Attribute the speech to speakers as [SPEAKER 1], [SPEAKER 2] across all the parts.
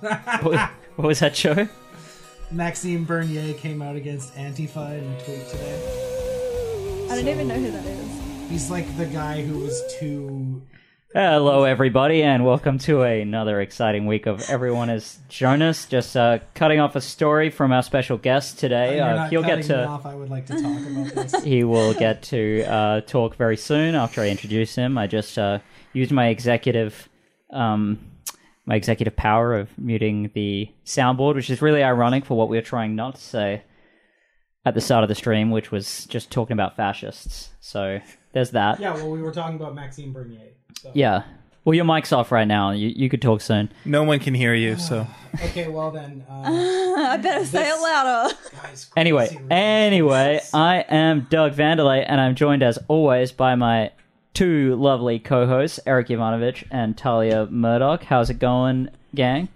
[SPEAKER 1] What
[SPEAKER 2] Ah.
[SPEAKER 1] was, what was that show?
[SPEAKER 2] Maxime Bernier came out against Antifa in a tweet today.
[SPEAKER 3] I don't even know who that is.
[SPEAKER 2] He's like the guy who was too.
[SPEAKER 1] Hello, everybody, and welcome to another exciting week of Everyone is Jonas. Just uh, cutting off a story from our special guest today.
[SPEAKER 2] You're
[SPEAKER 1] Uh,
[SPEAKER 2] not
[SPEAKER 1] he'll get
[SPEAKER 2] cutting me
[SPEAKER 1] to
[SPEAKER 2] Off. I would like to talk about this.
[SPEAKER 1] he will get to uh, talk very soon after I introduce him. I just uh, used my executive um, my executive power of muting the soundboard, which is really ironic for what we were trying not to say at the start of the stream, which was just talking about fascists. So there's that.
[SPEAKER 2] yeah, well, we were talking about Maxime Bernier. So.
[SPEAKER 1] Yeah. Well, your mic's off right now. You, you could talk soon.
[SPEAKER 4] No one can hear you, so
[SPEAKER 2] Okay, well then, uh,
[SPEAKER 3] I better say it louder.
[SPEAKER 2] guys.
[SPEAKER 1] Anyway,
[SPEAKER 2] crazy room.
[SPEAKER 1] anyway, I am Doug Vanderlei, and I'm joined as always by my two lovely co-hosts, Eric Ivanovich and Talia Murdoch. How's it going, gang?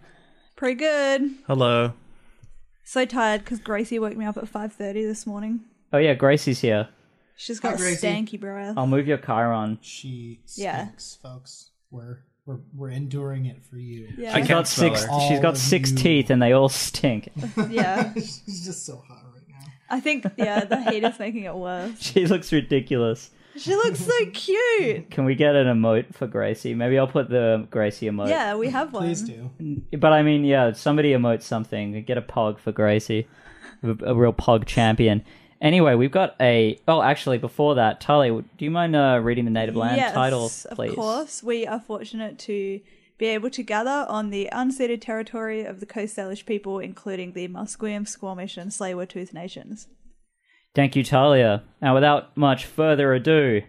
[SPEAKER 3] Pretty good.
[SPEAKER 4] hello.
[SPEAKER 3] So tired because Gracie woke me up at 5.30 this morning.
[SPEAKER 1] Oh yeah, Gracie's here.
[SPEAKER 3] She's got
[SPEAKER 2] Hi, Gracie.
[SPEAKER 3] stanky breath.
[SPEAKER 4] Oh,
[SPEAKER 1] I'll move your Chiron.
[SPEAKER 2] she
[SPEAKER 3] Yeah.
[SPEAKER 2] stinks, folks. We're we're we're enduring it for you.
[SPEAKER 3] yeah.
[SPEAKER 4] I
[SPEAKER 1] She's
[SPEAKER 4] can't
[SPEAKER 1] got
[SPEAKER 4] smell
[SPEAKER 1] six.
[SPEAKER 4] her.
[SPEAKER 1] She's
[SPEAKER 2] All
[SPEAKER 1] got
[SPEAKER 2] of
[SPEAKER 1] six
[SPEAKER 2] you.
[SPEAKER 1] teeth, and they all stink.
[SPEAKER 3] yeah.
[SPEAKER 2] She's just so hot right now.
[SPEAKER 3] I think, yeah, the heat is making it worse.
[SPEAKER 1] she looks ridiculous.
[SPEAKER 3] She looks so cute.
[SPEAKER 1] Can we get an emote for Gracie? Maybe I'll put the Gracie emote.
[SPEAKER 3] Yeah, we have one.
[SPEAKER 2] Please do.
[SPEAKER 1] But I mean, yeah, somebody emote something. Get a pog for Gracie, a, a real pog champion. Anyway, we've got a. Oh, actually, before that, Tali, do you mind uh, reading the Native Land
[SPEAKER 3] yes,
[SPEAKER 1] title, please?
[SPEAKER 3] Of course, we are fortunate to be able to gather on the unceded territory of the Coast Salish people, including the Musqueam, Squamish, and tsleil Waututh nations.
[SPEAKER 1] Thank you, Talia. Now, without much further ado,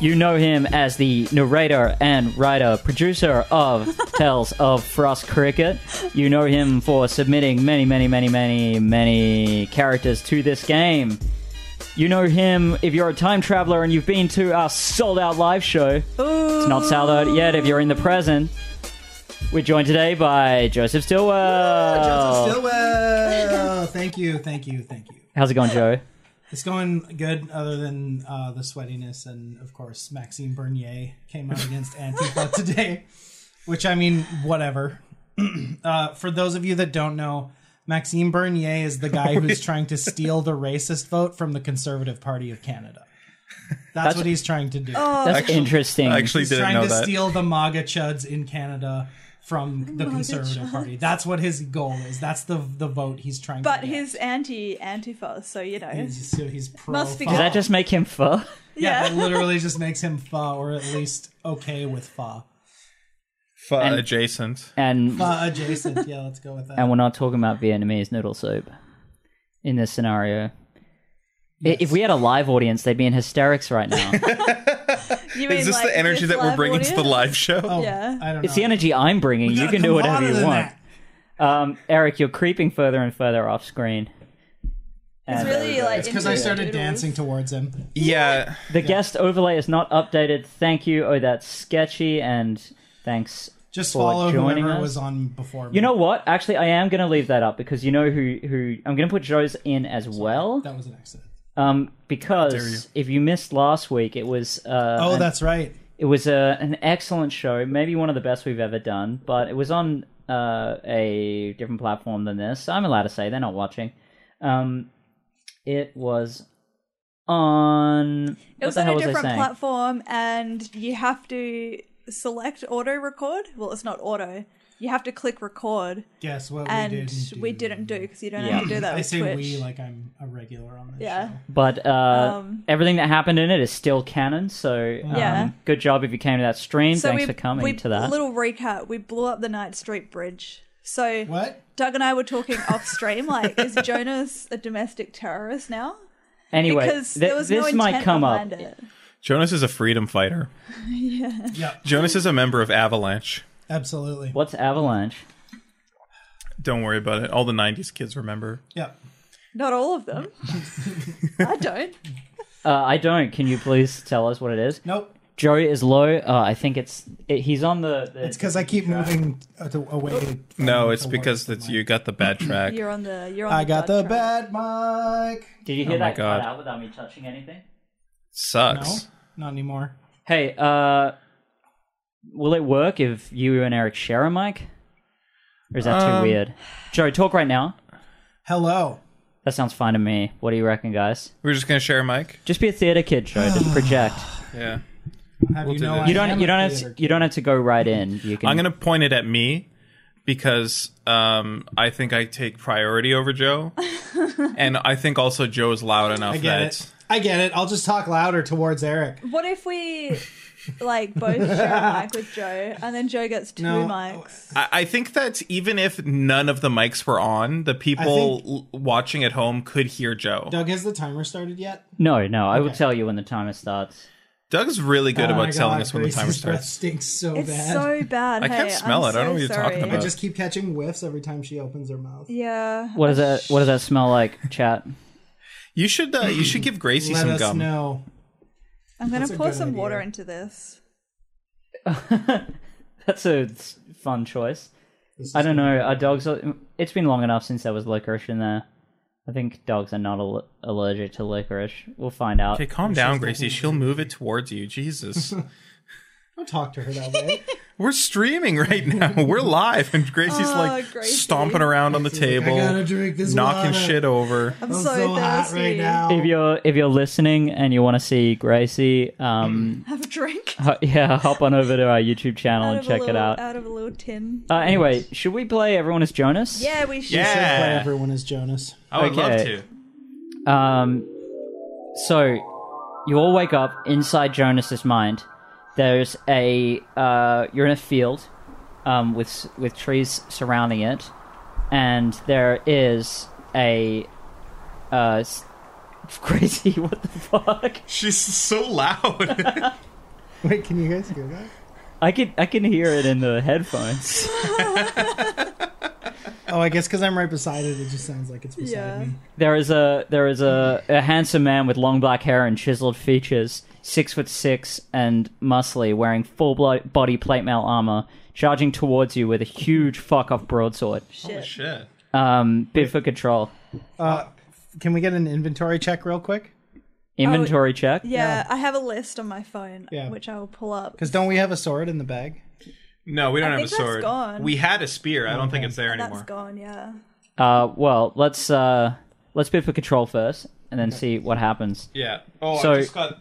[SPEAKER 1] you know him as the narrator and writer, producer of Tales of Frost Cricket. You know him for submitting many, many, many, many, many characters to this game. You know him if you're a time traveler and you've been to our sold out live show. It's not sold out yet if you're in the present. We're joined today by Joseph Stilwell.
[SPEAKER 2] Joseph Stilwell. thank you, thank you, thank you.
[SPEAKER 1] How's it going, Joe?
[SPEAKER 2] It's going good, other than uh, the sweatiness, and of course, Maxime Bernier came out against Antifa today, which I mean, whatever. uh, for those of you that don't know, Maxime Bernier is the guy who's trying to steal the racist vote from the Conservative Party of Canada. That's, what he's trying to do.
[SPEAKER 1] That's
[SPEAKER 4] Oh, Actually-
[SPEAKER 1] interesting.
[SPEAKER 4] I actually
[SPEAKER 2] he's
[SPEAKER 4] didn't
[SPEAKER 2] trying
[SPEAKER 4] know
[SPEAKER 2] to
[SPEAKER 4] that.
[SPEAKER 2] steal the MAGA chuds in Canada from the Conservative Party. That's what his goal is. That's the the vote he's trying
[SPEAKER 3] But
[SPEAKER 2] to get.
[SPEAKER 3] his anti Antifa, so you know.
[SPEAKER 2] He's- so he's pro
[SPEAKER 3] Must be
[SPEAKER 2] fa.
[SPEAKER 1] Does that just make him fur?
[SPEAKER 2] yeah,
[SPEAKER 3] Yeah.
[SPEAKER 2] that literally just makes him fa, or at least okay with fa.
[SPEAKER 4] Fa
[SPEAKER 1] And-
[SPEAKER 4] adjacent.
[SPEAKER 1] And
[SPEAKER 2] Fa adjacent. Yeah, let's go with that.
[SPEAKER 1] and we're not talking about Vietnamese noodle soup in this scenario. I If we had a live audience, they'd be in hysterics right now.
[SPEAKER 3] You mean,
[SPEAKER 4] Is this
[SPEAKER 3] like,
[SPEAKER 4] the energy that we're
[SPEAKER 3] live
[SPEAKER 4] bringing to the
[SPEAKER 3] audience?
[SPEAKER 4] live show?
[SPEAKER 2] Oh,
[SPEAKER 3] yeah.
[SPEAKER 2] I don't know.
[SPEAKER 1] it's the energy I'm bringing. You
[SPEAKER 2] Gotta
[SPEAKER 1] can do
[SPEAKER 2] come
[SPEAKER 1] whatever
[SPEAKER 2] harder
[SPEAKER 1] you
[SPEAKER 2] than
[SPEAKER 1] want.
[SPEAKER 2] that.
[SPEAKER 1] Um, Eric, you're creeping further and further off screen.
[SPEAKER 3] It's
[SPEAKER 1] And
[SPEAKER 3] really like
[SPEAKER 2] It's because I started dancing towards him.
[SPEAKER 4] Yeah.
[SPEAKER 1] the guest overlay is not updated. Thank you. Oh, that's sketchy. And thanks.
[SPEAKER 2] Just
[SPEAKER 1] For
[SPEAKER 2] follow
[SPEAKER 1] joining
[SPEAKER 2] whoever
[SPEAKER 1] us.
[SPEAKER 2] was on before.
[SPEAKER 1] You know what? Actually, I am going to leave that up because you know who who I'm going to put Joe's in as well.
[SPEAKER 2] that was an accident.
[SPEAKER 1] Um, because if you missed last week, it was uh,
[SPEAKER 2] Oh,
[SPEAKER 1] an
[SPEAKER 2] that's right.
[SPEAKER 1] It was a, an excellent show, maybe one of the best we've ever done, but it was on uh, a different platform than this. I'm allowed to say they're not watching. Um, it was on.
[SPEAKER 3] It
[SPEAKER 1] what
[SPEAKER 3] was
[SPEAKER 1] the
[SPEAKER 3] on
[SPEAKER 1] hell
[SPEAKER 3] a
[SPEAKER 1] was I
[SPEAKER 3] different
[SPEAKER 1] saying?
[SPEAKER 3] platform, and you have to select auto record. Well, it's not auto. You have to click record,
[SPEAKER 2] Guess what
[SPEAKER 3] and
[SPEAKER 2] we didn't do.
[SPEAKER 3] we didn't do because you don't have to
[SPEAKER 1] Yeah.
[SPEAKER 3] do that
[SPEAKER 2] I
[SPEAKER 3] with
[SPEAKER 2] say
[SPEAKER 3] Twitch.
[SPEAKER 2] we like I'm a regular on this
[SPEAKER 3] Yeah.
[SPEAKER 2] show.
[SPEAKER 1] But uh,
[SPEAKER 3] Um,
[SPEAKER 1] everything that happened in it is still canon, so um,
[SPEAKER 3] Yeah.
[SPEAKER 1] good job if you came to that stream.
[SPEAKER 3] so
[SPEAKER 1] Thanks
[SPEAKER 3] we,
[SPEAKER 1] for coming
[SPEAKER 3] we,
[SPEAKER 1] to that.
[SPEAKER 3] Little recap: We blew up the Night Street Bridge. So
[SPEAKER 2] What?
[SPEAKER 3] Doug and I were talking off stream. Like, is Jonas a domestic terrorist now?
[SPEAKER 1] anyway,
[SPEAKER 3] Because
[SPEAKER 1] th-
[SPEAKER 3] there was
[SPEAKER 1] this
[SPEAKER 3] no
[SPEAKER 1] might
[SPEAKER 3] intent
[SPEAKER 1] come up.
[SPEAKER 3] behind It.
[SPEAKER 4] Jonas is a freedom fighter.
[SPEAKER 2] Yeah,
[SPEAKER 4] Jonas is a member of Avalanche.
[SPEAKER 2] absolutely.
[SPEAKER 1] What's Avalanche?
[SPEAKER 4] Don't worry about it. All the 90s kids remember.
[SPEAKER 2] Yeah.
[SPEAKER 3] Not all of them. I don't.
[SPEAKER 1] Uh, I don't. Can you please tell us what it is?
[SPEAKER 2] Nope.
[SPEAKER 1] Joey is low. Uh, I think it's it, he's on the. the
[SPEAKER 2] It's because I keep moving uh, to- away. from
[SPEAKER 4] No,
[SPEAKER 2] the
[SPEAKER 4] it's because
[SPEAKER 2] words.
[SPEAKER 4] that's you got the bad track.
[SPEAKER 3] You're on the. You're on.
[SPEAKER 2] I got
[SPEAKER 3] Doug
[SPEAKER 2] the
[SPEAKER 3] track.
[SPEAKER 2] bad mic.
[SPEAKER 1] Did you
[SPEAKER 4] Oh
[SPEAKER 1] hear
[SPEAKER 4] my
[SPEAKER 1] that
[SPEAKER 4] God.
[SPEAKER 1] cut out without me touching anything?
[SPEAKER 2] No,
[SPEAKER 4] Sucks.
[SPEAKER 2] not anymore.
[SPEAKER 1] Hey, uh, will it work if you and Eric share a mic? Or is that too weird? Joe, talk right now.
[SPEAKER 2] Hello.
[SPEAKER 1] That sounds fine to me. What do you reckon, guys?
[SPEAKER 4] We're just gonna share a mic.
[SPEAKER 1] Just be a theater kid, Joe. Just project.
[SPEAKER 4] Yeah.
[SPEAKER 2] Have
[SPEAKER 4] We'll
[SPEAKER 2] you
[SPEAKER 4] do
[SPEAKER 2] know
[SPEAKER 4] this.
[SPEAKER 2] I
[SPEAKER 1] You don't.
[SPEAKER 2] am
[SPEAKER 1] You
[SPEAKER 2] a
[SPEAKER 1] don't have.
[SPEAKER 2] theater
[SPEAKER 1] To, you don't have to go right in. You can.
[SPEAKER 4] I'm gonna point it at me because um, I think I take priority over Joe, and I think also Joe is loud enough
[SPEAKER 2] I get
[SPEAKER 4] that
[SPEAKER 2] it. I get it. I'll just talk louder towards Eric.
[SPEAKER 3] What if we like both share a mic with Joe and then Joe gets two
[SPEAKER 2] No.
[SPEAKER 3] mics?
[SPEAKER 4] I, I think that even if none of the mics were on, the people l- watching at home could hear Joe.
[SPEAKER 2] Doug, has the timer started yet?
[SPEAKER 1] no, no. I will tell you when the timer starts.
[SPEAKER 4] Doug's really good
[SPEAKER 2] Oh my
[SPEAKER 4] about telling
[SPEAKER 2] God,
[SPEAKER 4] us when the
[SPEAKER 2] Grace's
[SPEAKER 4] timer
[SPEAKER 2] breath
[SPEAKER 4] starts.
[SPEAKER 2] stinks so
[SPEAKER 3] It's
[SPEAKER 2] bad.
[SPEAKER 3] so bad.
[SPEAKER 4] I
[SPEAKER 3] hey,
[SPEAKER 4] can't smell
[SPEAKER 3] I'm
[SPEAKER 4] it. I don't know
[SPEAKER 3] so
[SPEAKER 4] what you're talking
[SPEAKER 3] sorry.
[SPEAKER 2] I
[SPEAKER 4] about.
[SPEAKER 2] just keep catching whiffs every time she opens her mouth.
[SPEAKER 3] Yeah.
[SPEAKER 1] What does that? What does that smell like, chat?
[SPEAKER 4] You should uh, you should give Gracie
[SPEAKER 2] Let
[SPEAKER 4] some
[SPEAKER 2] us
[SPEAKER 4] gum.
[SPEAKER 2] know.
[SPEAKER 3] I'm gonna
[SPEAKER 2] That's a
[SPEAKER 3] pour
[SPEAKER 2] good
[SPEAKER 3] some
[SPEAKER 2] idea.
[SPEAKER 3] water into this.
[SPEAKER 1] That's a s- fun choice. I don't know. Are dogs? al- It's been long enough since there was licorice in there. I think dogs are not al- allergic to licorice. We'll find out.
[SPEAKER 4] Okay, calm down, Gracie. She'll move it towards you. Jesus,
[SPEAKER 2] Don't talk to her that way.
[SPEAKER 4] we're streaming right now. We're live, and Gracie's
[SPEAKER 3] Oh,
[SPEAKER 4] like
[SPEAKER 3] Gracie.
[SPEAKER 4] stomping around on the table,
[SPEAKER 2] I gotta drink this
[SPEAKER 4] knocking
[SPEAKER 2] water.
[SPEAKER 4] shit over.
[SPEAKER 2] I'm
[SPEAKER 3] I'm, so,
[SPEAKER 2] so hot
[SPEAKER 3] thirsty.
[SPEAKER 2] right now.
[SPEAKER 1] If you're if you're listening and you want to see Gracie, um,
[SPEAKER 3] Have a drink.
[SPEAKER 1] ho- yeah, hop on over to our YouTube channel and
[SPEAKER 3] Out of a
[SPEAKER 1] check it
[SPEAKER 3] little- uh,
[SPEAKER 1] out.
[SPEAKER 3] Out of a little tin.
[SPEAKER 1] Uh, anyway, should we play Everyone is Jonas?
[SPEAKER 3] Yeah, we should.
[SPEAKER 2] Play
[SPEAKER 4] Yeah,
[SPEAKER 2] everyone is Jonas.
[SPEAKER 4] I would love
[SPEAKER 1] Okay.
[SPEAKER 4] to.
[SPEAKER 1] Um, so you all wake up inside Jonas's mind. There's a uh, you're in a field um, with s- with trees surrounding it, and there is a uh, s- crazy. What the fuck?
[SPEAKER 4] She's so loud.
[SPEAKER 2] Wait, can you guys hear that?
[SPEAKER 1] I can I can hear it in the headphones.
[SPEAKER 2] Oh, I guess because I'm right beside it, it just sounds like it's beside
[SPEAKER 3] Yeah.
[SPEAKER 2] me.
[SPEAKER 1] There is a there is a, a handsome man with long black hair and chiseled features, six foot six and muscly, wearing full blo- body plate mail armor, charging towards you with a huge fuck off broadsword.
[SPEAKER 4] Holy
[SPEAKER 3] Shit.
[SPEAKER 4] shit.
[SPEAKER 1] Um, bid for control.
[SPEAKER 2] Uh, can we get an inventory check real quick?
[SPEAKER 1] Inventory check.
[SPEAKER 3] Yeah, I have a list on my phone,
[SPEAKER 2] Yeah.
[SPEAKER 3] which I will pull up.
[SPEAKER 2] Because don't we have a sword in the bag?
[SPEAKER 4] No, we don't
[SPEAKER 3] I
[SPEAKER 4] have
[SPEAKER 3] think
[SPEAKER 4] a
[SPEAKER 3] that's
[SPEAKER 4] sword.
[SPEAKER 3] gone.
[SPEAKER 4] We had a spear. I don't think it's there
[SPEAKER 3] That's
[SPEAKER 4] anymore.
[SPEAKER 3] gone. Yeah.
[SPEAKER 1] Uh, well, let's uh, let's bid for control first, and then see what happens.
[SPEAKER 4] Yeah. Oh,
[SPEAKER 1] So-
[SPEAKER 4] I just got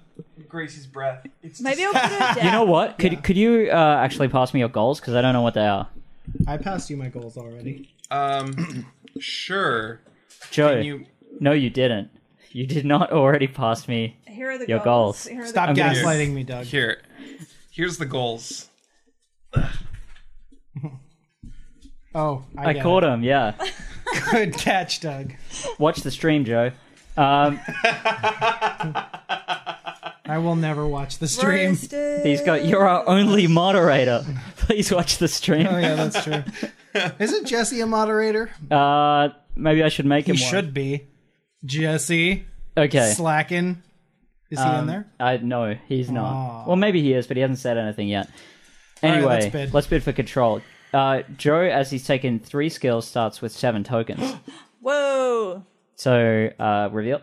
[SPEAKER 4] Gracie's breath. It's
[SPEAKER 3] Maybe I'll put it down.
[SPEAKER 1] You know what? Could could you uh, actually pass me your goals? Because I don't know what they are.
[SPEAKER 2] I passed you my goals already.
[SPEAKER 4] um sure.
[SPEAKER 1] Joe,
[SPEAKER 4] Can you
[SPEAKER 1] no, you didn't. You did not already pass me.
[SPEAKER 3] Here are the
[SPEAKER 1] Your
[SPEAKER 3] goals.
[SPEAKER 1] goals.
[SPEAKER 3] Here are the
[SPEAKER 2] Stop
[SPEAKER 1] I'm gonna-
[SPEAKER 2] gaslighting me, Doug.
[SPEAKER 4] here? Here's the goals.
[SPEAKER 2] Oh, I,
[SPEAKER 1] I
[SPEAKER 2] get
[SPEAKER 1] caught
[SPEAKER 2] it.
[SPEAKER 1] him. Yeah.
[SPEAKER 2] Good catch, Doug.
[SPEAKER 1] Watch the stream, Joe. Um,
[SPEAKER 2] I will never watch the stream.
[SPEAKER 3] Roasted.
[SPEAKER 1] he's got. You're our only moderator. Please watch the
[SPEAKER 2] Oh
[SPEAKER 1] stream.
[SPEAKER 2] yeah, that's true. Isn't Jesse a moderator?
[SPEAKER 1] Uh, maybe I should make
[SPEAKER 2] He
[SPEAKER 1] him. one.
[SPEAKER 2] should be. Jesse
[SPEAKER 1] Okay.
[SPEAKER 2] slacking. Is he in there?
[SPEAKER 1] I no, he's not.
[SPEAKER 2] Aw.
[SPEAKER 1] Well, maybe he is, but he hasn't said anything yet. Anyway,
[SPEAKER 2] let's
[SPEAKER 1] let's, bid.
[SPEAKER 2] bid.
[SPEAKER 1] for control. Uh, Joe, as he's taken three skills, starts with seven tokens.
[SPEAKER 3] Whoa!
[SPEAKER 1] so uh, reveal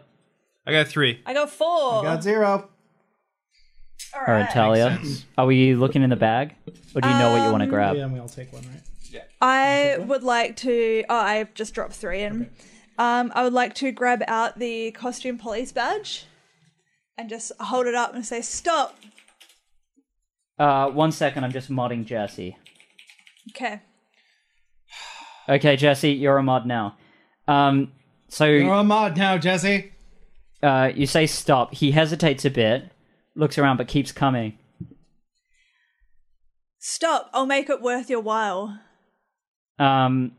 [SPEAKER 4] I got three.
[SPEAKER 3] I got four.
[SPEAKER 2] Got zero.
[SPEAKER 3] All
[SPEAKER 1] or
[SPEAKER 3] right.
[SPEAKER 1] Italia. Are we looking in the bag, or do you know what you want to grab?
[SPEAKER 2] Yeah, and we all take one, right?
[SPEAKER 3] I would like to. Oh, I just dropped three in. Um, I would like to grab out the costume police badge and just hold it up and say, "Stop."
[SPEAKER 1] Uh, one second, I'm just modding Jesse.
[SPEAKER 3] Okay.
[SPEAKER 1] Okay, Jesse, you're a mod now. Um, so
[SPEAKER 2] You're a mod now, Jesse.
[SPEAKER 1] uh, you say stop. He hesitates a bit, looks around, but keeps coming.
[SPEAKER 3] Stop. I'll make it worth your while.
[SPEAKER 1] Um,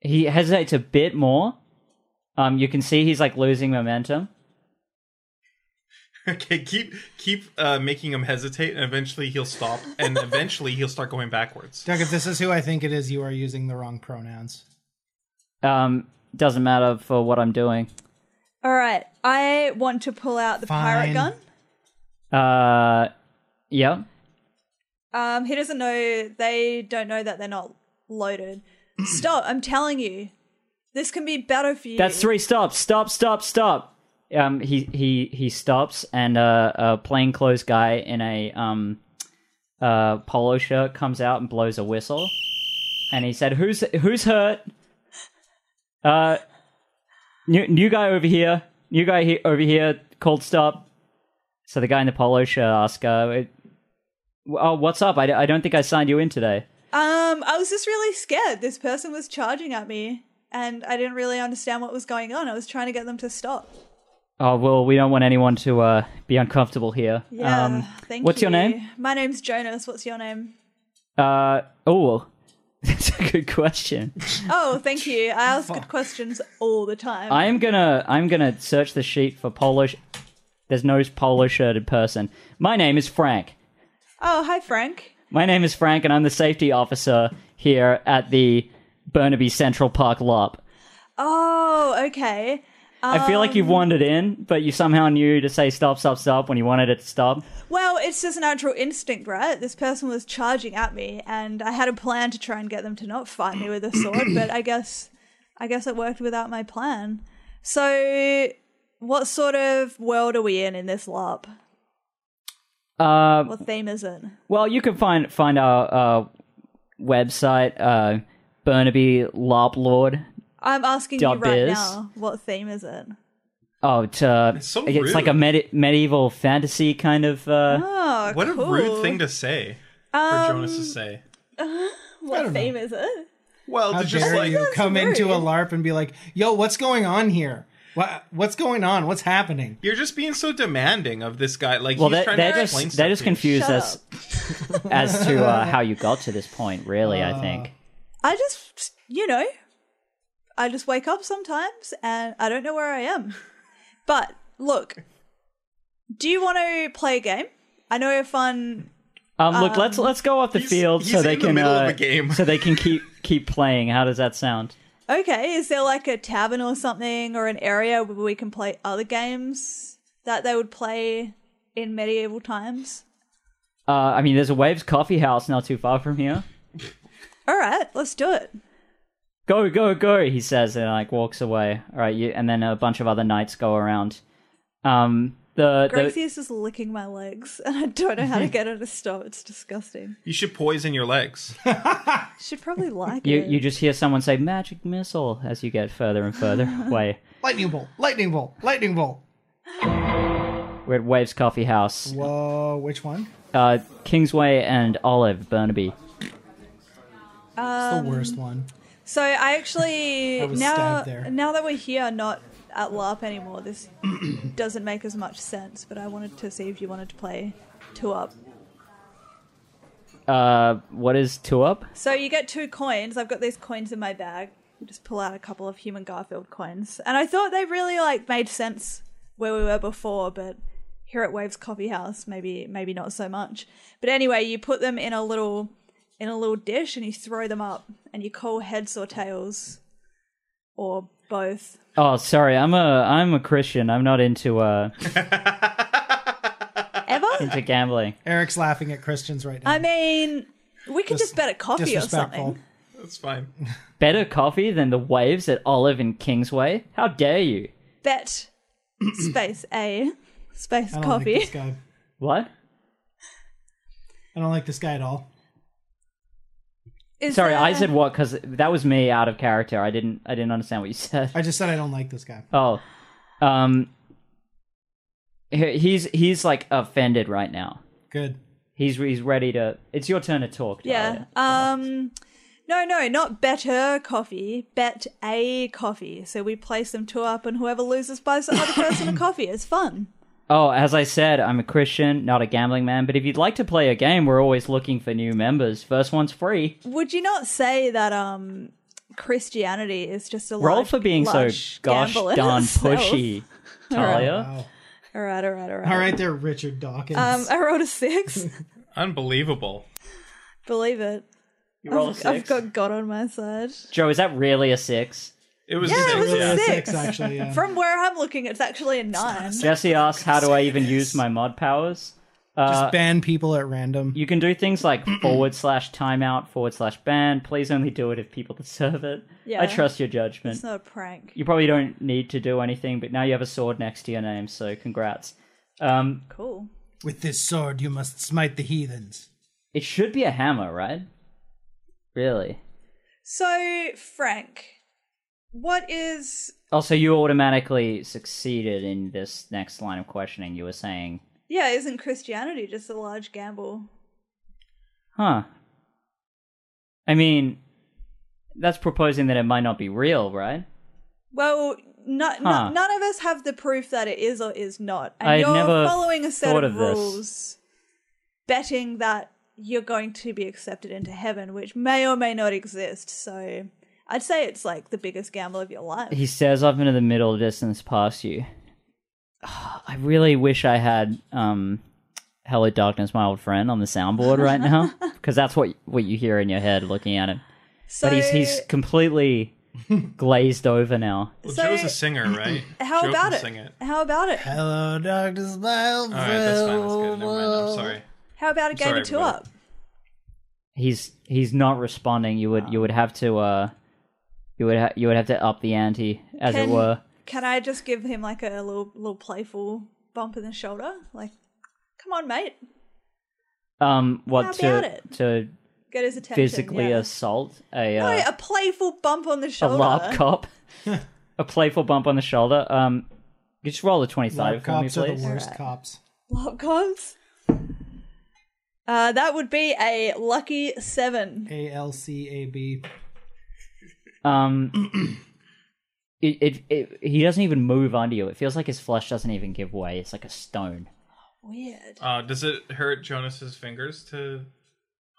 [SPEAKER 1] he hesitates a bit more. Um, you can see he's like losing momentum.
[SPEAKER 4] Okay, keep keep uh, making him hesitate, and eventually he'll stop, and eventually he'll start going backwards.
[SPEAKER 2] Doug, if this is who I think it is, you are using the wrong pronouns.
[SPEAKER 1] Um, doesn't matter for what I'm doing.
[SPEAKER 3] All right. I want to pull out the pirate
[SPEAKER 2] Fine.
[SPEAKER 3] gun.
[SPEAKER 1] Uh, yeah.
[SPEAKER 3] Um, he doesn't know. They don't know that they're not loaded. Stop. I'm telling you. This can be better for you.
[SPEAKER 1] That's three stops. Stop. Stop. Stop. Um, he he he stops, and uh, a plainclothes guy in a um, uh, polo shirt comes out and blows a whistle. and he said, "Who's who's hurt? Uh, new new guy over here, new guy he- over here, cold stop." So the guy in the polo shirt asked, uh, it- "Oh, what's up? I, d- I don't think I signed you in today."
[SPEAKER 3] Um, I was just really scared. This person was charging at me, and I didn't really understand what was going on. I was trying to get them to stop.
[SPEAKER 1] Oh well, we don't want anyone to uh, be uncomfortable here.
[SPEAKER 3] Yeah, thank
[SPEAKER 1] Um, what's your
[SPEAKER 3] you.
[SPEAKER 1] name?
[SPEAKER 3] My name's Jonas. What's your name?
[SPEAKER 1] Uh, oh, that's a good question.
[SPEAKER 3] Oh, thank you. I ask good questions all the time.
[SPEAKER 1] I'm gonna I'm gonna search the sheet for polo. Sh- There's no polo shirted person. My name is Frank.
[SPEAKER 3] oh, hi, Frank.
[SPEAKER 1] My name is Frank, and I'm the safety officer here at the Burnaby Central Park LOP.
[SPEAKER 3] Oh, okay.
[SPEAKER 1] I feel like
[SPEAKER 4] Um.
[SPEAKER 1] you've wandered in, but you somehow knew to say stop, stop, stop when you wanted it to stop.
[SPEAKER 3] Well, it's just a natural instinct, right? This person was charging at me, and I had a plan to try and get them to not fight me with a sword, but I guess, I guess it worked without my plan. So, what sort of world are we in in this LARP?
[SPEAKER 1] Uh,
[SPEAKER 3] What theme is it?
[SPEAKER 1] well, you can find find our uh, website, uh, Burnaby LOP Lord.
[SPEAKER 3] I'm asking you
[SPEAKER 1] Dub
[SPEAKER 3] right
[SPEAKER 1] is.
[SPEAKER 3] now. What theme is it?
[SPEAKER 1] Oh, it's, uh,
[SPEAKER 4] It's so
[SPEAKER 1] it's like a
[SPEAKER 4] rude.
[SPEAKER 1] medi- medieval fantasy kind of. Uh,
[SPEAKER 3] Oh,
[SPEAKER 4] What a
[SPEAKER 3] cool. Um,
[SPEAKER 4] rude thing to say for Jonas to say.
[SPEAKER 3] What theme is it?
[SPEAKER 4] Well,
[SPEAKER 2] How
[SPEAKER 4] to just
[SPEAKER 2] dare
[SPEAKER 4] like
[SPEAKER 2] you come into a
[SPEAKER 3] rude.
[SPEAKER 2] LARP and be like, "Yo, what's going on here? What what's going on? What's happening?"
[SPEAKER 4] you're just being so demanding of this guy. Like
[SPEAKER 1] well,
[SPEAKER 4] he's
[SPEAKER 1] they're,
[SPEAKER 4] trying
[SPEAKER 1] they're
[SPEAKER 4] to explain
[SPEAKER 1] just they're
[SPEAKER 4] stuff
[SPEAKER 1] just
[SPEAKER 4] to you.
[SPEAKER 1] confused
[SPEAKER 3] Shut
[SPEAKER 1] as as to uh, how you got to this point. Really,
[SPEAKER 3] Uh,
[SPEAKER 1] I think.
[SPEAKER 3] I just, you know, I just wake up sometimes and I don't know where I am. But look, do you want to play a game? I know a fun.
[SPEAKER 1] Um, look, let's let's go off the
[SPEAKER 4] he's-
[SPEAKER 1] field so
[SPEAKER 4] he's
[SPEAKER 1] they
[SPEAKER 4] in the
[SPEAKER 1] can
[SPEAKER 4] middle
[SPEAKER 1] uh,
[SPEAKER 4] of a game.
[SPEAKER 1] so they can keep keep playing. How does that sound?
[SPEAKER 3] Okay, is there like a tavern or something or an area where we can play other games that they would play in medieval times?
[SPEAKER 1] Uh, I mean, there's a Waves Coffee House not too far from here.
[SPEAKER 3] All right, let's do it.
[SPEAKER 1] Go go go! He says and like walks away. All right, you, and then a bunch of other knights go around. Um, the, the
[SPEAKER 3] Gracius is licking my legs and I don't know how to get her to stop. It's disgusting.
[SPEAKER 4] You should poison your legs.
[SPEAKER 3] Should probably like
[SPEAKER 1] you
[SPEAKER 3] it.
[SPEAKER 1] you just hear someone say magic missile as you get further and further away.
[SPEAKER 2] Lightning bolt! Lightning bolt! Lightning bolt!
[SPEAKER 1] We're at Waves Coffee House,
[SPEAKER 2] Whoa, which one?
[SPEAKER 1] uh, Kingsway and Olive Burnaby.
[SPEAKER 2] It's the worst one.
[SPEAKER 3] So I actually
[SPEAKER 2] I was
[SPEAKER 3] now
[SPEAKER 2] stabbed there.
[SPEAKER 3] now that we're here, not at LARP anymore, this doesn't make as much sense. But I wanted to see if you wanted to play two up.
[SPEAKER 1] Uh, what is two up?
[SPEAKER 3] So you get two coins. I've got these coins in my bag. You just pull out a couple of human Garfield coins, and I thought they really like made sense where we were before, but here at Waves Coffee House, maybe maybe not so much. But anyway, you put them in a little in a little dish and you throw them up, and you call heads or tails, or both.
[SPEAKER 1] Oh, sorry, I'm a I'm a Christian. I'm not into uh
[SPEAKER 3] ever?
[SPEAKER 1] into gambling.
[SPEAKER 2] Eric's laughing at Christians right now.
[SPEAKER 3] I mean, we could just, bet at coffee or something.
[SPEAKER 4] That's fine.
[SPEAKER 1] Better coffee than the waves at Olive and Kingsway? How dare you?
[SPEAKER 3] Bet space A space
[SPEAKER 2] I don't
[SPEAKER 3] coffee.
[SPEAKER 2] like this guy.
[SPEAKER 1] What?
[SPEAKER 2] I don't like this guy at all.
[SPEAKER 3] Is
[SPEAKER 1] Sorry, I
[SPEAKER 3] there-
[SPEAKER 1] said what because that was me out of character. I didn't I didn't understand what you said.
[SPEAKER 2] I just said I don't like this guy.
[SPEAKER 1] Oh, um, he- he's he's like offended right now.
[SPEAKER 2] Good.
[SPEAKER 1] He's he's ready to. It's your turn to talk.
[SPEAKER 3] Yeah.
[SPEAKER 1] Dahlia.
[SPEAKER 3] Um. No, no, not better coffee. Bet a coffee. So we place them two up, and whoever loses buys the other person a coffee. It's fun.
[SPEAKER 1] Oh, as I said, I'm a Christian, not a gambling man. But if you'd like to play a game, we're always looking for new members. First one's free.
[SPEAKER 3] Would you not say that um Christianity is just a
[SPEAKER 1] Roll
[SPEAKER 3] large-
[SPEAKER 1] for being so
[SPEAKER 3] large
[SPEAKER 1] gosh
[SPEAKER 3] gamble in
[SPEAKER 1] darn
[SPEAKER 3] itself?
[SPEAKER 1] pushy,
[SPEAKER 3] right.
[SPEAKER 1] Talia.
[SPEAKER 2] Wow.
[SPEAKER 3] All right, all right, all right.
[SPEAKER 2] All right, there, Richard Dawkins.
[SPEAKER 3] Um, I rolled a six.
[SPEAKER 4] Unbelievable.
[SPEAKER 3] Believe it.
[SPEAKER 1] You roll a
[SPEAKER 3] I've, I've
[SPEAKER 1] 6
[SPEAKER 3] got God on my side.
[SPEAKER 1] Joe, is that really a six?
[SPEAKER 4] It was
[SPEAKER 3] Yeah, it
[SPEAKER 4] six,
[SPEAKER 3] was a
[SPEAKER 4] yeah.
[SPEAKER 3] six.
[SPEAKER 2] actually. Yeah.
[SPEAKER 3] From where I'm looking, it's actually a nine.
[SPEAKER 1] Jesse asks, "How do I even use my mod powers?" Uh,
[SPEAKER 2] just ban people at random.
[SPEAKER 1] you can do things like forward slash timeout, forward slash ban. Please only do it if people deserve it.
[SPEAKER 3] Yeah.
[SPEAKER 1] I trust your judgment.
[SPEAKER 3] It's not a prank.
[SPEAKER 1] you probably don't need to do anything, but now you have a sword next to your name, so congrats. Um,
[SPEAKER 3] Cool.
[SPEAKER 2] With this sword, you must smite the heathens.
[SPEAKER 1] it should be a hammer, right? Really?
[SPEAKER 3] So, Frank, what is.
[SPEAKER 1] Also, you automatically succeeded in this next line of questioning. You were saying,
[SPEAKER 3] Yeah, isn't Christianity just a large gamble?
[SPEAKER 1] huh. I mean, that's proposing that it might not be real, right?
[SPEAKER 3] Well, no, no-
[SPEAKER 1] Huh.
[SPEAKER 3] none of us have the proof that it is or is not. And
[SPEAKER 1] I'd
[SPEAKER 3] you're
[SPEAKER 1] never
[SPEAKER 3] following a set
[SPEAKER 1] thought
[SPEAKER 3] of,
[SPEAKER 1] of this.
[SPEAKER 3] rules, betting that you're going to be accepted into heaven, which may or may not exist. So I'd say it's like the biggest gamble of your life.
[SPEAKER 1] He stares off into the middle distance past you. I really wish I had um, "Hello, Darkness, My Old Friend" on the soundboard right now because that's what what you hear in your head looking at it.
[SPEAKER 3] so
[SPEAKER 1] But he's he's completely glazed over now.
[SPEAKER 4] Well,
[SPEAKER 3] So-
[SPEAKER 4] Joe's a singer, right?
[SPEAKER 3] how
[SPEAKER 4] Joe
[SPEAKER 3] about
[SPEAKER 4] can
[SPEAKER 3] it?
[SPEAKER 4] sing it.
[SPEAKER 3] How about it?
[SPEAKER 2] Hello, darkness, my old
[SPEAKER 4] All right, that's fine. That's good. Never mind. I'm sorry.
[SPEAKER 3] How about a game
[SPEAKER 4] sorry,
[SPEAKER 3] of two
[SPEAKER 4] everybody.
[SPEAKER 3] up?
[SPEAKER 1] He's he's not responding. You would you would have to uh, you would ha- you would have to up the ante as
[SPEAKER 3] Can-
[SPEAKER 1] it were.
[SPEAKER 3] Can I just give him like a little little playful bump in the shoulder? Like, come on, mate,
[SPEAKER 1] Um,
[SPEAKER 3] how
[SPEAKER 1] what
[SPEAKER 3] about
[SPEAKER 1] to
[SPEAKER 3] it?
[SPEAKER 1] to
[SPEAKER 3] get his attention.
[SPEAKER 1] physically
[SPEAKER 3] yeah.
[SPEAKER 1] assault a
[SPEAKER 3] No,
[SPEAKER 1] uh,
[SPEAKER 3] a playful bump on the
[SPEAKER 1] a
[SPEAKER 3] shoulder.
[SPEAKER 1] lob cop, a playful bump on the shoulder. Um, you just roll a twenty sided for me,
[SPEAKER 2] cops are the
[SPEAKER 1] please.
[SPEAKER 2] worst cops.
[SPEAKER 3] Lob cons. Uh, that would be a lucky seven.
[SPEAKER 2] A L C A B.
[SPEAKER 1] Um, it, it it he doesn't even move under you. It feels like his flesh doesn't even give way. It's like a stone.
[SPEAKER 3] Weird.
[SPEAKER 4] Uh, does it hurt Jonas's fingers to?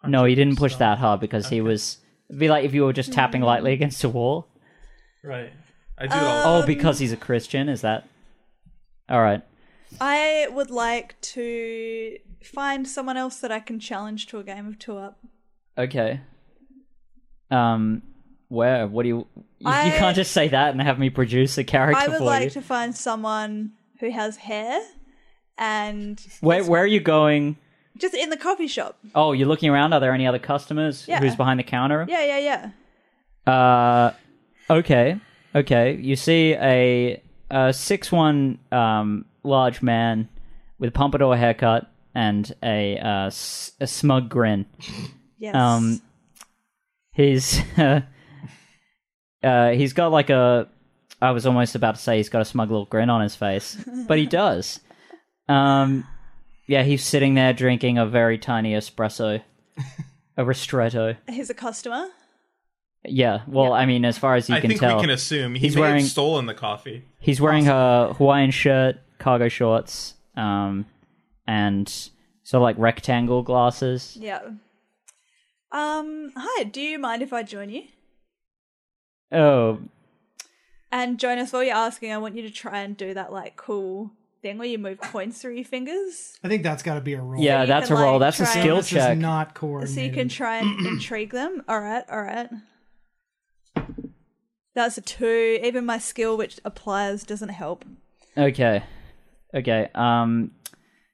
[SPEAKER 1] No, he didn't push that hard because he was. It'd be like if you were just tapping
[SPEAKER 3] Hmm.
[SPEAKER 1] lightly against a wall.
[SPEAKER 4] Right. I do it
[SPEAKER 2] Uh,
[SPEAKER 4] all.
[SPEAKER 3] Um,
[SPEAKER 1] Oh, because he's a Christian, is that? All right.
[SPEAKER 3] I would like to find someone else that I can challenge to a game of two up.
[SPEAKER 1] Okay. Um, where? What do you? You,
[SPEAKER 3] I-
[SPEAKER 1] you can't just say that and have me produce a character
[SPEAKER 3] I would
[SPEAKER 1] for
[SPEAKER 3] like
[SPEAKER 1] you.
[SPEAKER 3] to find someone who has hair and
[SPEAKER 1] Where? Where are you going?
[SPEAKER 3] just in the coffee shop.
[SPEAKER 1] Oh, you're looking around. Are there any other customers?
[SPEAKER 3] Yeah.
[SPEAKER 1] Who's behind the counter?
[SPEAKER 3] Yeah, yeah, yeah.
[SPEAKER 1] Uh, okay, okay. You see a a six one um large man with a pompadour haircut and a uh s- a smug grin.
[SPEAKER 3] Yes.
[SPEAKER 1] Um, His uh, uh he's got like a I was almost about to say he's got a smug little grin on his face, but he does. Um, yeah, he's sitting there drinking a very tiny espresso, a ristretto.
[SPEAKER 3] He's a customer.
[SPEAKER 1] Yeah, well, I mean, as far as you
[SPEAKER 4] I
[SPEAKER 1] can
[SPEAKER 4] think
[SPEAKER 1] tell,
[SPEAKER 4] we can assume he
[SPEAKER 1] He's
[SPEAKER 4] may
[SPEAKER 1] wearing-
[SPEAKER 4] have stolen the coffee.
[SPEAKER 1] He's wearing a Hawaiian shirt, cargo shorts, um, and sort of like rectangle glasses.
[SPEAKER 3] Yeah. Um, hi, do you mind if I join you?
[SPEAKER 1] Oh,
[SPEAKER 3] And Jonas, while you're asking, I want you to try and do that like cool thing where you move coins through your fingers,
[SPEAKER 2] I think that's got to be a rule.
[SPEAKER 1] yeah,
[SPEAKER 3] you
[SPEAKER 1] that's a
[SPEAKER 3] can,
[SPEAKER 1] roll.
[SPEAKER 3] like,
[SPEAKER 1] That's a
[SPEAKER 3] try
[SPEAKER 1] skill
[SPEAKER 3] and-
[SPEAKER 2] This is
[SPEAKER 1] check.
[SPEAKER 2] not
[SPEAKER 3] so you
[SPEAKER 2] coordinated.
[SPEAKER 3] can try and intrigue them. All right, all right. That's a two. Even my skill, which applies, doesn't help.
[SPEAKER 1] Okay, okay. Um,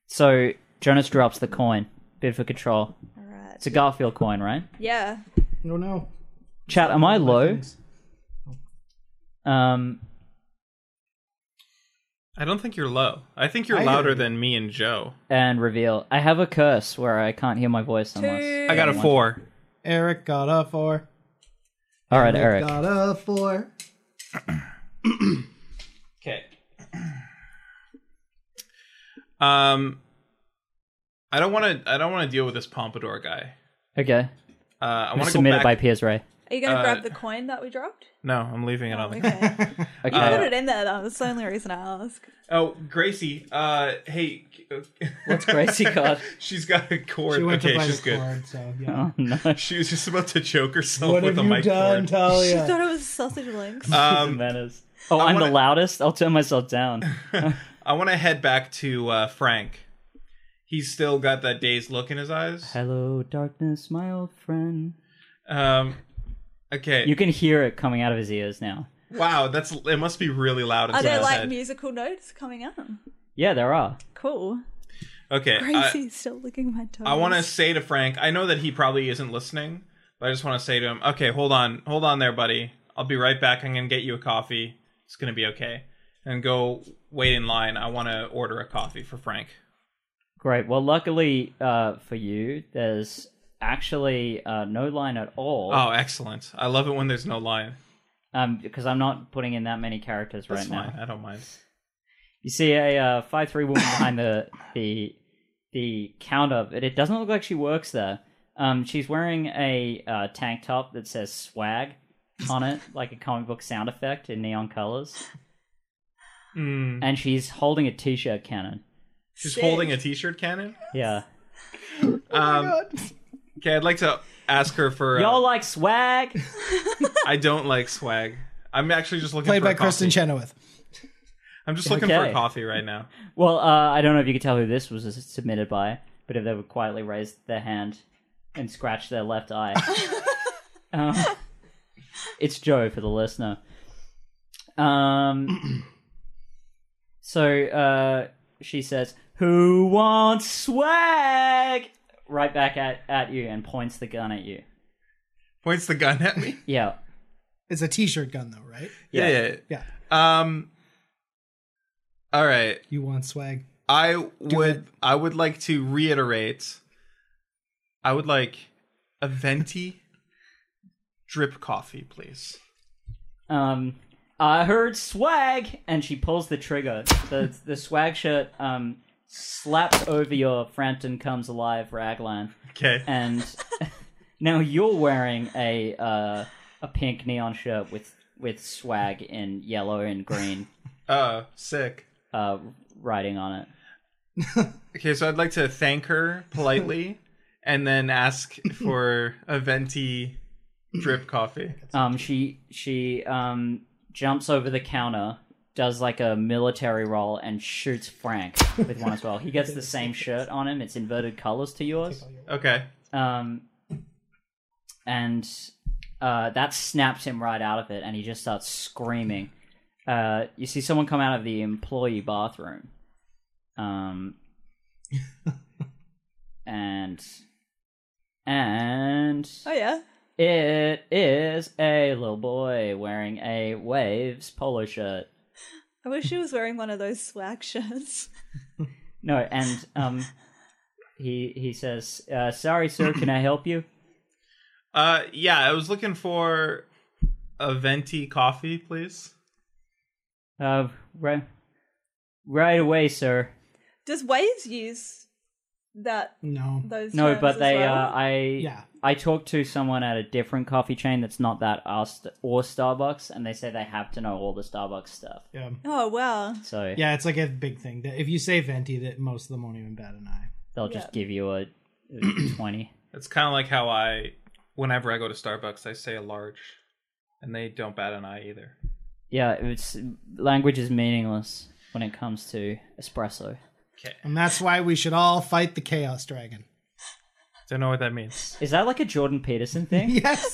[SPEAKER 1] so Jonas drops the coin. Bid for control.
[SPEAKER 3] All right.
[SPEAKER 1] It's a Garfield coin, right?
[SPEAKER 3] Yeah.
[SPEAKER 2] No, no.
[SPEAKER 1] Chat, am I low?
[SPEAKER 2] Things.
[SPEAKER 1] Um,
[SPEAKER 4] I don't think you're low. I think you're
[SPEAKER 2] I hear
[SPEAKER 4] louder
[SPEAKER 2] you.
[SPEAKER 4] than me and Joe.
[SPEAKER 1] and reveal. I have a curse where I can't hear my voice unless.
[SPEAKER 3] Two.
[SPEAKER 4] I got a four.
[SPEAKER 2] Eric got a four.
[SPEAKER 1] All right, Eric.
[SPEAKER 2] Got a four.
[SPEAKER 4] Okay. Um, I don't want to. I don't want to deal with this pompadour guy.
[SPEAKER 1] Okay.
[SPEAKER 4] Uh, I want to go
[SPEAKER 1] Submitted
[SPEAKER 4] back.
[SPEAKER 1] by Piers Ray.
[SPEAKER 3] Are you gonna
[SPEAKER 4] Uh, um,
[SPEAKER 3] grab the coin that we dropped?
[SPEAKER 4] no, I'm leaving it on
[SPEAKER 2] Oh,
[SPEAKER 4] the.
[SPEAKER 3] Okay.
[SPEAKER 1] Okay.
[SPEAKER 3] Put
[SPEAKER 4] uh,
[SPEAKER 3] it in there. though. That's the only reason I ask.
[SPEAKER 4] Oh, Gracie. Uh, hey.
[SPEAKER 1] What's Gracie got?
[SPEAKER 4] She's got a cord.
[SPEAKER 2] She went
[SPEAKER 4] okay,
[SPEAKER 2] to buy
[SPEAKER 4] she's
[SPEAKER 2] the
[SPEAKER 4] good.
[SPEAKER 2] cord, so yeah.
[SPEAKER 1] Oh no.
[SPEAKER 4] She was just about to choke herself
[SPEAKER 2] What
[SPEAKER 4] with
[SPEAKER 2] have
[SPEAKER 4] a
[SPEAKER 2] you
[SPEAKER 4] mic
[SPEAKER 2] done,
[SPEAKER 4] cord.
[SPEAKER 3] She
[SPEAKER 2] Talia?
[SPEAKER 3] thought it was sausage links.
[SPEAKER 4] Um,
[SPEAKER 1] Oh,
[SPEAKER 4] I
[SPEAKER 1] I'm the
[SPEAKER 4] wanna-
[SPEAKER 1] loudest. I'll turn myself down.
[SPEAKER 4] I want to head back to uh, Frank. He's still got that dazed look in his eyes.
[SPEAKER 1] Hello, darkness, my old friend.
[SPEAKER 4] Um, okay.
[SPEAKER 1] You can hear it coming out of his ears now.
[SPEAKER 4] Wow, that's it. Must be really loud
[SPEAKER 3] Are
[SPEAKER 4] inside
[SPEAKER 3] there
[SPEAKER 4] his
[SPEAKER 3] like
[SPEAKER 4] head.
[SPEAKER 3] musical notes coming out?
[SPEAKER 1] Yeah, there are.
[SPEAKER 3] Cool.
[SPEAKER 4] okay, I,
[SPEAKER 3] Gracie's still licking my toes.
[SPEAKER 4] I want to say to Frank. I know that he probably isn't listening, but I just want to say to him, okay, hold on, hold on there, buddy. I'll be right back. I'm gonna get you a coffee. It's gonna be okay. And go wait in line. I want to order a coffee for Frank.
[SPEAKER 1] Great. Well, luckily uh, for you, there's actually uh, no line at all.
[SPEAKER 4] Oh, excellent. I love it when there's no line.
[SPEAKER 1] Um, because I'm not putting in that many characters
[SPEAKER 4] That's
[SPEAKER 1] right
[SPEAKER 4] fine.
[SPEAKER 1] now.
[SPEAKER 4] I don't mind.
[SPEAKER 1] You see a uh, five three woman behind the the the counter, but it doesn't look like she works there. Um, she's wearing a uh, tank top that says "swag" on it, like a comic book sound effect in neon colors,
[SPEAKER 4] Mm.
[SPEAKER 1] and she's holding a t-shirt cannon.
[SPEAKER 4] She's
[SPEAKER 3] Sick.
[SPEAKER 4] holding a t-shirt cannon.
[SPEAKER 1] Yeah,
[SPEAKER 2] Oh
[SPEAKER 4] um, Okay, I'd like to ask her for. Uh,
[SPEAKER 1] y'all like swag?
[SPEAKER 4] I don't like swag. I'm actually just looking
[SPEAKER 2] Played
[SPEAKER 4] for a
[SPEAKER 2] by Kristen
[SPEAKER 4] coffee.
[SPEAKER 2] Chenoweth.
[SPEAKER 4] I'm just looking for a
[SPEAKER 1] Okay.
[SPEAKER 4] coffee right now.
[SPEAKER 1] Well, uh, I don't know if you could tell who this was submitted by, but if they would quietly raise their hand and scratch their left eye, um, it's Joe for the listener. Um, so uh, she says, "Who wants swag?" Right back at at you and points the gun at you.
[SPEAKER 4] Points the gun at me.
[SPEAKER 1] Yeah,
[SPEAKER 2] It's a t-shirt gun though, right?
[SPEAKER 1] Yeah.
[SPEAKER 4] Yeah.
[SPEAKER 2] Yeah.
[SPEAKER 4] yeah. Um. All right.
[SPEAKER 2] You want swag.
[SPEAKER 4] I would. I would like to reiterate. I would like a venti drip coffee, please.
[SPEAKER 1] um, I heard swag, and she pulls the trigger. The the swag shirt um, slaps over your Frampton comes alive raglan,
[SPEAKER 4] Okay.
[SPEAKER 1] and now you're wearing a uh, a pink neon shirt with with swag in yellow and green
[SPEAKER 4] Uh, sick.
[SPEAKER 1] uh, writing on it.
[SPEAKER 4] Okay, so I'd like to thank her politely, and then ask for a venti drip coffee.
[SPEAKER 1] Um, she she um, jumps over the counter, does like a military roll, and shoots Frank with one as well. He gets the same shirt on him. It's inverted colors to yours.
[SPEAKER 4] Okay.
[SPEAKER 1] Um, and uh, that snaps him right out of it, and he just starts screaming. Uh, you see someone come out of the employee bathroom. Um, and and
[SPEAKER 3] Oh yeah.
[SPEAKER 1] it is a little boy wearing a waves polo shirt.
[SPEAKER 3] I wish he was wearing one of those swag shirts.
[SPEAKER 1] No, and um, he he says, uh, "Sorry, sir, can I help you?"
[SPEAKER 4] Uh, yeah, I was looking for a venti coffee, please.
[SPEAKER 1] Uh, right, right away, sir.
[SPEAKER 3] Does Waves use that
[SPEAKER 2] No.
[SPEAKER 3] those?
[SPEAKER 1] No,
[SPEAKER 3] terms
[SPEAKER 1] but
[SPEAKER 3] as
[SPEAKER 1] they,
[SPEAKER 3] well?
[SPEAKER 1] uh, I,
[SPEAKER 2] Yeah.
[SPEAKER 1] I talked to someone at a different coffee chain that's not that us or Starbucks, and they say they have to know all the Starbucks stuff.
[SPEAKER 2] Yeah.
[SPEAKER 3] Oh wow.
[SPEAKER 1] So
[SPEAKER 2] Yeah, it's like a big thing that if you say venti, that most of them won't even bat an eye.
[SPEAKER 1] they'll just
[SPEAKER 3] Yeah.
[SPEAKER 1] give you a a twenty.
[SPEAKER 4] It's kind of like how I, whenever I go to Starbucks, I say a large, and they don't bat an eye either.
[SPEAKER 1] Yeah, it's language is meaningless when it comes to espresso.
[SPEAKER 4] Okay.
[SPEAKER 2] And that's why we should all fight the chaos dragon.
[SPEAKER 4] Don't know what that means.
[SPEAKER 1] Is that like a Jordan Peterson thing?
[SPEAKER 2] Yes,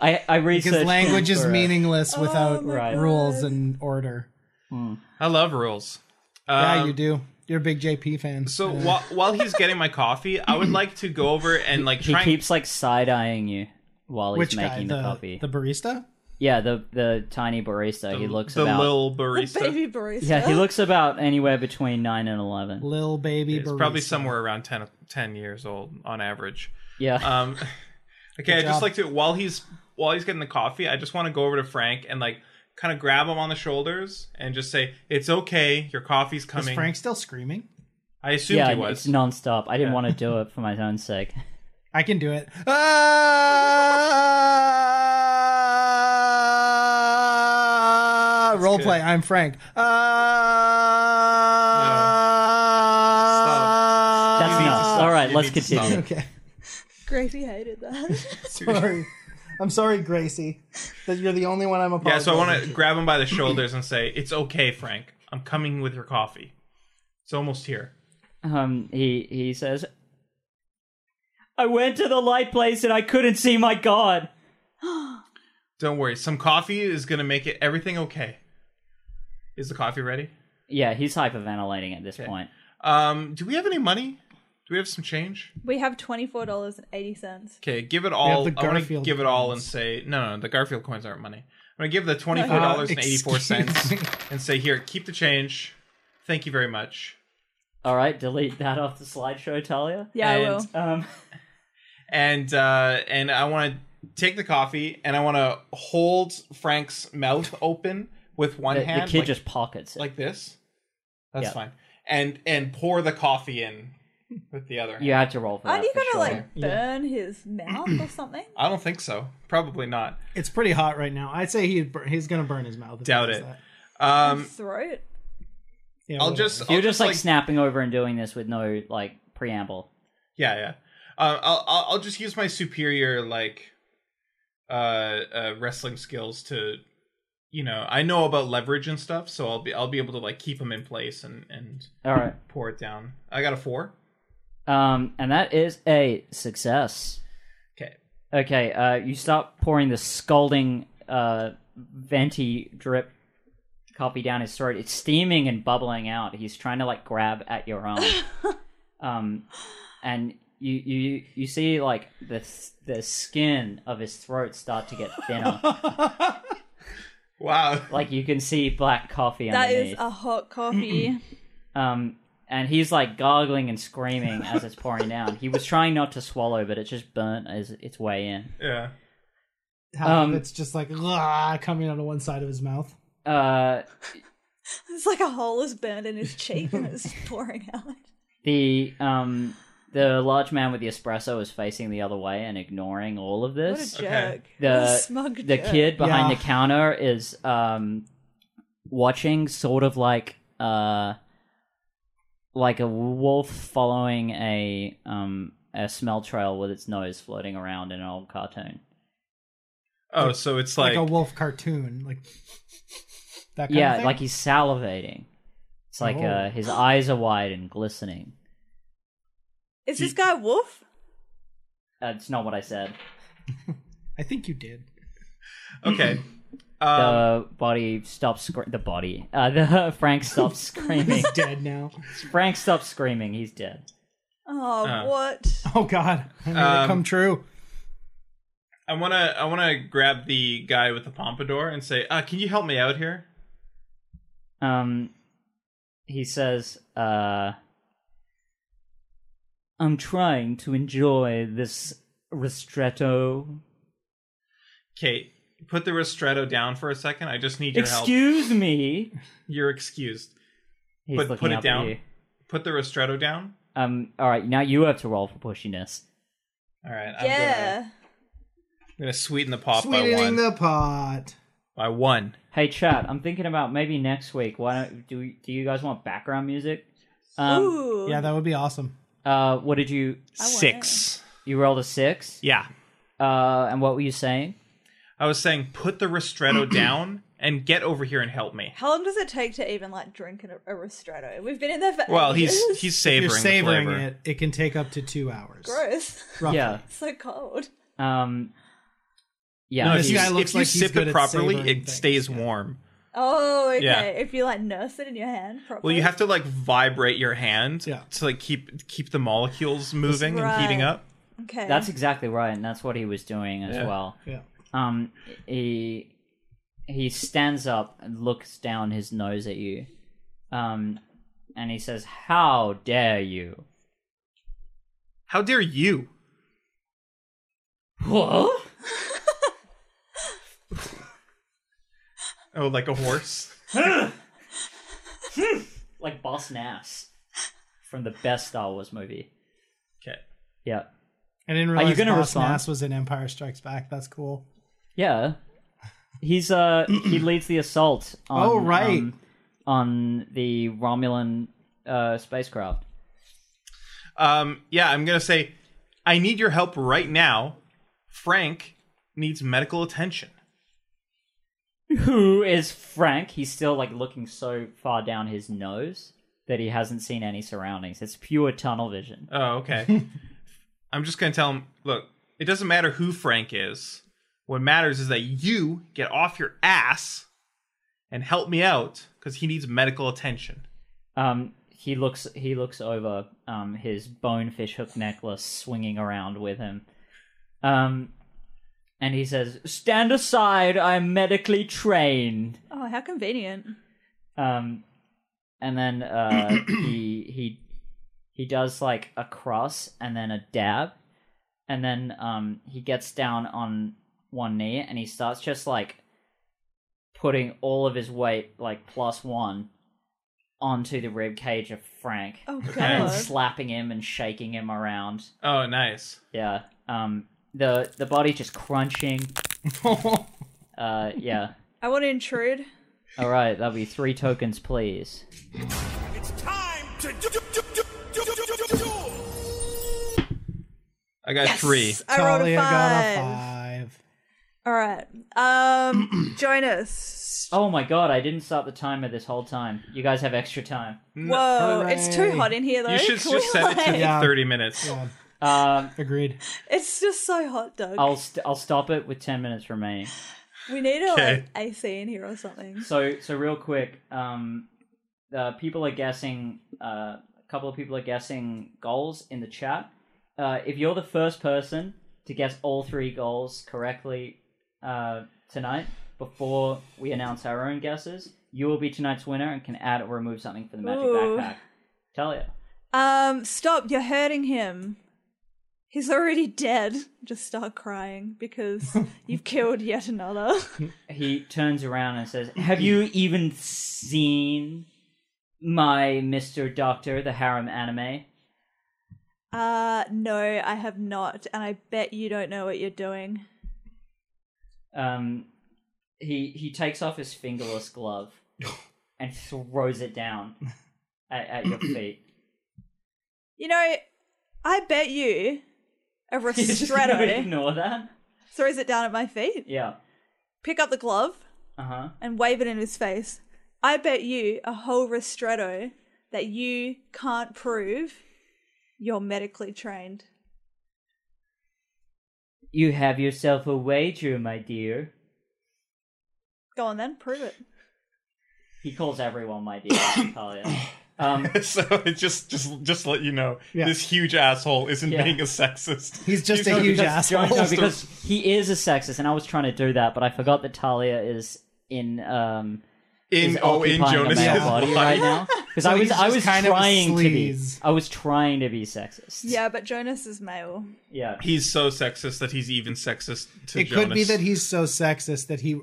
[SPEAKER 1] I I researched
[SPEAKER 2] because
[SPEAKER 1] him
[SPEAKER 2] language is
[SPEAKER 1] for a-
[SPEAKER 2] meaningless without
[SPEAKER 3] my
[SPEAKER 1] Right.
[SPEAKER 2] rules and order.
[SPEAKER 4] I love rules.
[SPEAKER 2] yeah,
[SPEAKER 4] Um,
[SPEAKER 2] you do. You're a big JP fan.
[SPEAKER 4] So
[SPEAKER 2] Yeah.
[SPEAKER 4] while while he's getting my coffee, I would like to go over and like
[SPEAKER 1] He
[SPEAKER 4] try. and-
[SPEAKER 1] keeps like side eyeing you while he's
[SPEAKER 2] which guy?
[SPEAKER 1] making the,
[SPEAKER 2] The,
[SPEAKER 1] coffee.
[SPEAKER 2] the barista?
[SPEAKER 1] yeah, the the tiny barista. he looks
[SPEAKER 4] the
[SPEAKER 1] about.
[SPEAKER 4] little
[SPEAKER 3] The
[SPEAKER 4] barista.
[SPEAKER 3] baby barista.
[SPEAKER 1] yeah, he looks about anywhere between nine and eleven.
[SPEAKER 2] Lil baby
[SPEAKER 4] It's
[SPEAKER 2] barista.
[SPEAKER 4] probably somewhere around 10, 10 years old on average.
[SPEAKER 1] Yeah.
[SPEAKER 3] Uh,
[SPEAKER 4] Um, okay, I
[SPEAKER 2] job.
[SPEAKER 4] just like to while he's while he's getting the coffee, I just want to go over to Frank and like kind of grab him on the shoulders and just say, "It's okay, your coffee's
[SPEAKER 2] Is
[SPEAKER 4] coming."
[SPEAKER 2] Frank still screaming?
[SPEAKER 4] I assumed
[SPEAKER 1] yeah,
[SPEAKER 4] he
[SPEAKER 1] it's
[SPEAKER 4] was.
[SPEAKER 1] nonstop. I didn't want to do it for my own sake.
[SPEAKER 2] I can do it. Ah, role
[SPEAKER 4] good.
[SPEAKER 2] play. I'm Frank. Uh, Ah,
[SPEAKER 1] That's
[SPEAKER 4] need to
[SPEAKER 1] enough.
[SPEAKER 4] stop.
[SPEAKER 1] All right,
[SPEAKER 4] You
[SPEAKER 1] let's
[SPEAKER 4] need to stop.
[SPEAKER 1] continue.
[SPEAKER 2] okay.
[SPEAKER 3] Gracie hated that.
[SPEAKER 2] Sorry. I'm sorry, Gracie, that you're the only one I'm
[SPEAKER 4] yeah,
[SPEAKER 2] apologizing.
[SPEAKER 4] so I want to grab him by the shoulders and say, "It's okay, Frank. I'm coming with your coffee. It's almost here."
[SPEAKER 1] Um, he he says, "I went to the light place and I couldn't see my god."
[SPEAKER 4] Don't worry, some coffee is gonna make it everything okay. Is the coffee ready?
[SPEAKER 1] Yeah, he's hyperventilating at this
[SPEAKER 4] Okay.
[SPEAKER 1] point.
[SPEAKER 4] Um, do we have any money? Do we have some change?
[SPEAKER 3] we have twenty four dollars and eighty cents.
[SPEAKER 4] Okay, give it all.
[SPEAKER 2] the
[SPEAKER 4] I want to
[SPEAKER 2] Garfield
[SPEAKER 4] give it all and
[SPEAKER 2] coins.
[SPEAKER 4] say no, no. The Garfield coins aren't money. I'm gonna give the twenty four dollars and eighty four
[SPEAKER 2] Uh, excuse
[SPEAKER 4] cents
[SPEAKER 2] me.
[SPEAKER 4] and say here, keep the change. Thank you very much.
[SPEAKER 1] All right, delete that off the slideshow, Talia.
[SPEAKER 3] Yeah, I
[SPEAKER 4] And-
[SPEAKER 3] will.
[SPEAKER 1] Um,
[SPEAKER 4] and uh, and I want to take the coffee and I want to hold Frank's mouth open with one
[SPEAKER 1] the, the
[SPEAKER 4] hand,
[SPEAKER 1] kid
[SPEAKER 4] like,
[SPEAKER 1] just pockets it.
[SPEAKER 4] like this. That's
[SPEAKER 1] Yeah.
[SPEAKER 4] fine. And and pour the coffee in with the other. hand.
[SPEAKER 1] you have to
[SPEAKER 4] uh,
[SPEAKER 1] roll for that.
[SPEAKER 3] Aren't you
[SPEAKER 1] for
[SPEAKER 3] gonna
[SPEAKER 1] sure.
[SPEAKER 3] like burn his mouth or something?
[SPEAKER 4] I don't think so. Probably not.
[SPEAKER 2] It's pretty hot right now. I'd say he'd bur- he's gonna burn his mouth. if he
[SPEAKER 4] Doubt
[SPEAKER 2] does
[SPEAKER 4] it.
[SPEAKER 2] that.
[SPEAKER 4] Um,
[SPEAKER 3] Throat.
[SPEAKER 2] Yeah,
[SPEAKER 4] I'll
[SPEAKER 2] whatever.
[SPEAKER 4] just I'll
[SPEAKER 1] You're just like,
[SPEAKER 4] like
[SPEAKER 1] snapping over and doing this with no like preamble.
[SPEAKER 4] Yeah, yeah. Uh, I'll I'll I'll just use my superior like uh, uh wrestling skills to you know I know about leverage and stuff, so I'll be I'll be able to like keep them in place and and
[SPEAKER 1] All right.
[SPEAKER 4] pour it down. I got a four.
[SPEAKER 1] Um, and that is a success.
[SPEAKER 4] Okay.
[SPEAKER 1] Okay, uh, you start pouring the scalding, uh, venti drip coffee down his throat. It's steaming and bubbling out. He's trying to like grab at your arm, um, and you you you see like the the skin of his throat start to get thinner.
[SPEAKER 4] Wow.
[SPEAKER 1] like you can see black coffee
[SPEAKER 3] That
[SPEAKER 1] underneath.
[SPEAKER 3] is a hot coffee.
[SPEAKER 1] um, and he's like gargling and screaming as it's pouring down. He was trying not to swallow, but it just burnt as its way in.
[SPEAKER 4] Yeah.
[SPEAKER 2] Half
[SPEAKER 1] um,
[SPEAKER 2] of it's just like "Rah," coming out of one side of his mouth.
[SPEAKER 1] Uh,
[SPEAKER 3] it's like a hole is burned in his cheek and it's pouring out.
[SPEAKER 1] the um the large man with the espresso is facing the other way and ignoring all of
[SPEAKER 3] What a
[SPEAKER 1] this.
[SPEAKER 3] jerk.
[SPEAKER 4] Okay.
[SPEAKER 3] What a
[SPEAKER 1] The-
[SPEAKER 3] smug
[SPEAKER 1] the
[SPEAKER 3] jerk.
[SPEAKER 1] kid behind
[SPEAKER 2] Yeah.
[SPEAKER 1] the counter is um watching sort of like uh like a wolf following a um a smell trail with its nose floating around in an old cartoon.
[SPEAKER 4] Oh, so it's like,
[SPEAKER 2] Like, a wolf cartoon, like that. Kind of
[SPEAKER 1] Yeah,
[SPEAKER 2] thing?
[SPEAKER 1] like he's salivating. It's like
[SPEAKER 2] Oh.
[SPEAKER 1] uh his eyes are wide and glistening.
[SPEAKER 3] Is this guy Wolf?
[SPEAKER 1] That's not what I said.
[SPEAKER 2] I think you did.
[SPEAKER 4] okay.
[SPEAKER 1] The
[SPEAKER 4] Um,
[SPEAKER 1] body stops. Scr- the body. Uh, the Frank stops screaming.
[SPEAKER 2] He's dead now.
[SPEAKER 1] Frank stops screaming. He's dead.
[SPEAKER 3] Oh,
[SPEAKER 4] Uh.
[SPEAKER 3] what?
[SPEAKER 2] Oh God, I made it
[SPEAKER 4] Um,
[SPEAKER 2] come true.
[SPEAKER 4] I wanna I wanna grab the guy with the pompadour and say, uh, can you help me out here?
[SPEAKER 1] Um, he says, uh, "I'm trying to enjoy this ristretto."
[SPEAKER 4] Kate, put the ristretto down for a second. I just need your help.
[SPEAKER 1] Excuse me.
[SPEAKER 4] You're excused.
[SPEAKER 1] He's
[SPEAKER 4] Put-
[SPEAKER 1] looking
[SPEAKER 4] put it
[SPEAKER 1] up at
[SPEAKER 4] down.
[SPEAKER 1] you.
[SPEAKER 4] Put the ristretto down.
[SPEAKER 1] Um. All right. Now you have to roll for pushiness.
[SPEAKER 4] All right. I'm gonna-
[SPEAKER 3] yeah.
[SPEAKER 4] I'm gonna sweeten the pot by one.
[SPEAKER 2] Sweetening the pot.
[SPEAKER 4] by one.
[SPEAKER 1] Hey, chat. I'm thinking about maybe next week. Why don't do? we- Do you guys want background music? Um.
[SPEAKER 3] Ooh.
[SPEAKER 2] Yeah, that would be awesome.
[SPEAKER 1] Uh. What did you?
[SPEAKER 3] I want
[SPEAKER 4] Six.
[SPEAKER 1] You rolled a six.
[SPEAKER 4] Yeah.
[SPEAKER 1] Uh, and what were you saying?
[SPEAKER 4] I was saying, put the ristretto down and get over here and help me.
[SPEAKER 3] How long does it take to even like drink a, a ristretto? We've been in there for
[SPEAKER 4] Well, he's
[SPEAKER 3] ages.
[SPEAKER 4] he's
[SPEAKER 2] If
[SPEAKER 4] savoring,
[SPEAKER 2] you're
[SPEAKER 4] the
[SPEAKER 2] savoring
[SPEAKER 4] flavor.
[SPEAKER 2] it, it can take up to two hours.
[SPEAKER 3] gross.
[SPEAKER 2] roughly.
[SPEAKER 1] Yeah.
[SPEAKER 3] so cold.
[SPEAKER 1] Um. Yeah.
[SPEAKER 4] No,
[SPEAKER 2] This
[SPEAKER 4] if you,
[SPEAKER 2] guy looks
[SPEAKER 4] if you
[SPEAKER 2] like he's
[SPEAKER 4] sip
[SPEAKER 2] good
[SPEAKER 4] it
[SPEAKER 2] at
[SPEAKER 4] properly,
[SPEAKER 2] savoring
[SPEAKER 4] it
[SPEAKER 2] things,
[SPEAKER 4] stays
[SPEAKER 2] yeah.
[SPEAKER 4] warm.
[SPEAKER 3] Oh, okay.
[SPEAKER 4] Yeah.
[SPEAKER 3] If you like nurse it in your hand
[SPEAKER 4] Well,
[SPEAKER 3] properly.
[SPEAKER 4] you have to like vibrate your hand
[SPEAKER 2] Yeah.
[SPEAKER 4] to like keep keep the molecules moving and heating
[SPEAKER 3] Right.
[SPEAKER 4] up.
[SPEAKER 3] Okay.
[SPEAKER 1] that's exactly right, and that's what he was doing as
[SPEAKER 4] Yeah.
[SPEAKER 1] well.
[SPEAKER 2] Yeah.
[SPEAKER 1] Um. He he stands up and looks down his nose at you. Um, and he says, "How dare you?"
[SPEAKER 4] How dare you?
[SPEAKER 1] What?
[SPEAKER 4] Oh, like a horse.
[SPEAKER 1] Like Boss Nass from the best Star Wars movie.
[SPEAKER 4] okay.
[SPEAKER 1] Yeah.
[SPEAKER 2] I didn't realize Are you
[SPEAKER 1] gonna
[SPEAKER 2] gonna Boss
[SPEAKER 1] respond?
[SPEAKER 2] Nass was in Empire Strikes Back. That's cool.
[SPEAKER 1] Yeah. He's uh he leads the assault on
[SPEAKER 2] Oh, right.
[SPEAKER 1] um, on the Romulan uh spacecraft.
[SPEAKER 4] Um, yeah, I'm gonna say, I need your help right now. Frank needs medical attention.
[SPEAKER 1] Who is Frank? He's still like looking so far down his nose that he hasn't seen any surroundings. It's pure tunnel vision.
[SPEAKER 4] Oh, okay. I'm just gonna tell him. Look, it doesn't matter who Frank is. What matters is that you get off your ass and help me out because he needs medical attention.
[SPEAKER 1] Um he looks he looks over um his bonefish hook necklace swinging around with him. Um and he says, "Stand aside, I'm medically trained."
[SPEAKER 3] oh, how convenient.
[SPEAKER 1] Um, and then uh, he he he does like a cross and then a dab and then um he gets down on one knee and he starts just like putting all of his weight like plus 1 onto the rib cage of Frank
[SPEAKER 3] Oh
[SPEAKER 1] and
[SPEAKER 3] god.
[SPEAKER 1] slapping him and shaking him around.
[SPEAKER 4] Oh, nice.
[SPEAKER 1] Yeah. Um the the body just crunching. Uh yeah.
[SPEAKER 3] I want to intrude.
[SPEAKER 1] All right, that'll be 3 tokens please.
[SPEAKER 5] It's time to do, do, do, do, do, do, do, do, do.
[SPEAKER 4] I got three.
[SPEAKER 3] I rolled a
[SPEAKER 2] Talia
[SPEAKER 3] five.
[SPEAKER 2] got a five.
[SPEAKER 3] All right. Um, join us.
[SPEAKER 1] Oh my god, I didn't start the timer this whole time. You guys have extra time.
[SPEAKER 3] Whoa, it's too
[SPEAKER 2] Hooray.
[SPEAKER 3] hot in here though.
[SPEAKER 4] You should
[SPEAKER 3] Can
[SPEAKER 4] just
[SPEAKER 3] we,
[SPEAKER 4] set it to
[SPEAKER 3] like-
[SPEAKER 2] Yeah.
[SPEAKER 4] thirty minutes.
[SPEAKER 2] God,
[SPEAKER 1] Um
[SPEAKER 2] agreed.
[SPEAKER 3] It's just so hot, Doug.
[SPEAKER 1] I'll st- I'll stop it with 10 minutes remaining.
[SPEAKER 3] We need a
[SPEAKER 4] Okay.
[SPEAKER 3] like AC in here or something.
[SPEAKER 1] So so real quick, um, uh, people are guessing. Uh, a couple of people are guessing goals in the chat. Uh, if you're the first person to guess all three goals correctly uh, tonight, before we announce our own guesses, you will be tonight's winner and can add or remove something from the magic
[SPEAKER 3] Ooh.
[SPEAKER 1] backpack. Tell you.
[SPEAKER 3] Um, stop! You're hurting him. He's already dead. Just start crying because you've killed yet another.
[SPEAKER 1] He turns around and says, "Have you even seen my Mister Doctor, the harem anime?"
[SPEAKER 3] Uh, no, I have not, and I bet you don't know what you're doing.
[SPEAKER 1] um, he he takes off his fingerless glove and throws it down at, at your feet.
[SPEAKER 3] You know, I bet you a
[SPEAKER 1] You're just gonna
[SPEAKER 3] ristretto
[SPEAKER 1] ignore that.
[SPEAKER 3] throws it down at my feet.
[SPEAKER 1] Yeah.
[SPEAKER 3] Pick up the glove.
[SPEAKER 1] Uh huh.
[SPEAKER 3] and wave it in his face. I bet you a whole ristretto that you can't prove you're medically trained.
[SPEAKER 1] You have yourself a wager, my dear.
[SPEAKER 3] Go on then, prove it.
[SPEAKER 1] He calls everyone my dear. Talia. Um,
[SPEAKER 4] so it just just just let you know,
[SPEAKER 2] Yeah.
[SPEAKER 4] this huge asshole isn't
[SPEAKER 1] Yeah.
[SPEAKER 4] being a sexist.
[SPEAKER 2] He's just
[SPEAKER 4] know,
[SPEAKER 2] a huge
[SPEAKER 4] because
[SPEAKER 2] asshole.
[SPEAKER 1] no, because he is a sexist, and I was trying to do that, but I forgot that Talia is in um
[SPEAKER 4] In
[SPEAKER 1] is
[SPEAKER 4] oh, in
[SPEAKER 1] occupying a
[SPEAKER 4] Jonas's
[SPEAKER 1] male
[SPEAKER 2] Jonas's
[SPEAKER 1] body
[SPEAKER 4] body.
[SPEAKER 1] right now because I
[SPEAKER 2] So
[SPEAKER 1] was
[SPEAKER 2] he's
[SPEAKER 1] I
[SPEAKER 2] just
[SPEAKER 1] was
[SPEAKER 2] kind of a
[SPEAKER 1] trying to be
[SPEAKER 2] sleaze.
[SPEAKER 1] I was trying to be sexist.
[SPEAKER 3] Yeah, but Jonas is male.
[SPEAKER 1] Yeah.
[SPEAKER 4] He's so sexist that he's even sexist to
[SPEAKER 2] it
[SPEAKER 4] Jonas.
[SPEAKER 2] could be that he's so sexist that he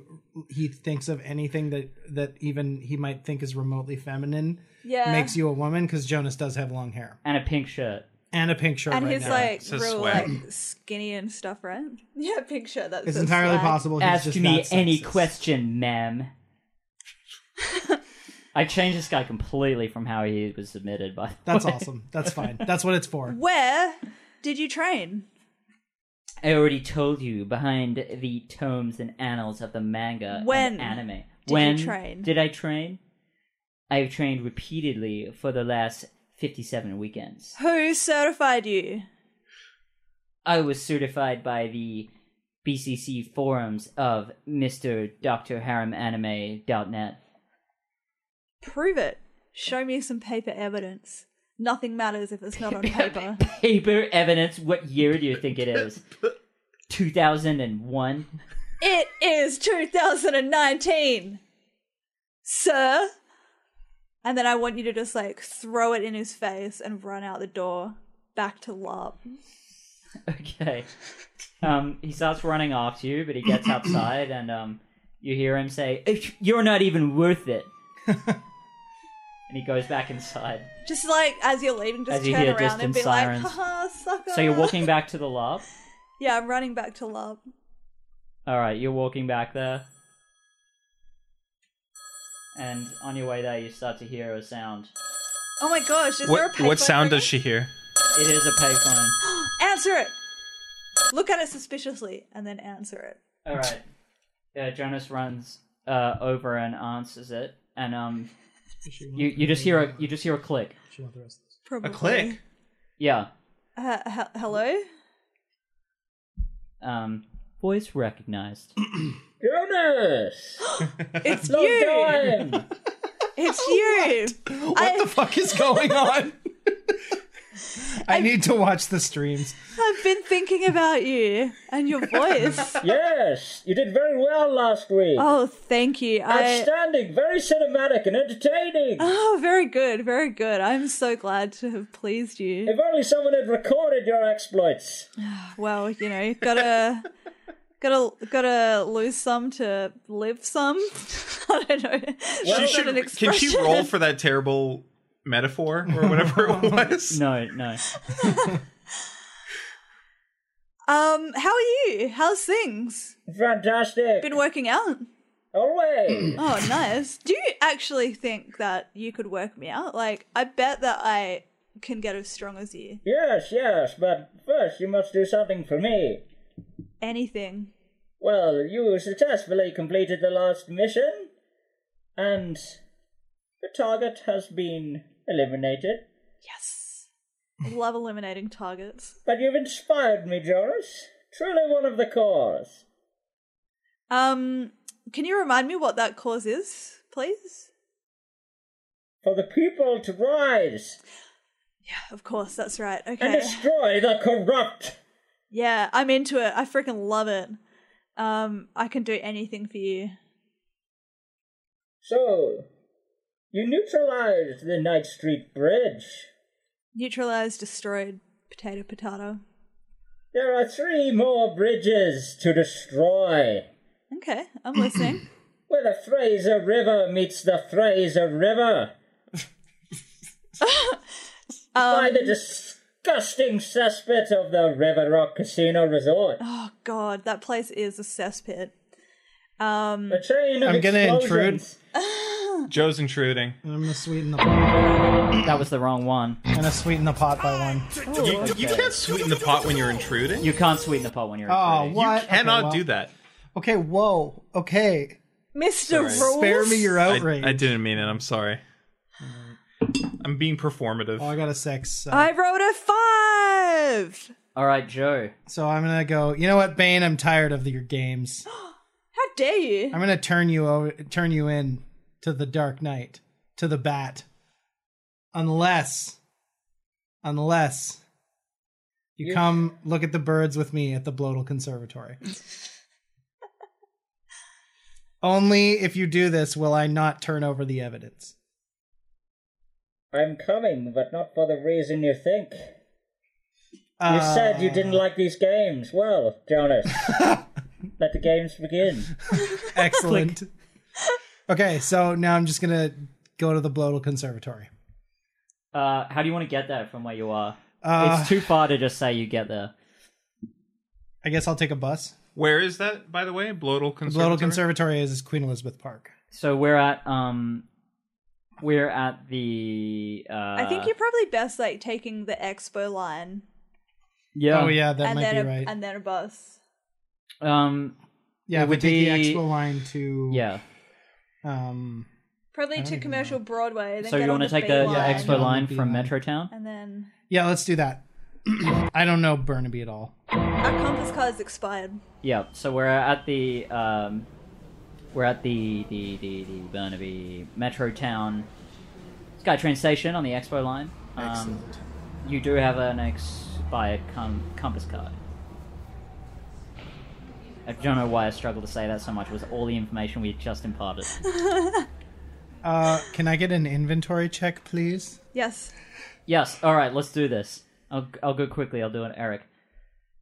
[SPEAKER 2] he thinks of anything that that even he might think is remotely feminine
[SPEAKER 3] Yeah.
[SPEAKER 2] makes you a woman because Jonas does have long hair
[SPEAKER 1] And a pink shirt.
[SPEAKER 2] and a pink shirt
[SPEAKER 3] and
[SPEAKER 2] right
[SPEAKER 3] he's
[SPEAKER 2] now.
[SPEAKER 3] like
[SPEAKER 4] It's a
[SPEAKER 3] real
[SPEAKER 4] swag.
[SPEAKER 3] like skinny and stuff, right? Yeah, picture that.
[SPEAKER 2] it's
[SPEAKER 3] says
[SPEAKER 2] entirely
[SPEAKER 3] swag.
[SPEAKER 2] possible. He's
[SPEAKER 1] Ask
[SPEAKER 2] just
[SPEAKER 1] me
[SPEAKER 2] not
[SPEAKER 1] any
[SPEAKER 2] sexist.
[SPEAKER 1] question, ma'am. I changed this guy completely from how he was submitted by.
[SPEAKER 2] That's awesome. That's fine. That's what it's for.
[SPEAKER 3] Where did you train?
[SPEAKER 1] I already told you behind the tomes and annals of the manga
[SPEAKER 3] When
[SPEAKER 1] and anime.
[SPEAKER 3] you
[SPEAKER 1] when
[SPEAKER 3] train?
[SPEAKER 1] did I train? I've trained repeatedly for the last 57 weekends.
[SPEAKER 3] Who certified you?
[SPEAKER 1] I was certified by the BCC forums of Mr. Dr. Haramanime.net.
[SPEAKER 3] Prove it. Show me some paper evidence. Nothing matters if it's not on paper.
[SPEAKER 1] paper evidence. What year do you think it is? 2001.
[SPEAKER 3] It is 2019, sir. And then I want you to just like throw it in his face and run out the door back to LARP.
[SPEAKER 1] Okay. Um, he starts running after you, but he gets outside and um, you hear him say, "If You're not even worth it. and he goes back inside.
[SPEAKER 3] Just like as you're leaving, just
[SPEAKER 1] As you
[SPEAKER 3] turn
[SPEAKER 1] hear
[SPEAKER 3] around
[SPEAKER 1] distant
[SPEAKER 3] and be
[SPEAKER 1] sirens.
[SPEAKER 3] like, haha, sucker.
[SPEAKER 1] So you're walking back to the lab.
[SPEAKER 3] Yeah, I'm running back to LARP.
[SPEAKER 1] All right, you're walking back there. And on your way there, you start to hear a sound.
[SPEAKER 3] Oh my gosh, is there a
[SPEAKER 4] what
[SPEAKER 3] payphone
[SPEAKER 4] what sound does
[SPEAKER 3] ringing?
[SPEAKER 4] she hear?
[SPEAKER 1] It is a payphone.
[SPEAKER 3] Answer it! Look at it suspiciously and then answer it.
[SPEAKER 1] All right. Uh, Jonas runs uh, over and answers it, and um, you you just hear a you just hear a click.
[SPEAKER 3] Probably.
[SPEAKER 4] click?
[SPEAKER 1] Yeah.
[SPEAKER 3] Uh, he- hello?
[SPEAKER 1] Um, voice recognized. Jonas,
[SPEAKER 3] It's you!
[SPEAKER 4] Oh,
[SPEAKER 3] It's you!
[SPEAKER 2] What the fuck is going on? I need to watch the streams.
[SPEAKER 3] I've been thinking about you and your voice.
[SPEAKER 6] Yes, you did very well last week.
[SPEAKER 3] oh, thank you. I
[SPEAKER 6] Outstanding, very cinematic and entertaining.
[SPEAKER 3] oh, very good, very good. I'm so glad to have pleased you.
[SPEAKER 6] if only someone had recorded your exploits.
[SPEAKER 3] Well, you know, gotta gotta gotta lose some to live some. I don't know.
[SPEAKER 4] She
[SPEAKER 3] That's not an
[SPEAKER 4] should, can she
[SPEAKER 3] expression.
[SPEAKER 4] roll for that terrible metaphor or whatever it was?
[SPEAKER 1] No, no.
[SPEAKER 3] Um, how are you? How's things?
[SPEAKER 6] Fantastic.
[SPEAKER 3] Been working out?
[SPEAKER 6] Always.
[SPEAKER 3] Oh, nice. Do you actually think that you could work me out? Like, I bet that I can get as strong as you.
[SPEAKER 6] yes, yes, but first you must do something for me.
[SPEAKER 3] Anything.
[SPEAKER 6] Well, you successfully completed the last mission, and the target has been eliminated.
[SPEAKER 3] Yes. I love eliminating targets.
[SPEAKER 6] But you've inspired me, Jonas. Truly one of the cause.
[SPEAKER 3] Um, can you remind me what that cause is, please?
[SPEAKER 6] For the people to rise
[SPEAKER 3] Yeah, of course, that's right.
[SPEAKER 6] and
[SPEAKER 3] Okay.
[SPEAKER 6] destroy the corrupt.
[SPEAKER 3] Yeah, I'm into it. I freaking love it. Um, I can do anything for you.
[SPEAKER 6] So, you neutralized the Night Street Bridge.
[SPEAKER 3] Neutralized, destroyed, potato, potato.
[SPEAKER 6] There are three more bridges to destroy.
[SPEAKER 3] Okay, I'm listening.
[SPEAKER 6] Where the Fraser River meets the Fraser River. By the disgusting cesspit of the River Rock Casino Resort.
[SPEAKER 3] oh god, that place is a cesspit. Um,
[SPEAKER 6] A chain of
[SPEAKER 2] I'm gonna intrude.
[SPEAKER 6] explosions.
[SPEAKER 4] Joe's intruding.
[SPEAKER 2] I'm gonna sweeten the pot.
[SPEAKER 1] That was the wrong one.
[SPEAKER 2] I'm gonna sweeten the pot by one.
[SPEAKER 4] You, you can't sweeten the pot when you're intruding. You
[SPEAKER 1] You can't sweeten the pot when you're.
[SPEAKER 2] Oh,
[SPEAKER 1] recruiting.
[SPEAKER 2] what?
[SPEAKER 4] cannot
[SPEAKER 2] okay,
[SPEAKER 4] do that.
[SPEAKER 2] well- Okay, whoa. Okay,
[SPEAKER 3] Mr. Rules.
[SPEAKER 2] spare me your
[SPEAKER 4] I,
[SPEAKER 2] outrage.
[SPEAKER 4] I didn't mean it. I'm sorry. I'm being performative.
[SPEAKER 2] Oh, I got a six. So.
[SPEAKER 3] I wrote a five.
[SPEAKER 1] All right, Joe.
[SPEAKER 2] so I'm gonna go. You know what, Bane? I'm tired of your games.
[SPEAKER 3] How dare you?
[SPEAKER 2] I'm gonna turn you over, turn you in to the Dark Knight, to the Bat, unless, unless you come look at the birds with me at the Bloedel Conservatory. Only if you do this will I not turn over the evidence.
[SPEAKER 6] I'm coming, but not for the reason you think. You
[SPEAKER 2] Uh,
[SPEAKER 6] said you didn't like these games. Well, Jonas, let the games begin.
[SPEAKER 2] excellent. okay, so now I'm just gonna go to the Bloedel Conservatory.
[SPEAKER 1] Uh, how do you want to get there from where you are?
[SPEAKER 2] Uh,
[SPEAKER 1] it's too far to just say you get there.
[SPEAKER 2] I guess I'll take a bus.
[SPEAKER 4] Where is that, by the way? Bloedel Conservatory?
[SPEAKER 2] Bloedel Conservatory is Queen Elizabeth Park.
[SPEAKER 1] So we're at um, we're at the. Uh,
[SPEAKER 3] I think you're probably best like taking the expo line
[SPEAKER 1] Yeah.
[SPEAKER 2] oh yeah, that
[SPEAKER 3] and
[SPEAKER 2] might
[SPEAKER 3] then
[SPEAKER 2] be
[SPEAKER 3] a,
[SPEAKER 2] right.
[SPEAKER 3] and then a bus.
[SPEAKER 1] Um.
[SPEAKER 2] Yeah, we
[SPEAKER 1] would
[SPEAKER 2] take
[SPEAKER 1] be-
[SPEAKER 2] the expo line to
[SPEAKER 1] Yeah.
[SPEAKER 2] Um,
[SPEAKER 3] Probably to commercial Broadway. Then
[SPEAKER 1] So
[SPEAKER 3] get
[SPEAKER 1] you
[SPEAKER 3] want to
[SPEAKER 1] take the
[SPEAKER 2] Yeah,
[SPEAKER 1] yeah,
[SPEAKER 2] line.
[SPEAKER 1] expo line
[SPEAKER 2] B
[SPEAKER 1] from
[SPEAKER 2] line.
[SPEAKER 1] Metrotown?
[SPEAKER 3] and then
[SPEAKER 2] yeah, let's do that. I don't know Burnaby at all.
[SPEAKER 3] our compass card's expired.
[SPEAKER 1] Yeah. So we're at the um, we're at the the the, the Burnaby Metrotown SkyTrain station on the expo line. Um,
[SPEAKER 2] Excellent.
[SPEAKER 1] you do have an expired com- compass card. I don't know why I struggled to say that so much. It was all the information we just imparted.
[SPEAKER 2] Uh, can I get an inventory check, please?
[SPEAKER 3] Yes.
[SPEAKER 1] Yes. All right. Let's do this. I'll I'll go quickly. I'll do it, Eric.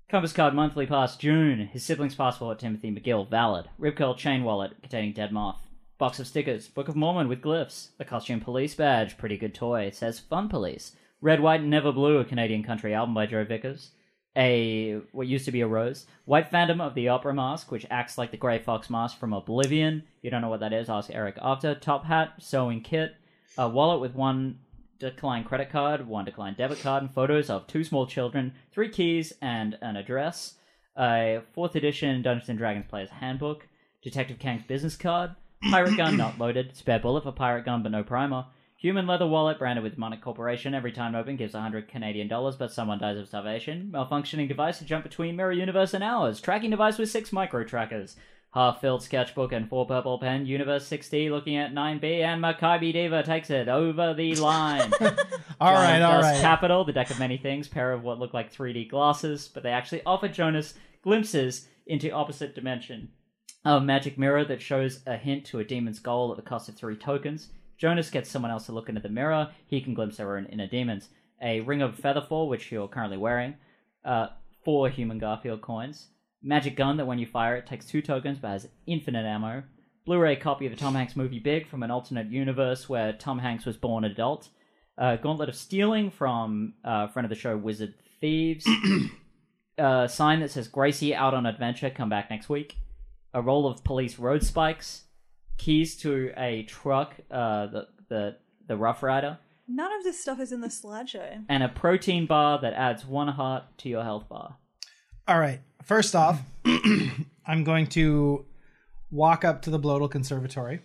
[SPEAKER 1] Compass card, monthly pass, June. His sibling's passport, Timothy McGill, valid. Rib curl chain wallet containing dead moth. Box of stickers, Book of Mormon with glyphs. The costume police badge, pretty good toy. It says Fun Police. Red, White, and Never Blue, a Canadian country album by Joe Vickers. A what used to be a rose. White Phantom of the Opera mask, which acts like the Grey Fox mask from Oblivion. If you don't know what that is, ask Eric after. Top hat, sewing kit, a wallet with one declined credit card, one declined debit card, and photos of two small children, three keys, and an address. A fourth edition Dungeons and Dragons player's handbook, Detective Kang's business card, pirate gun not loaded, spare bullet for pirate gun but no primer, human leather wallet branded with Monarch Corporation. Every time open gives 100 Canadian dollars, but someone dies of starvation. Malfunctioning device to jump between mirror universe and ours. Tracking device with six micro trackers. half-filled sketchbook and four purple pen. Universe 60 looking at 9B, and Maccabi Diva takes it over the line.
[SPEAKER 2] All right,
[SPEAKER 1] Giant
[SPEAKER 2] all
[SPEAKER 1] Dust
[SPEAKER 2] right.
[SPEAKER 1] Capital, the deck of many things, pair of what look like 3D glasses, but they actually offer Jonas glimpses into opposite dimension. A magic mirror that shows a hint to a demon's goal at the cost of three tokens. Jonas gets someone else to look into the mirror. He can glimpse their own inner demons. A ring of featherfall, which you're currently wearing. Uh, four human Garfield coins. Magic gun that when you fire it takes two tokens but has infinite ammo. Blu-ray copy of the Tom Hanks movie Big from an alternate universe where Tom Hanks was born an adult uh, Gauntlet of Stealing from uh, friend of the show Wizard Thieves. a sign that says Gracie out on adventure, come back next week. A roll of police road spikes. Keys to a truck, uh, the, the, the Rough Rider.
[SPEAKER 3] None of this stuff is in the slideshow.
[SPEAKER 1] And a protein bar that adds one heart to your health bar.
[SPEAKER 2] All right. First off, I'm going to walk up to the Bloatel Conservatory.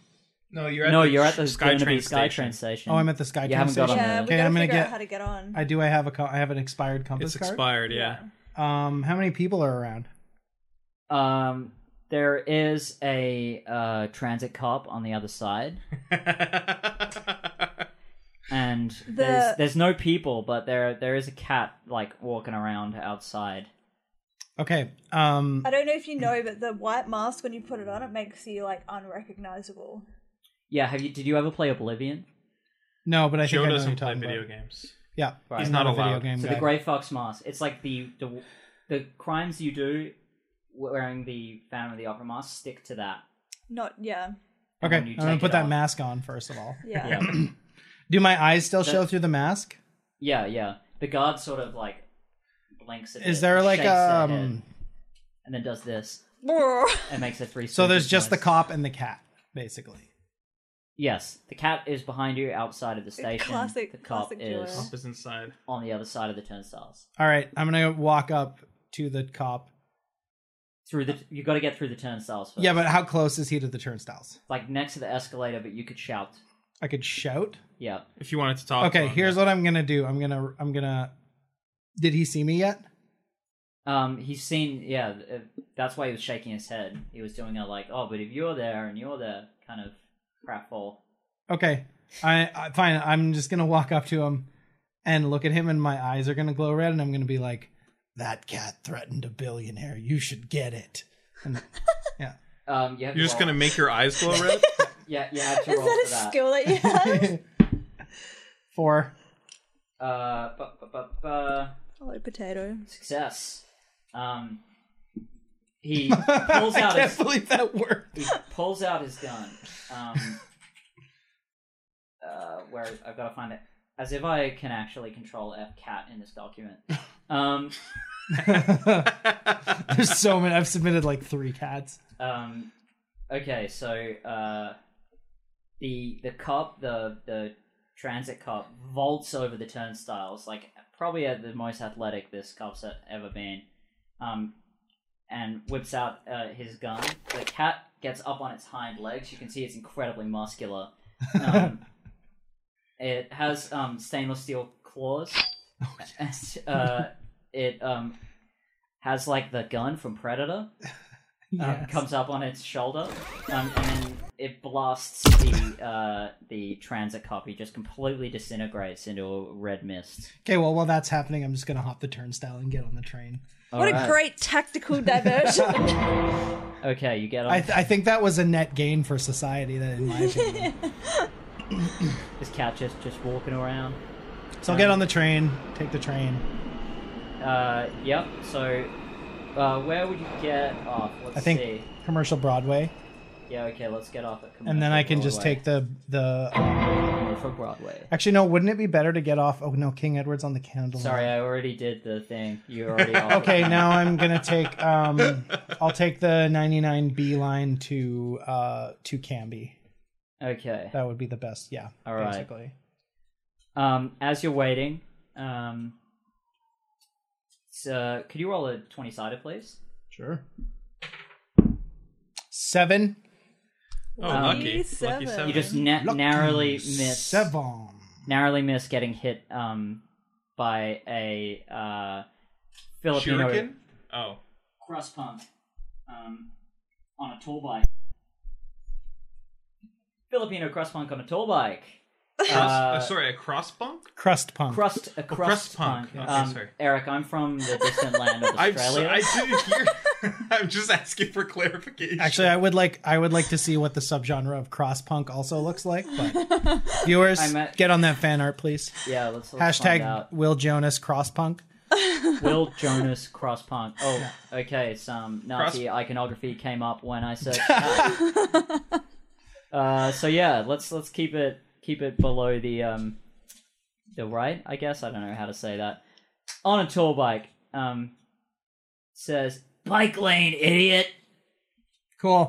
[SPEAKER 4] No, you're at
[SPEAKER 1] no,
[SPEAKER 4] the
[SPEAKER 1] you're at the
[SPEAKER 4] Skytrain
[SPEAKER 1] Skytrain
[SPEAKER 4] station.
[SPEAKER 1] Skytrain station.
[SPEAKER 2] Oh, I'm at the Sky
[SPEAKER 1] You haven't got
[SPEAKER 2] Station.
[SPEAKER 1] on
[SPEAKER 3] Yeah, uh, we
[SPEAKER 1] Okay,
[SPEAKER 3] gotta
[SPEAKER 2] I'm gonna
[SPEAKER 3] figure
[SPEAKER 2] get.
[SPEAKER 3] out how to get on.
[SPEAKER 2] I do. I have a. Co- I have an expired compass
[SPEAKER 4] It's
[SPEAKER 2] card.
[SPEAKER 4] expired, yeah.
[SPEAKER 2] Um, how many people are around?
[SPEAKER 1] Um, there is a uh, transit cop on the other side. and there's there's no people, but there there is a cat like walking around outside.
[SPEAKER 2] Okay. Um,
[SPEAKER 3] I don't know if you know, but the white mask when you put it on, it makes you like unrecognizable.
[SPEAKER 1] Yeah, have you? Did you ever play Oblivion?
[SPEAKER 2] no, but I think
[SPEAKER 4] Joe
[SPEAKER 2] I know what
[SPEAKER 4] doesn't
[SPEAKER 2] I'm
[SPEAKER 4] play
[SPEAKER 2] talking
[SPEAKER 4] video
[SPEAKER 2] about.
[SPEAKER 4] games.
[SPEAKER 2] Yeah,
[SPEAKER 1] Right.
[SPEAKER 4] He's not
[SPEAKER 2] a video
[SPEAKER 4] allowed.
[SPEAKER 2] game
[SPEAKER 1] So
[SPEAKER 2] guy.
[SPEAKER 1] the Grey Fox mask. It's like the the the crimes you do wearing the Phantom of the Opera mask stick to that.
[SPEAKER 3] Not yeah,
[SPEAKER 2] okay,
[SPEAKER 1] when you
[SPEAKER 2] I'm gonna
[SPEAKER 1] take
[SPEAKER 2] put
[SPEAKER 1] it
[SPEAKER 2] that
[SPEAKER 1] off.
[SPEAKER 2] mask on first of all.
[SPEAKER 3] yeah.
[SPEAKER 1] Yeah,
[SPEAKER 2] Do my eyes still show
[SPEAKER 1] That-
[SPEAKER 2] through the mask?
[SPEAKER 1] yeah, yeah. The guard sort of like blinks at
[SPEAKER 2] Is
[SPEAKER 1] it,
[SPEAKER 2] there like
[SPEAKER 1] shakes their head,
[SPEAKER 2] um?
[SPEAKER 1] and then does this
[SPEAKER 3] Brr.
[SPEAKER 1] and makes a three.
[SPEAKER 2] So there's
[SPEAKER 1] Stooges
[SPEAKER 2] just the
[SPEAKER 1] noise.
[SPEAKER 2] cop and the cat, basically.
[SPEAKER 1] Yes, the cat is behind you outside of the station.
[SPEAKER 3] Classic-
[SPEAKER 1] the cop
[SPEAKER 3] classic
[SPEAKER 1] is
[SPEAKER 3] Joel.
[SPEAKER 4] Is inside.
[SPEAKER 1] on the other side of the turnstiles.
[SPEAKER 2] All right, I'm gonna walk up to the cop.
[SPEAKER 1] Through the you got to get through the turnstiles first.
[SPEAKER 2] Yeah, but how close is he to the turnstiles?
[SPEAKER 1] like next to the escalator, but you could shout.
[SPEAKER 2] I could shout.
[SPEAKER 1] Yeah,
[SPEAKER 4] If you wanted to talk.
[SPEAKER 2] Okay,
[SPEAKER 4] to him,
[SPEAKER 2] here's what I'm gonna do. I'm gonna I'm gonna. Did he see me yet?
[SPEAKER 1] um, he's seen. Yeah, th- uh, that's why he was shaking his head. He was doing a like, oh, but if you're there and you're there, kind of pratfall.
[SPEAKER 2] Okay, I, I fine. I'm just gonna walk up to him and look at him, and my eyes are gonna glow red, and I'm gonna be like, "That cat threatened a billionaire. You should get it." And, yeah.
[SPEAKER 1] Um, you have to
[SPEAKER 4] You're just
[SPEAKER 1] roll-
[SPEAKER 4] gonna make your eyes glow red.
[SPEAKER 1] yeah, you have to
[SPEAKER 3] Is
[SPEAKER 1] roll
[SPEAKER 3] that a
[SPEAKER 1] for that.
[SPEAKER 3] skill that you have?
[SPEAKER 2] Four.
[SPEAKER 1] Uh, bu- bu- bu- bu-
[SPEAKER 3] Hello, potato.
[SPEAKER 1] success. Um, he pulls out his
[SPEAKER 2] believe that worked.
[SPEAKER 1] he pulls out his gun. Um, uh, where I've got to find it. As if I can actually control F cat in this document. Um,
[SPEAKER 2] There's so many. I've submitted like three cats.
[SPEAKER 1] um, okay, so uh, the the cop, the the transit cop, vaults over the turnstiles like probably at the most athletic this cop's e-, ever been, um, and whips out uh, his gun. The cat gets up on its hind legs. You can see it's incredibly muscular. Um, it has um, stainless steel claws. And, uh, it um, has like the gun from Predator um,
[SPEAKER 2] Yes.
[SPEAKER 1] comes up on its shoulder, um, and then it blasts the uh, the transit copy, just completely disintegrates into a red mist.
[SPEAKER 2] Okay, well, while that's happening, I'm just gonna hop the turnstile and get on the train.
[SPEAKER 3] what
[SPEAKER 1] Alright.
[SPEAKER 3] a great tactical diversion.
[SPEAKER 1] Okay, you get on.
[SPEAKER 2] I, th- I think that was a net gain for society, that in my opinion.
[SPEAKER 1] this cat just just walking around.
[SPEAKER 2] so I'll get on the train, take the train.
[SPEAKER 1] Uh, yep. So, uh, where would you get off? Let's
[SPEAKER 2] I think
[SPEAKER 1] see.
[SPEAKER 2] commercial Broadway,
[SPEAKER 1] Yeah. Okay. Let's get off at.
[SPEAKER 2] and then I can just take the the.
[SPEAKER 1] commercial Broadway.
[SPEAKER 2] actually, no. Wouldn't it be better to get off? Oh no, King Edward's on the Canada. line.
[SPEAKER 1] Sorry, I already did the thing. You already. offered
[SPEAKER 2] Okay,
[SPEAKER 1] me.
[SPEAKER 2] now I'm gonna take. Um, I'll take the 99B line to uh to Canby.
[SPEAKER 1] Okay.
[SPEAKER 2] That would be the best. Yeah.
[SPEAKER 1] All right.
[SPEAKER 2] Basically.
[SPEAKER 1] Um, as you're waiting, um, so could you roll a twenty sided, please?
[SPEAKER 2] Sure. Seven.
[SPEAKER 4] Oh,
[SPEAKER 1] Um,
[SPEAKER 4] lucky, lucky
[SPEAKER 3] seven.
[SPEAKER 4] seven.
[SPEAKER 1] You just na- narrowly miss,
[SPEAKER 2] Seven.
[SPEAKER 1] narrowly miss getting hit um, by a uh, Filipino
[SPEAKER 4] shuriken. Oh,
[SPEAKER 1] cross pump um, on a toll bike. Filipino crust punk on a toll bike.
[SPEAKER 4] Cross, uh, sorry, a cross bunk?
[SPEAKER 2] Crust punk.
[SPEAKER 1] Crust, a crust,
[SPEAKER 4] crust punk. Okay,
[SPEAKER 1] Um,
[SPEAKER 4] sorry.
[SPEAKER 1] Eric, I'm from the distant land of
[SPEAKER 4] I'm
[SPEAKER 1] Australia.
[SPEAKER 4] so, I didn't hear. I'm just asking for clarification.
[SPEAKER 2] Actually, I would like I would like to see what the subgenre of cross punk also looks like. But viewers,
[SPEAKER 1] I met-
[SPEAKER 2] get on that fan art, please.
[SPEAKER 1] yeah, let's, let's find
[SPEAKER 2] Hashtag
[SPEAKER 1] out.
[SPEAKER 2] Will Jonas cross punk.
[SPEAKER 1] Will Jonas cross punk. Oh, okay. Some Nazi iconography came up when I said. uh, so yeah, let's let's keep it keep it below the um, the right. I guess I don't know how to say that. On a tour bike, um, says bike lane, idiot.
[SPEAKER 2] Cool.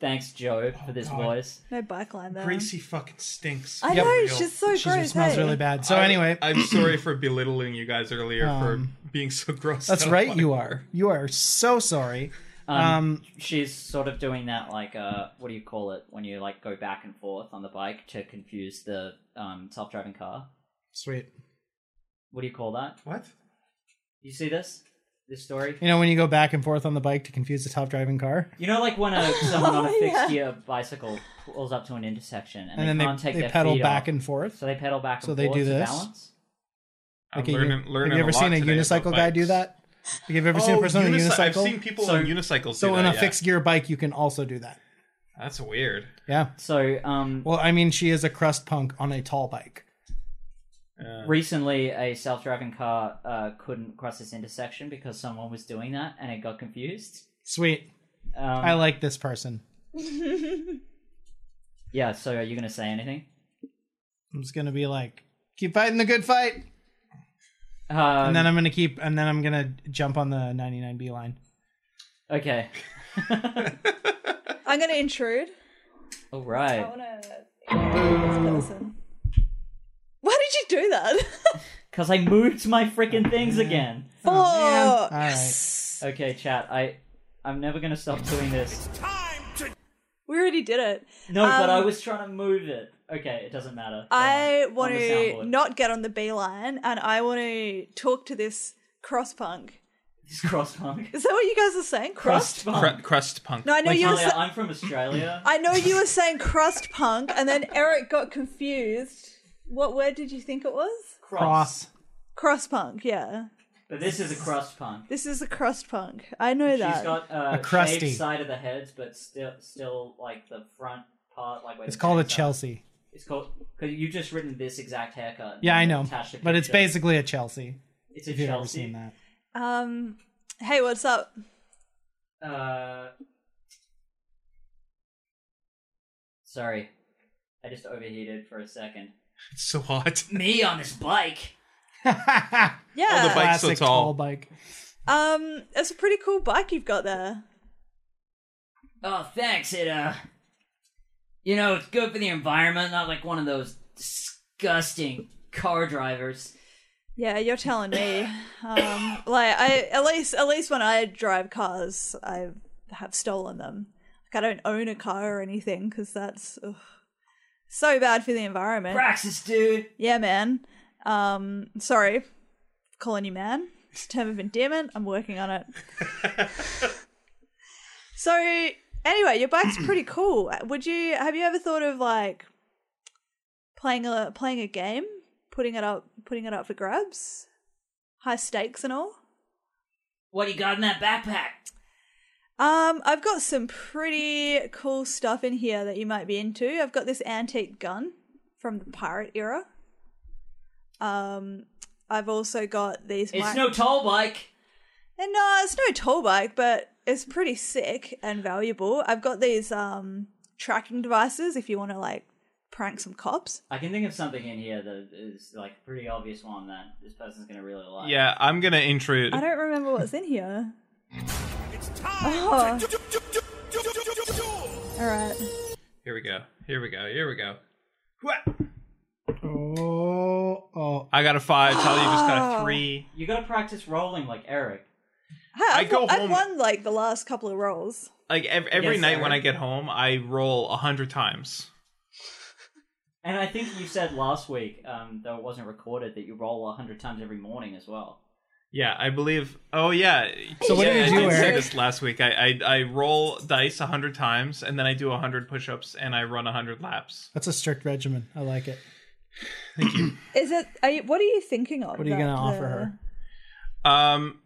[SPEAKER 1] Thanks, Joe, for this voice.
[SPEAKER 3] No bike line there.
[SPEAKER 4] Greasy fucking stinks.
[SPEAKER 3] I
[SPEAKER 2] Yep.
[SPEAKER 3] know she's
[SPEAKER 1] Oh,
[SPEAKER 3] so
[SPEAKER 2] She
[SPEAKER 3] gross.
[SPEAKER 2] smells
[SPEAKER 3] hey?
[SPEAKER 2] really bad. So anyway, Um,
[SPEAKER 4] I, am sorry for belittling you guys earlier for being so gross.
[SPEAKER 2] that's right. You are. You are so sorry. Um,
[SPEAKER 1] She's sort of doing that, like, uh, what do you call it when you like go back and forth on the bike to confuse the um, self-driving car?
[SPEAKER 2] sweet.
[SPEAKER 1] What do you call that?
[SPEAKER 4] What?
[SPEAKER 1] You see this? This story?
[SPEAKER 2] You know when you go back and forth on the bike to confuse the top driving car,
[SPEAKER 1] You know, like when a, someone on a
[SPEAKER 3] Oh, yeah.
[SPEAKER 1] fixed gear bicycle pulls up to an intersection and,
[SPEAKER 2] and
[SPEAKER 1] they
[SPEAKER 2] then
[SPEAKER 1] can't
[SPEAKER 2] they
[SPEAKER 1] take
[SPEAKER 2] they
[SPEAKER 1] their
[SPEAKER 2] pedal
[SPEAKER 1] feet
[SPEAKER 2] back
[SPEAKER 1] off,
[SPEAKER 2] and forth.
[SPEAKER 1] so they pedal back and
[SPEAKER 2] so they
[SPEAKER 1] forth
[SPEAKER 2] do
[SPEAKER 1] to
[SPEAKER 2] this?
[SPEAKER 1] balance.
[SPEAKER 4] I'm
[SPEAKER 2] Like a uni-
[SPEAKER 4] learning, learning
[SPEAKER 2] have you ever
[SPEAKER 4] a lot
[SPEAKER 2] seen a
[SPEAKER 4] today about
[SPEAKER 2] unicycle guy do
[SPEAKER 4] bikes.
[SPEAKER 2] that? Like, have you ever
[SPEAKER 4] Oh,
[SPEAKER 2] seen a person on a
[SPEAKER 4] unicy-
[SPEAKER 2] unicycle?
[SPEAKER 4] I've seen people
[SPEAKER 1] So-
[SPEAKER 4] on unicycles.
[SPEAKER 2] so
[SPEAKER 4] do
[SPEAKER 2] on
[SPEAKER 4] that,
[SPEAKER 2] a
[SPEAKER 4] yeah.
[SPEAKER 2] fixed gear bike, you can also do that.
[SPEAKER 4] That's weird.
[SPEAKER 2] Yeah.
[SPEAKER 1] So, um,
[SPEAKER 2] Well, I mean, she is a crust punk on a tall bike.
[SPEAKER 4] Uh,
[SPEAKER 1] recently a self-driving car uh, couldn't cross this intersection because someone was doing that and it got confused.
[SPEAKER 2] Sweet.
[SPEAKER 1] Um,
[SPEAKER 2] I like this person.
[SPEAKER 1] yeah. So, are you going to say anything?
[SPEAKER 2] I'm just gonna be like, keep fighting the good fight,
[SPEAKER 1] Um,
[SPEAKER 2] and then I'm gonna keep, and then I'm gonna jump on the 99B line.
[SPEAKER 1] okay.
[SPEAKER 3] I'm gonna intrude.
[SPEAKER 1] All
[SPEAKER 3] I
[SPEAKER 1] right.
[SPEAKER 3] wanna this person. Why did you do that?
[SPEAKER 2] Oh,
[SPEAKER 1] Because I moved my freaking things again.
[SPEAKER 3] oh,
[SPEAKER 2] All right.
[SPEAKER 1] Okay, chat. I I'm never going to stop doing this.
[SPEAKER 5] Time to
[SPEAKER 3] we already did it.
[SPEAKER 1] No, but
[SPEAKER 3] Um,
[SPEAKER 1] I was trying to move it. Okay, it doesn't matter.
[SPEAKER 3] I
[SPEAKER 1] Um,
[SPEAKER 3] want
[SPEAKER 1] on the
[SPEAKER 3] to
[SPEAKER 1] soundboard.
[SPEAKER 3] not get on the B line, and I want to talk to this cross punk.
[SPEAKER 1] It's cross punk.
[SPEAKER 3] Is that what you guys are saying? Crust?
[SPEAKER 1] Crust
[SPEAKER 4] cru-
[SPEAKER 1] punk.
[SPEAKER 4] crust punk.
[SPEAKER 3] Oh. No, I know you were.
[SPEAKER 1] Talia,
[SPEAKER 3] Sa-
[SPEAKER 1] I'm from Australia.
[SPEAKER 3] I know you were saying crust punk, and then Eric got confused. What word did you think it was?
[SPEAKER 2] Cross.
[SPEAKER 3] Cross punk. Yeah,
[SPEAKER 1] But this is a crust punk.
[SPEAKER 3] this is a crust punk. I know
[SPEAKER 1] She's
[SPEAKER 3] that.
[SPEAKER 1] got uh,
[SPEAKER 2] A crusty.
[SPEAKER 1] shaved side of the heads, but still, still like the front part, like where
[SPEAKER 2] It's
[SPEAKER 1] the
[SPEAKER 2] called a
[SPEAKER 1] bangs are.
[SPEAKER 2] Chelsea.
[SPEAKER 1] It's uh, called because you've just written this exact haircut. and
[SPEAKER 2] Yeah, I know,
[SPEAKER 1] attached a
[SPEAKER 2] but it's
[SPEAKER 1] picture.
[SPEAKER 2] basically a Chelsea.
[SPEAKER 1] It's a
[SPEAKER 2] If you've ever
[SPEAKER 1] Chelsea.
[SPEAKER 2] seen that,
[SPEAKER 3] um, hey, what's up?
[SPEAKER 1] Uh, sorry, I just overheated for a second.
[SPEAKER 4] It's so hot.
[SPEAKER 1] Me on this bike.
[SPEAKER 4] Oh, the
[SPEAKER 3] Yeah.
[SPEAKER 4] bike's so
[SPEAKER 2] classic
[SPEAKER 4] tall.
[SPEAKER 2] tall bike.
[SPEAKER 3] um, it's a pretty cool bike you've got there.
[SPEAKER 1] Oh, thanks. It uh, you know, it's good for the environment. Not like one of those disgusting car drivers.
[SPEAKER 3] Yeah, you're telling me. Um, like I at least at least when I drive cars, I have stolen them. Like I don't own a car or anything because that's ugh, so bad for the environment.
[SPEAKER 1] Praxis, dude.
[SPEAKER 3] Yeah, man. Um, sorry, for calling you man. It's a term of endearment. I'm working on it. so anyway, your bike's pretty cool. Would you have you ever thought of like playing a playing a game, putting it up putting it up for grabs, high stakes and all?
[SPEAKER 1] What do you got in that backpack?
[SPEAKER 3] Um, I've got some pretty cool stuff in here that you might be into. I've got this antique gun from the pirate era. Um, I've also got these.
[SPEAKER 1] It's
[SPEAKER 3] mi-
[SPEAKER 1] no toll bike.
[SPEAKER 3] and no, it's no toll bike, but it's pretty sick and valuable. I've got these um tracking devices if you want to like prank some cops.
[SPEAKER 1] I can think of something in here that is like a pretty obvious one that this person's gonna really like.
[SPEAKER 4] Yeah, I'm gonna intrude.
[SPEAKER 3] I don't remember what's in here.
[SPEAKER 5] It's time
[SPEAKER 3] Oh,
[SPEAKER 5] to duel.
[SPEAKER 3] all right.
[SPEAKER 4] Here we go. Here we go. Here we go. Wha-
[SPEAKER 2] Oh, oh.
[SPEAKER 4] I got a five. Talia just got a three.
[SPEAKER 1] You gotta practice rolling like Eric.
[SPEAKER 3] Hey, I've,
[SPEAKER 4] go
[SPEAKER 3] I've
[SPEAKER 4] home-
[SPEAKER 3] won like the last couple of rolls.
[SPEAKER 4] Like ev- every
[SPEAKER 1] Yes,
[SPEAKER 4] night
[SPEAKER 1] sir.
[SPEAKER 4] when I get home, I roll a hundred times.
[SPEAKER 1] And I think you said last week, um, though it wasn't recorded, that you roll a hundred times every morning as well.
[SPEAKER 4] Yeah, I believe. Oh yeah.
[SPEAKER 2] So what
[SPEAKER 4] yeah,
[SPEAKER 2] did you
[SPEAKER 4] I
[SPEAKER 2] do,
[SPEAKER 4] did say
[SPEAKER 2] Eric?
[SPEAKER 4] this last week. I I, I roll dice a hundred times, and then I do a hundred push-ups, and I run a hundred laps.
[SPEAKER 2] That's a strict regimen. I like it.
[SPEAKER 3] Is it? Are you, what are you thinking of?
[SPEAKER 2] What are you gonna
[SPEAKER 3] about
[SPEAKER 2] offer
[SPEAKER 3] the-
[SPEAKER 2] her?
[SPEAKER 4] Um,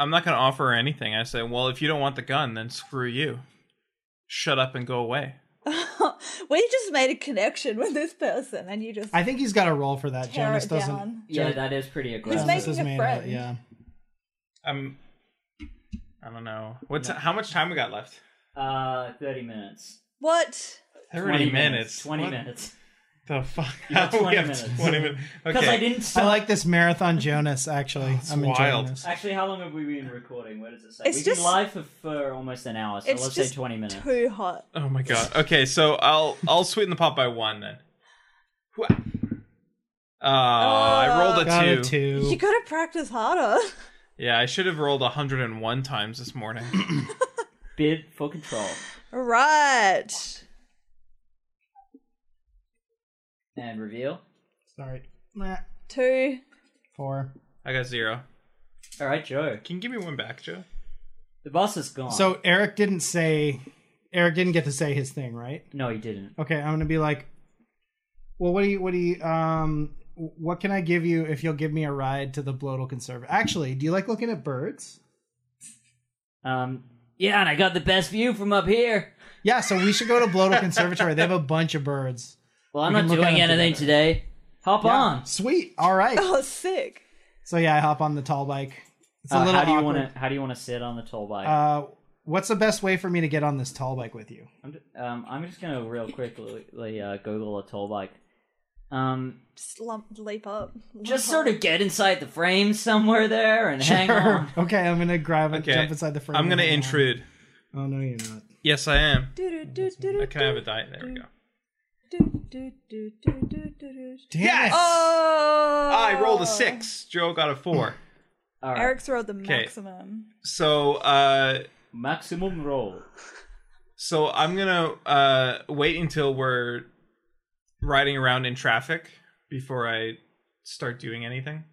[SPEAKER 4] I'm not gonna offer her anything. I say, well, if you don't want the gun, then screw you. Shut up and go away.
[SPEAKER 3] We just made a connection with this person, and you just
[SPEAKER 2] I think he's got a role for that.
[SPEAKER 3] tear
[SPEAKER 2] Jonas
[SPEAKER 3] it
[SPEAKER 2] doesn't.
[SPEAKER 3] down.
[SPEAKER 1] Yeah, that is pretty aggressive.
[SPEAKER 3] making
[SPEAKER 2] Jonas is
[SPEAKER 3] a
[SPEAKER 2] made of it,
[SPEAKER 3] friend.
[SPEAKER 2] Yeah.
[SPEAKER 4] I'm. I don't know. What's how much time we got left?
[SPEAKER 1] Uh, 30 minutes.
[SPEAKER 3] What?
[SPEAKER 4] 30 minutes.
[SPEAKER 1] 20
[SPEAKER 4] What
[SPEAKER 1] minutes.
[SPEAKER 4] The fuck?
[SPEAKER 1] got
[SPEAKER 4] How do
[SPEAKER 1] 20
[SPEAKER 4] we have
[SPEAKER 1] minutes.
[SPEAKER 4] 20 minutes.
[SPEAKER 1] Because
[SPEAKER 4] Okay.
[SPEAKER 1] I didn't.
[SPEAKER 2] I
[SPEAKER 1] Stop.
[SPEAKER 2] like this marathon Jonas. Actually, I'm enjoying
[SPEAKER 4] wild.
[SPEAKER 2] this.
[SPEAKER 1] Actually, how long have we been recording? What does it say?
[SPEAKER 3] It's
[SPEAKER 1] We've
[SPEAKER 3] just-
[SPEAKER 1] been live for, for almost an hour, so
[SPEAKER 3] It's
[SPEAKER 1] let's
[SPEAKER 3] just
[SPEAKER 1] say 20 minutes.
[SPEAKER 3] Too hot.
[SPEAKER 4] Oh my god. Okay, so I'll I'll sweeten the pot by one then. Wha- Uh, I rolled a
[SPEAKER 2] Got
[SPEAKER 4] two.
[SPEAKER 2] a two.
[SPEAKER 3] You gotta practice harder.
[SPEAKER 4] Yeah, I should have rolled 101 times this morning.
[SPEAKER 1] Bid for control.
[SPEAKER 3] right.
[SPEAKER 1] And reveal.
[SPEAKER 2] Sorry. Nah,
[SPEAKER 3] Two.
[SPEAKER 2] Four.
[SPEAKER 4] I got zero.
[SPEAKER 1] Alright, Joe.
[SPEAKER 4] Can you give me one back, Joe?
[SPEAKER 1] The boss is gone.
[SPEAKER 2] So Eric didn't say. Eric didn't get to say his thing, right?
[SPEAKER 1] No, he didn't.
[SPEAKER 2] Okay, I'm gonna be like, well, what do you, what do you, um, what can I give you if you'll give me a ride to the Bloatle Conservatory? Actually, do you like looking at birds?
[SPEAKER 1] Um, yeah, and I got the best view from up here.
[SPEAKER 2] Yeah, so we should go to Bloatle Conservatory. They have a bunch of birds.
[SPEAKER 1] Well, I'm
[SPEAKER 2] We can
[SPEAKER 1] not
[SPEAKER 2] look
[SPEAKER 1] doing
[SPEAKER 2] at 'em
[SPEAKER 1] anything today. Hop
[SPEAKER 2] Yeah,
[SPEAKER 1] on.
[SPEAKER 2] sweet. All right.
[SPEAKER 3] Oh, sick.
[SPEAKER 2] So yeah, I hop on the tall bike. It's a
[SPEAKER 1] Uh,
[SPEAKER 2] little
[SPEAKER 1] how do you
[SPEAKER 2] awkward.
[SPEAKER 1] want to? How do you want to sit on the toll bike?
[SPEAKER 2] Uh, what's the best way for me to get on this tall bike with you?
[SPEAKER 1] I'm, ju- um, I'm just gonna real quickly uh, Google a toll bike. Um,
[SPEAKER 3] Just lump, leap up. Leap
[SPEAKER 1] just
[SPEAKER 3] up.
[SPEAKER 1] sort of get inside the frame somewhere there and hang
[SPEAKER 2] Sure.
[SPEAKER 1] on.
[SPEAKER 2] Okay, I'm gonna grab it,
[SPEAKER 4] Okay.
[SPEAKER 2] jump inside the frame.
[SPEAKER 4] I'm going to
[SPEAKER 2] and- uh,
[SPEAKER 4] intrude.
[SPEAKER 2] Oh no, you're not.
[SPEAKER 4] Yes, I am.
[SPEAKER 3] Do-do-do-do-do-do.
[SPEAKER 4] I can have a diet. There we go.
[SPEAKER 3] Do-do-do-do-do-do-do.
[SPEAKER 2] Damn
[SPEAKER 4] Yes!
[SPEAKER 2] it.
[SPEAKER 3] Oh!
[SPEAKER 4] I rolled a six. Joe got a four.
[SPEAKER 1] All right,
[SPEAKER 3] Eric's rolled the
[SPEAKER 4] Okay.
[SPEAKER 3] maximum.
[SPEAKER 4] So, uh,
[SPEAKER 1] maximum roll.
[SPEAKER 4] so I'm going to uh, wait until we're riding around in traffic before I start doing anything.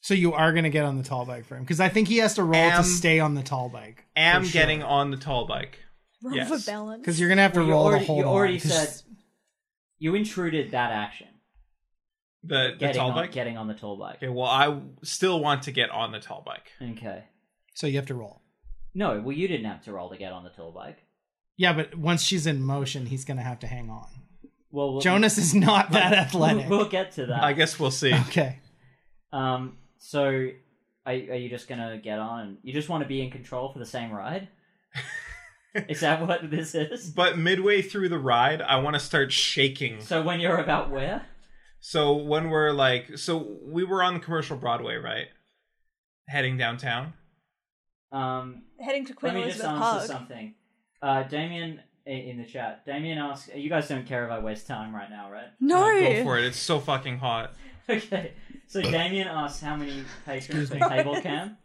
[SPEAKER 2] So you are gonna get on the tall bike for him because I think he has to roll
[SPEAKER 4] Am-
[SPEAKER 2] to stay on the tall bike.
[SPEAKER 4] Am
[SPEAKER 2] For sure.
[SPEAKER 4] getting on the tall bike.
[SPEAKER 3] Roll
[SPEAKER 4] Yes.
[SPEAKER 3] for balance.
[SPEAKER 2] Because you're gonna have to
[SPEAKER 1] Well, you
[SPEAKER 2] roll
[SPEAKER 1] already,
[SPEAKER 2] to hold
[SPEAKER 1] you
[SPEAKER 2] on,
[SPEAKER 1] already
[SPEAKER 2] 'cause-
[SPEAKER 1] said you intruded that action.
[SPEAKER 4] The, the
[SPEAKER 1] Getting
[SPEAKER 4] tall
[SPEAKER 1] on,
[SPEAKER 4] bike?
[SPEAKER 1] getting on the toll bike.
[SPEAKER 4] Okay, well, I still want to get on the tall bike.
[SPEAKER 1] Okay.
[SPEAKER 2] so you have to roll.
[SPEAKER 1] No, well, you didn't have to roll to get on the toll bike.
[SPEAKER 2] Yeah, but once she's in motion, he's gonna have to hang on.
[SPEAKER 1] Well, we'll
[SPEAKER 2] Jonas is not that athletic.
[SPEAKER 1] We'll, we'll get to that.
[SPEAKER 4] I guess we'll see.
[SPEAKER 2] Okay.
[SPEAKER 1] Um, so are, are you just gonna get on? and You just want to be in control for the same ride? is that what this is?
[SPEAKER 4] But midway through the ride, I want to start shaking.
[SPEAKER 1] So when you're about where?
[SPEAKER 4] So when we're like, so we were on the commercial Broadway, right? Heading downtown.
[SPEAKER 1] Um,
[SPEAKER 3] Heading to Queen
[SPEAKER 1] let me just
[SPEAKER 3] Elizabeth
[SPEAKER 1] answer
[SPEAKER 3] Park.
[SPEAKER 1] something. Uh, Damien i- in the chat. Damien asks, "You guys don't care if I waste time right now, right?"
[SPEAKER 3] No!
[SPEAKER 4] Uh, go for it. It's so fucking hot.
[SPEAKER 1] Okay. So Damien asks how many patrons
[SPEAKER 2] Excuse
[SPEAKER 1] for
[SPEAKER 2] me.
[SPEAKER 1] table cam.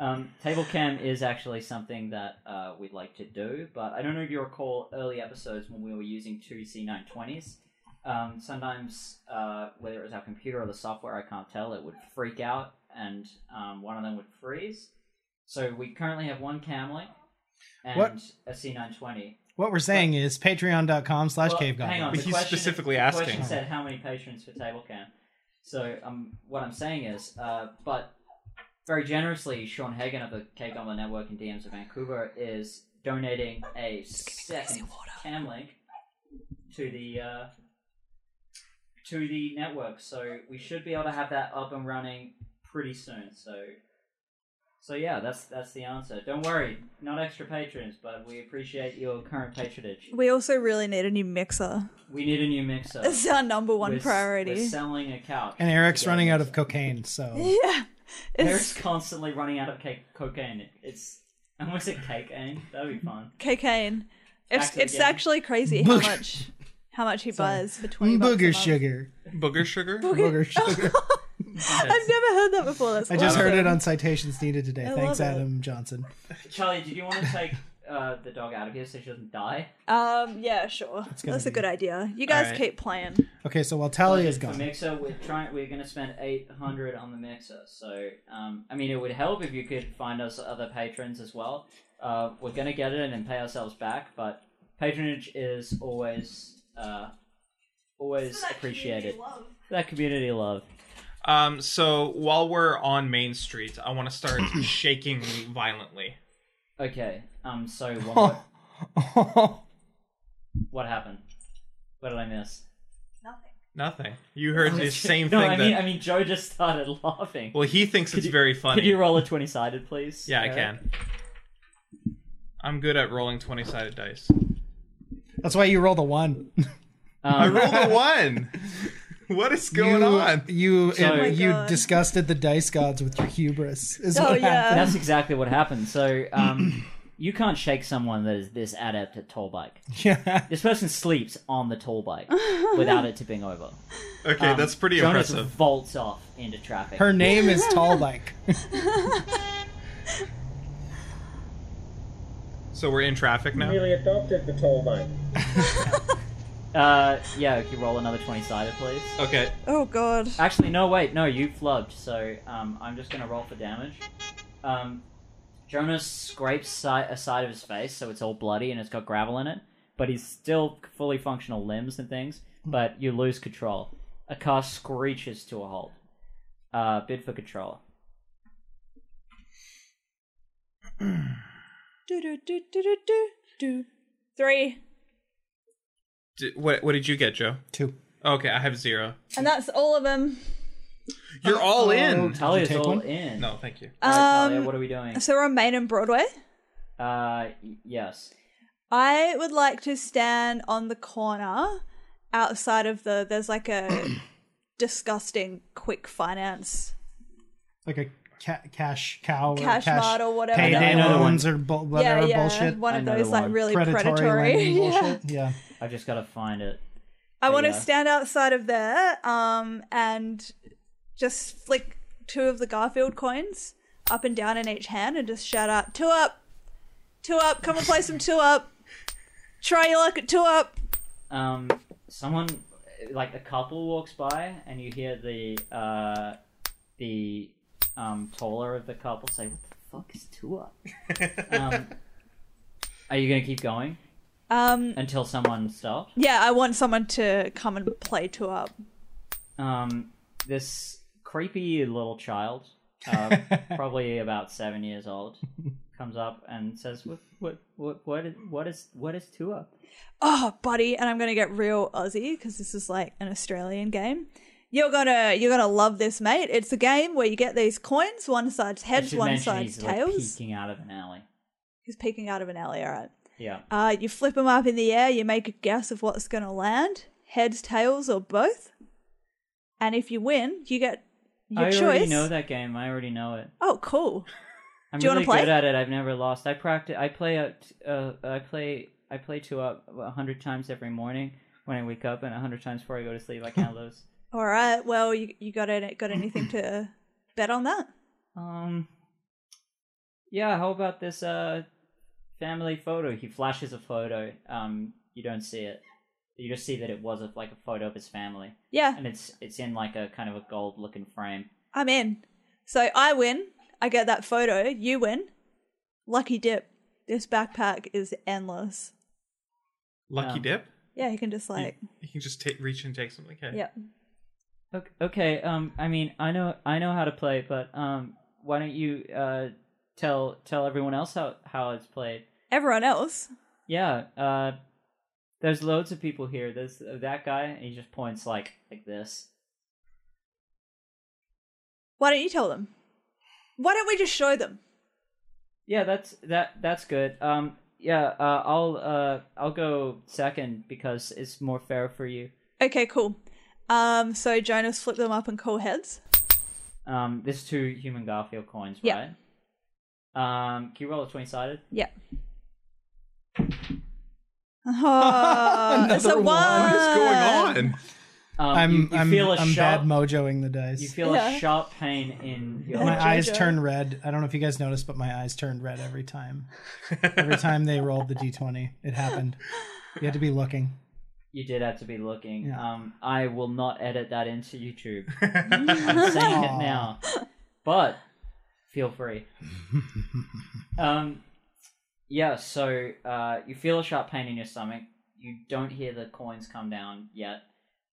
[SPEAKER 1] Um, table cam is actually something that uh, we'd like to do, but I don't know if you recall early episodes when we were using two C920s. Um, sometimes, uh, whether it was our computer or the software, I can't tell, it would freak out and um, one of them would freeze. So we currently have one cam link and
[SPEAKER 2] What-
[SPEAKER 1] a C920.
[SPEAKER 2] What we're saying is patreon.com slash
[SPEAKER 1] Well,
[SPEAKER 2] cave
[SPEAKER 1] Hang on,
[SPEAKER 2] goblin.
[SPEAKER 1] the
[SPEAKER 4] But he's
[SPEAKER 1] question-
[SPEAKER 4] specifically
[SPEAKER 1] the
[SPEAKER 4] asking.
[SPEAKER 1] Question said how many patrons for table cam. So um, what I'm saying is, uh, but very generously, Sean Hagen of the K Goblin Network and DMs of Vancouver is donating a second cam link to the uh, to the network. So we should be able to have that up and running pretty soon. So. So yeah, that's that's the answer. Don't worry, not extra patrons, but we appreciate your current patronage.
[SPEAKER 3] We also really need a new mixer.
[SPEAKER 1] We need a new mixer.
[SPEAKER 3] It's our number one
[SPEAKER 1] We're s-
[SPEAKER 3] priority.
[SPEAKER 1] We're selling a couch.
[SPEAKER 2] And Eric's
[SPEAKER 1] Yeah.
[SPEAKER 2] running out of cocaine, so
[SPEAKER 3] yeah.
[SPEAKER 1] Eric's
[SPEAKER 3] It's
[SPEAKER 1] constantly running out of cake, cocaine. It's I almost said cake, ain't That'd be fun.
[SPEAKER 3] cocaine.
[SPEAKER 1] Back
[SPEAKER 3] It's,
[SPEAKER 1] to the
[SPEAKER 3] it's
[SPEAKER 1] game.
[SPEAKER 3] actually crazy how
[SPEAKER 2] Booger. Mm,
[SPEAKER 3] much how much he buys for twenty bucks a
[SPEAKER 2] booger
[SPEAKER 3] month.
[SPEAKER 2] sugar.
[SPEAKER 4] Booger sugar.
[SPEAKER 2] Booger sugar.
[SPEAKER 3] I've never heard that before. That's
[SPEAKER 2] I just heard it
[SPEAKER 3] awesome.
[SPEAKER 2] on citations needed today.
[SPEAKER 3] I
[SPEAKER 2] Thanks,
[SPEAKER 3] love it.
[SPEAKER 2] Adam Johnson.
[SPEAKER 1] Charlie, did you want to take uh, the dog out of here so she doesn't die.
[SPEAKER 3] Um, yeah, sure.
[SPEAKER 2] gonna
[SPEAKER 3] That's a
[SPEAKER 2] be-
[SPEAKER 3] good idea. You guys
[SPEAKER 4] Alright.
[SPEAKER 3] keep playing.
[SPEAKER 2] Okay, so while Tally is
[SPEAKER 1] The
[SPEAKER 2] gone,
[SPEAKER 1] mixer, we're trying. We're going to spend eight hundred on the mixer. So, um, I mean, it would help if you could find us other patrons as well. Uh, we're going to get it and then pay ourselves back, but patronage is always, uh, always appreciated. That community love.
[SPEAKER 4] Um, so while we're on Main Street, I want to start shaking violently.
[SPEAKER 1] Okay. Um. So what? what happened? What did I miss?
[SPEAKER 3] Nothing.
[SPEAKER 4] Nothing. You heard the same
[SPEAKER 1] no,
[SPEAKER 4] thing
[SPEAKER 1] I
[SPEAKER 4] that.
[SPEAKER 1] mean, I mean, Joe just started laughing.
[SPEAKER 4] well, he thinks it's
[SPEAKER 1] you-
[SPEAKER 4] very funny.
[SPEAKER 1] Could you roll a twenty-sided, please?
[SPEAKER 4] yeah, I
[SPEAKER 1] Eric?
[SPEAKER 4] can. I'm good at rolling twenty sided dice.
[SPEAKER 2] that's why you rolled a one.
[SPEAKER 1] Um,
[SPEAKER 4] I rolled a one. what is going
[SPEAKER 2] you,
[SPEAKER 4] on?
[SPEAKER 2] You
[SPEAKER 1] Oh my
[SPEAKER 2] you
[SPEAKER 3] God.
[SPEAKER 2] disgusted the dice gods with your hubris. Is
[SPEAKER 3] Oh
[SPEAKER 2] what happened.
[SPEAKER 3] yeah.
[SPEAKER 1] That's exactly what happened. So, um, you can't shake someone that is this adept at tall bike.
[SPEAKER 2] Yeah.
[SPEAKER 1] This person sleeps on the tall bike without it tipping over.
[SPEAKER 4] Okay,
[SPEAKER 1] Um,
[SPEAKER 4] that's pretty
[SPEAKER 1] Jonas
[SPEAKER 4] impressive.
[SPEAKER 1] Vaults off into traffic.
[SPEAKER 2] Her name is Tallbike.
[SPEAKER 4] So we're in traffic now.
[SPEAKER 6] Really adopted the tall bike.
[SPEAKER 1] uh, yeah, can you roll another twenty-sided, please?
[SPEAKER 4] Okay.
[SPEAKER 3] Oh god.
[SPEAKER 1] Actually, no, wait, no, you flubbed, so um, I'm just gonna roll for damage. Um, Jonas scrapes si- a side of his face, so it's all bloody and it's got gravel in it, but he's still fully functional limbs and things, but you lose control. A car screeches to a halt. Uh, bid for control.
[SPEAKER 3] Do do do do do do do. Three.
[SPEAKER 4] D- what What did you get, Joe?
[SPEAKER 2] Two.
[SPEAKER 4] Okay, I have zero.
[SPEAKER 3] And that's all of them.
[SPEAKER 4] You're
[SPEAKER 1] Oh,
[SPEAKER 4] all in.
[SPEAKER 2] Did you
[SPEAKER 1] Talia's
[SPEAKER 2] take
[SPEAKER 1] all
[SPEAKER 2] one?
[SPEAKER 1] in.
[SPEAKER 4] No, thank you.
[SPEAKER 1] All right, Talia,
[SPEAKER 3] Um,
[SPEAKER 1] what are we doing? Uh,
[SPEAKER 3] So we're on Main and Broadway.
[SPEAKER 1] y- yes.
[SPEAKER 3] I would like to stand on the corner outside of the. There's like a disgusting quick finance.
[SPEAKER 2] Like a ca- cash cow. or
[SPEAKER 3] Cash mod or whatever.
[SPEAKER 2] Payday
[SPEAKER 1] I know the one.
[SPEAKER 2] loans or bu- whatever
[SPEAKER 3] yeah, yeah.
[SPEAKER 2] bullshit.
[SPEAKER 3] One
[SPEAKER 1] I
[SPEAKER 3] of
[SPEAKER 1] know the
[SPEAKER 3] those like
[SPEAKER 1] one.
[SPEAKER 3] really
[SPEAKER 2] predatory,
[SPEAKER 3] predatory.
[SPEAKER 2] lending
[SPEAKER 3] yeah.
[SPEAKER 2] bullshit. Yeah.
[SPEAKER 1] I've just gotta find it.
[SPEAKER 3] I want to
[SPEAKER 1] Yeah.
[SPEAKER 3] stand outside of there um, and just flick two of the Garfield coins up and down in each hand and just shout out, two up, two up, come and play some two up. Try your luck at two up.
[SPEAKER 1] um, someone like a couple walks by and you hear the uh, the um, taller of the couple say what the fuck is two up um, are you gonna keep going
[SPEAKER 3] Um,
[SPEAKER 1] until someone stops
[SPEAKER 3] yeah, I want someone to come and play two up.
[SPEAKER 1] um, this creepy little child uh, probably about seven years old comes up and says what what what what is what is, what is two up
[SPEAKER 3] Oh, buddy, and I'm gonna get real Aussie because this is like an Australian game. You're gonna you're gonna love this, mate. It's a game where you get these coins. One side's
[SPEAKER 1] I
[SPEAKER 3] heads,
[SPEAKER 1] should
[SPEAKER 3] one
[SPEAKER 1] mention
[SPEAKER 3] side's
[SPEAKER 1] he's, like,
[SPEAKER 3] tails.
[SPEAKER 1] peeking out of an alley
[SPEAKER 3] He's peeking out of an alley. All right.
[SPEAKER 1] yeah
[SPEAKER 3] Uh, you flip them up in the air, you make a guess of what's going to land heads, tails, or both. And if you win, you get your
[SPEAKER 1] I
[SPEAKER 3] choice.
[SPEAKER 1] already know that game I already know it
[SPEAKER 3] Oh, cool.
[SPEAKER 1] I'm
[SPEAKER 3] Do you wanna
[SPEAKER 1] really
[SPEAKER 3] play?
[SPEAKER 1] good at it. I've never lost. I practice. I play out. Uh, I play. I play two up a hundred times every morning when I wake up, and a hundred times before I go to sleep. I can't lose.
[SPEAKER 3] All right. Well, you, you got any, got anything to bet on that?
[SPEAKER 1] Um. Yeah. How about this? Uh, family photo. He flashes a photo. Um, you don't see it. You just see that it was a, like a photo of his family,
[SPEAKER 3] Yeah,
[SPEAKER 1] and it's it's in like a kind of a gold looking frame.
[SPEAKER 3] I'm in. So I win. I get that photo. You win. Lucky dip. This backpack is endless.
[SPEAKER 4] Lucky
[SPEAKER 1] Um,
[SPEAKER 4] dip.
[SPEAKER 3] Yeah, you can just like.
[SPEAKER 4] You can just take, reach and take something. Okay.
[SPEAKER 3] Yeah.
[SPEAKER 1] Ok- Okay. Um. I mean, I know I know how to play, but um, why don't you uh tell tell everyone else how how it's played?
[SPEAKER 3] Everyone else.
[SPEAKER 1] Yeah, uh, there's loads of people here. There's uh, that guy, and he just points like like this.
[SPEAKER 3] Why don't you tell them? Why don't we just show them?
[SPEAKER 1] Yeah, that's that that's good. Um, yeah, uh, I'll uh I'll go second because it's more fair for you.
[SPEAKER 3] Okay, cool. Um, so Jonas flipped them up and call heads.
[SPEAKER 1] Um, there's two human Garfield coins,
[SPEAKER 3] Yeah.
[SPEAKER 1] right? Um, can you roll a twenty sided?
[SPEAKER 3] Yeah. Oh, it's a one.
[SPEAKER 4] What is going on?
[SPEAKER 1] Um,
[SPEAKER 2] I'm
[SPEAKER 1] you, you
[SPEAKER 2] I'm,
[SPEAKER 1] feel a
[SPEAKER 2] I'm
[SPEAKER 1] sharp,
[SPEAKER 2] bad mojoing the
[SPEAKER 1] You
[SPEAKER 2] dice.
[SPEAKER 1] feel
[SPEAKER 3] Yeah.
[SPEAKER 1] a sharp pain in your.
[SPEAKER 2] my
[SPEAKER 3] Mojo.
[SPEAKER 2] eyes turn red. I don't know if you guys noticed, but my eyes turned red every time. every time they rolled the d20, it happened. You had to be looking.
[SPEAKER 1] You did have to be looking.
[SPEAKER 2] Yeah.
[SPEAKER 1] Um, I will not edit that into YouTube. I'm saying it now, but feel free. Um, yeah. So uh, you feel a sharp pain in your stomach. You don't hear the coins come down yet.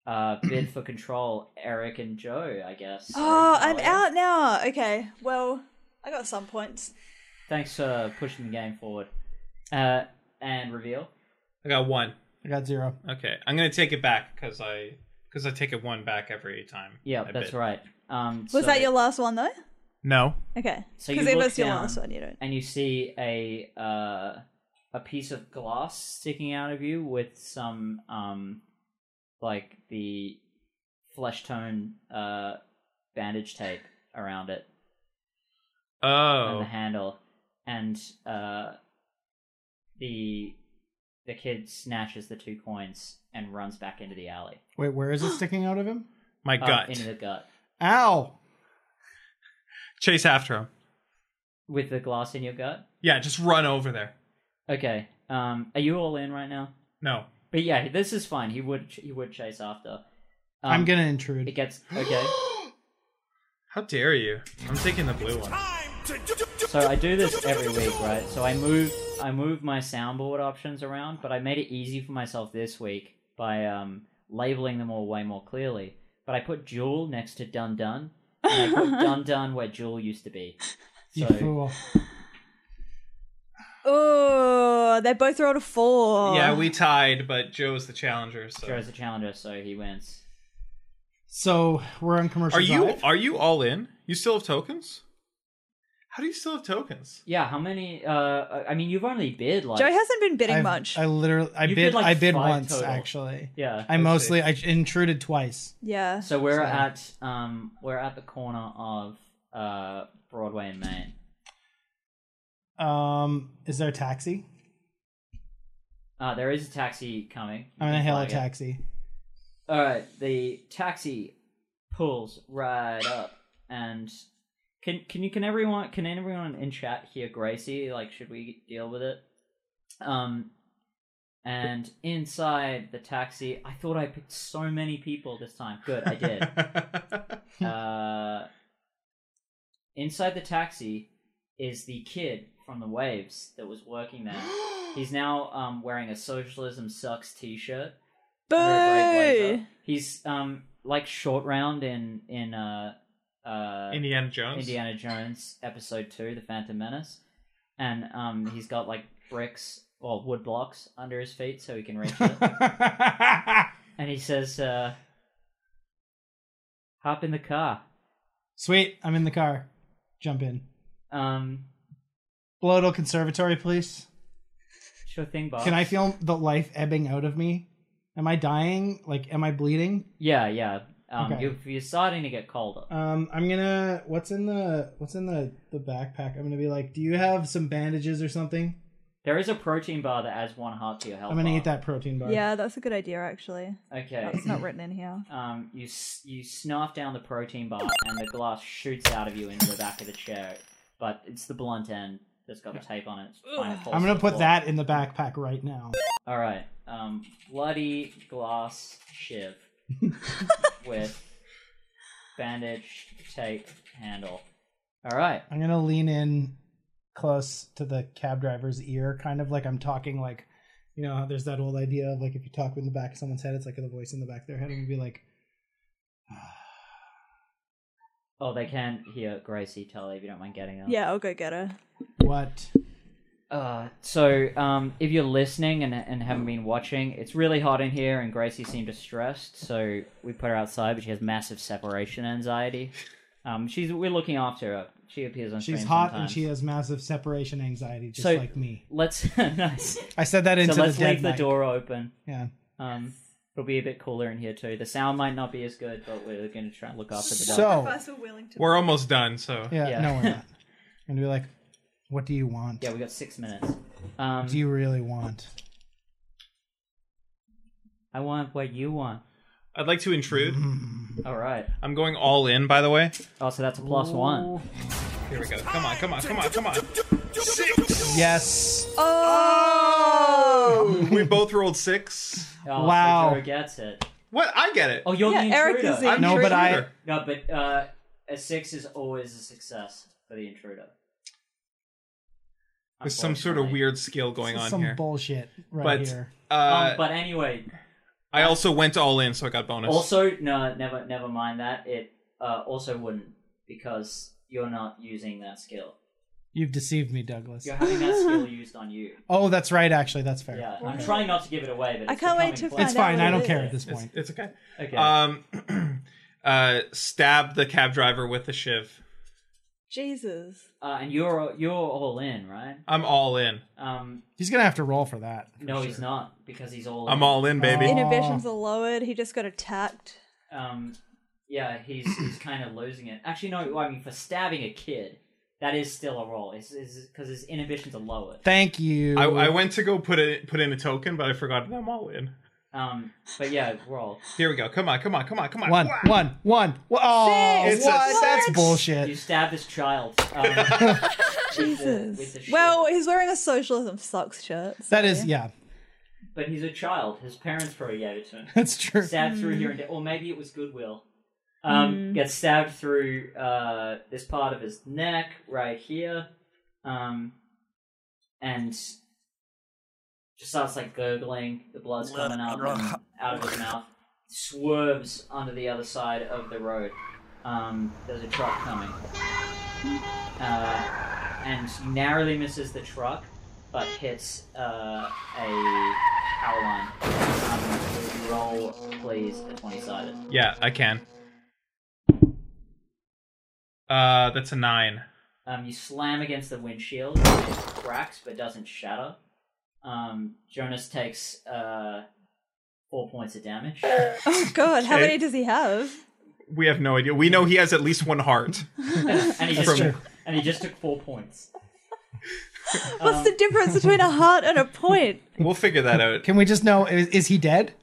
[SPEAKER 1] Uh, bid for control, Eric and Joe. I guess.
[SPEAKER 3] Oh, I'm
[SPEAKER 1] Sorry.
[SPEAKER 3] out now. Okay, well, I got some points.
[SPEAKER 1] Thanks for pushing the game forward. Uh, and reveal.
[SPEAKER 4] I got one.
[SPEAKER 2] I got zero.
[SPEAKER 4] Okay, I'm gonna take it back because I because I take it one back every time.
[SPEAKER 1] Yeah,
[SPEAKER 4] I
[SPEAKER 1] that's
[SPEAKER 4] bid.
[SPEAKER 1] right. Um,
[SPEAKER 3] Was
[SPEAKER 1] so-
[SPEAKER 3] that your last one though?
[SPEAKER 4] No.
[SPEAKER 3] Okay,
[SPEAKER 1] So you
[SPEAKER 3] because it
[SPEAKER 1] look
[SPEAKER 3] was your
[SPEAKER 1] down.
[SPEAKER 3] last one, you don't.
[SPEAKER 1] and you see a uh, a piece of glass sticking out of you with some um like the flesh tone uh bandage tape around it on the
[SPEAKER 4] Oh.
[SPEAKER 1] handle and uh the the kid snatches the two coins and runs back into the alley
[SPEAKER 2] Wait, where is it sticking out of him?
[SPEAKER 4] My
[SPEAKER 1] Up
[SPEAKER 4] gut.
[SPEAKER 1] uh, into the gut
[SPEAKER 2] Ow!
[SPEAKER 4] Chase after him.
[SPEAKER 1] with the glass in your gut
[SPEAKER 4] Yeah, just run over there.
[SPEAKER 1] okay um are you all in right now
[SPEAKER 4] No.
[SPEAKER 1] but yeah this is fine he would he would chase after um,
[SPEAKER 2] I'm gonna
[SPEAKER 1] It
[SPEAKER 2] intrude.
[SPEAKER 1] gets okay.
[SPEAKER 4] How dare you? I'm taking the blue one.
[SPEAKER 5] Time to do- do- do-
[SPEAKER 1] So I do this every week, right? So I move I move my soundboard options around, but I made it easy for myself this week by um, labeling them all way more clearly. But I put Jewel next to Dun Dun, and I put Dun Dun where Jewel used to be.
[SPEAKER 2] You
[SPEAKER 1] So-
[SPEAKER 2] fool.
[SPEAKER 3] Oh, they both rolled a four.
[SPEAKER 4] Yeah, we tied, but Joe's the challenger. So.
[SPEAKER 1] Uh, Joe's a challenger, so he wins.
[SPEAKER 2] So we're on commercial.
[SPEAKER 4] Are you
[SPEAKER 2] drive.
[SPEAKER 4] are you all in? You still have tokens? How do you still have tokens?
[SPEAKER 1] Yeah, how many? Uh, I mean, you've only bid like
[SPEAKER 3] Joe hasn't been bidding
[SPEAKER 2] I've-
[SPEAKER 3] much.
[SPEAKER 2] I literally, I
[SPEAKER 1] You
[SPEAKER 2] bid,
[SPEAKER 1] did like
[SPEAKER 2] I bid
[SPEAKER 1] five
[SPEAKER 2] once
[SPEAKER 1] total.
[SPEAKER 2] actually.
[SPEAKER 1] yeah.
[SPEAKER 2] I mostly, I intruded twice.
[SPEAKER 3] yeah.
[SPEAKER 1] So we're
[SPEAKER 2] Sorry.
[SPEAKER 1] at um we're at the corner of uh Broadway and Main.
[SPEAKER 2] Um, is there a taxi?
[SPEAKER 1] Uh, there is a taxi coming.
[SPEAKER 2] I'm gonna hail a
[SPEAKER 1] Flag it.
[SPEAKER 2] taxi.
[SPEAKER 1] All right, the taxi pulls right up, and can can you can everyone can everyone in chat hear Gracie? Like, should we deal with it? Um, and inside the taxi, I thought I picked so many people this time. Good, I did. uh, inside the taxi is the kid from the waves that was working there. He's now um, wearing a socialism sucks T-shirt. Very bright
[SPEAKER 3] Boo!
[SPEAKER 1] blazer. uh, He's um like short round in in uh uh
[SPEAKER 4] Indiana Jones.
[SPEAKER 1] Indiana Jones episode two, The Phantom Menace, and um he's got like bricks or wood blocks under his feet so he can reach it. and he says, uh, "Hop in the car."
[SPEAKER 2] Sweet, I'm in the car. Jump in.
[SPEAKER 1] Um,
[SPEAKER 2] Bloedel Conservatory, please.
[SPEAKER 1] sure thing, boss.
[SPEAKER 2] Can I feel the life ebbing out of me? Am I dying? Like, am I bleeding?
[SPEAKER 1] Yeah, yeah. Um,
[SPEAKER 2] Okay.
[SPEAKER 1] you, you're starting to get colder.
[SPEAKER 2] Um, I'm gonna. What's in the What's in the the backpack? I'm gonna be like, do you have some bandages or something?
[SPEAKER 1] There is a protein bar that adds one heart to your health.
[SPEAKER 2] I'm gonna
[SPEAKER 1] bar.
[SPEAKER 2] eat that protein bar.
[SPEAKER 3] Yeah, that's a good idea actually.
[SPEAKER 1] Okay.
[SPEAKER 3] That's not written in here.
[SPEAKER 1] Um, you s- you snarf down the protein bar, and the glass shoots out of you into the back of the chair. But it's the blunt end that's got the tape on it. It's fine, it falls
[SPEAKER 2] I'm
[SPEAKER 1] to
[SPEAKER 2] gonna
[SPEAKER 1] the
[SPEAKER 2] put
[SPEAKER 1] floor.
[SPEAKER 2] that in the backpack right now.
[SPEAKER 1] All right. Um, bloody glass shiv with bandage tape handle. All right.
[SPEAKER 2] I'm gonna lean in close to the cab driver's ear, kind of like I'm talking like, you know, how there's that old idea of like if you talk in the back of someone's head, it's like the voice in the back of their head. I'm gonna be like,
[SPEAKER 1] Oh, they can hear Gracie Tully if you don't mind getting up.
[SPEAKER 3] Yeah, I'll go get her.
[SPEAKER 2] what?
[SPEAKER 1] Uh, so um, if you're listening and, and haven't been watching, it's really hot in here, and Gracie seemed distressed, so we put her outside. But she has massive separation anxiety. Um, she's we're looking after her. She appears on.
[SPEAKER 2] She's
[SPEAKER 1] stream
[SPEAKER 2] hot and
[SPEAKER 1] sometimes.
[SPEAKER 2] she uh, has massive separation anxiety, just
[SPEAKER 1] So-
[SPEAKER 2] like me.
[SPEAKER 1] Let's nice.
[SPEAKER 2] I said that
[SPEAKER 1] so
[SPEAKER 2] into
[SPEAKER 1] let's
[SPEAKER 2] the dead
[SPEAKER 1] leave the
[SPEAKER 2] mic.
[SPEAKER 1] door open.
[SPEAKER 2] Yeah.
[SPEAKER 1] Um, it'll be a bit cooler in here too. The sound might not be as good, but we're going to try and look after the dog.
[SPEAKER 2] So
[SPEAKER 3] were willing to.
[SPEAKER 4] We're almost done, so
[SPEAKER 2] yeah,
[SPEAKER 1] Yeah.
[SPEAKER 2] no, we're not. I'm gonna be like, what do you want?
[SPEAKER 1] yeah, we got six minutes. Um,
[SPEAKER 2] Do you really want?
[SPEAKER 1] I want what you want.
[SPEAKER 4] I'd like to intrude.
[SPEAKER 1] All right.
[SPEAKER 4] I'm going all in, by the way.
[SPEAKER 1] Oh, so that's a plus one. Oh,
[SPEAKER 4] Here we go. Come on, come on, come on, come on.
[SPEAKER 5] Six.
[SPEAKER 2] Yes.
[SPEAKER 3] Oh,
[SPEAKER 4] We both rolled six.
[SPEAKER 1] Oh,
[SPEAKER 2] Wow.
[SPEAKER 1] So Joe gets it.
[SPEAKER 4] What? I get it.
[SPEAKER 1] Oh, you're
[SPEAKER 3] Yeah,
[SPEAKER 1] the
[SPEAKER 3] Eric
[SPEAKER 1] intruder.
[SPEAKER 3] is the-
[SPEAKER 4] I'm
[SPEAKER 2] No, but I-
[SPEAKER 4] intruder.
[SPEAKER 1] No, but uh, a six is always a success for the intruder.
[SPEAKER 4] There's some sort of
[SPEAKER 1] Unfortunately.
[SPEAKER 4] weird skill going on
[SPEAKER 2] Some
[SPEAKER 4] here.
[SPEAKER 2] bullshit right
[SPEAKER 4] But
[SPEAKER 2] here.
[SPEAKER 4] uh,
[SPEAKER 1] Um, but anyway,
[SPEAKER 4] I also went all in, so I got bonus.
[SPEAKER 1] also no, never, never mind that. It uh, also wouldn't because you're not using that skill.
[SPEAKER 2] You've deceived me, Douglas.
[SPEAKER 1] You're having that skill used on you.
[SPEAKER 2] Oh, that's right. Actually, that's fair.
[SPEAKER 1] Yeah, I'm trying not to give it away, but
[SPEAKER 3] I
[SPEAKER 1] it's
[SPEAKER 3] can't wait
[SPEAKER 1] becoming
[SPEAKER 3] to
[SPEAKER 1] quite-
[SPEAKER 2] It's
[SPEAKER 3] Find
[SPEAKER 2] fine.
[SPEAKER 3] out what
[SPEAKER 2] I
[SPEAKER 3] it
[SPEAKER 2] don't
[SPEAKER 3] is.
[SPEAKER 2] care at this
[SPEAKER 4] it's,
[SPEAKER 2] point.
[SPEAKER 4] it's okay.
[SPEAKER 1] Okay.
[SPEAKER 4] Um, uh, stab the cab driver with the shiv.
[SPEAKER 3] Jesus.
[SPEAKER 1] uh, and you're you're all in, right?
[SPEAKER 4] I'm all in.
[SPEAKER 1] Um,
[SPEAKER 2] He's gonna have to roll for that.
[SPEAKER 1] no, he's not because he's all.
[SPEAKER 4] I'm
[SPEAKER 1] in.
[SPEAKER 4] all in, baby.
[SPEAKER 2] Oh.
[SPEAKER 3] Inhibitions are lowered. He just got attacked.
[SPEAKER 1] Um, yeah, he's he's kind of losing it. Actually, no. I mean, for stabbing a kid, that is still a roll. It's because his inhibitions are lowered.
[SPEAKER 2] Thank you.
[SPEAKER 4] I, I went to go put it put in a token, but I forgot that I'm all in.
[SPEAKER 1] Um, but yeah, roll.
[SPEAKER 4] Here we go. Come on, come on, come on, come on.
[SPEAKER 2] one,
[SPEAKER 4] Wah!
[SPEAKER 2] one, one. Oh,
[SPEAKER 4] Six. It's a
[SPEAKER 2] what? That's
[SPEAKER 4] six.
[SPEAKER 1] You
[SPEAKER 2] bullshit.
[SPEAKER 1] stab this child. Um,
[SPEAKER 3] Jesus.
[SPEAKER 1] with the
[SPEAKER 3] well,
[SPEAKER 1] shield.
[SPEAKER 3] he's wearing a socialism sucks shirt. so-
[SPEAKER 2] That is, yeah,
[SPEAKER 1] but he's a child. His parents probably gave it to him.
[SPEAKER 2] that's true.
[SPEAKER 1] Stabbed through here and there, or maybe it was goodwill. Um, gets stabbed through uh this part of his neck right here, um, and just starts like gurgling. The blood's coming out out of his mouth. Swerves onto the other side of the road. Um, there's a truck coming, uh, and narrowly misses the truck, but hits uh, a power line. Um, roll, please, a twenty-sided.
[SPEAKER 4] Yeah, I can. Uh, that's a nine.
[SPEAKER 1] Um, you slam against the windshield, it cracks but doesn't shatter. Um, Jonas takes uh, four points of damage.
[SPEAKER 3] Oh God, how
[SPEAKER 4] Okay.
[SPEAKER 3] many does he have?
[SPEAKER 4] We have no idea. We know he has at least one heart.
[SPEAKER 1] and, he just,
[SPEAKER 4] true.
[SPEAKER 1] and he just took four points.
[SPEAKER 3] What's
[SPEAKER 1] Um,
[SPEAKER 3] the difference between a heart and a point?
[SPEAKER 4] We'll figure that out.
[SPEAKER 2] Can we just know is, is he dead?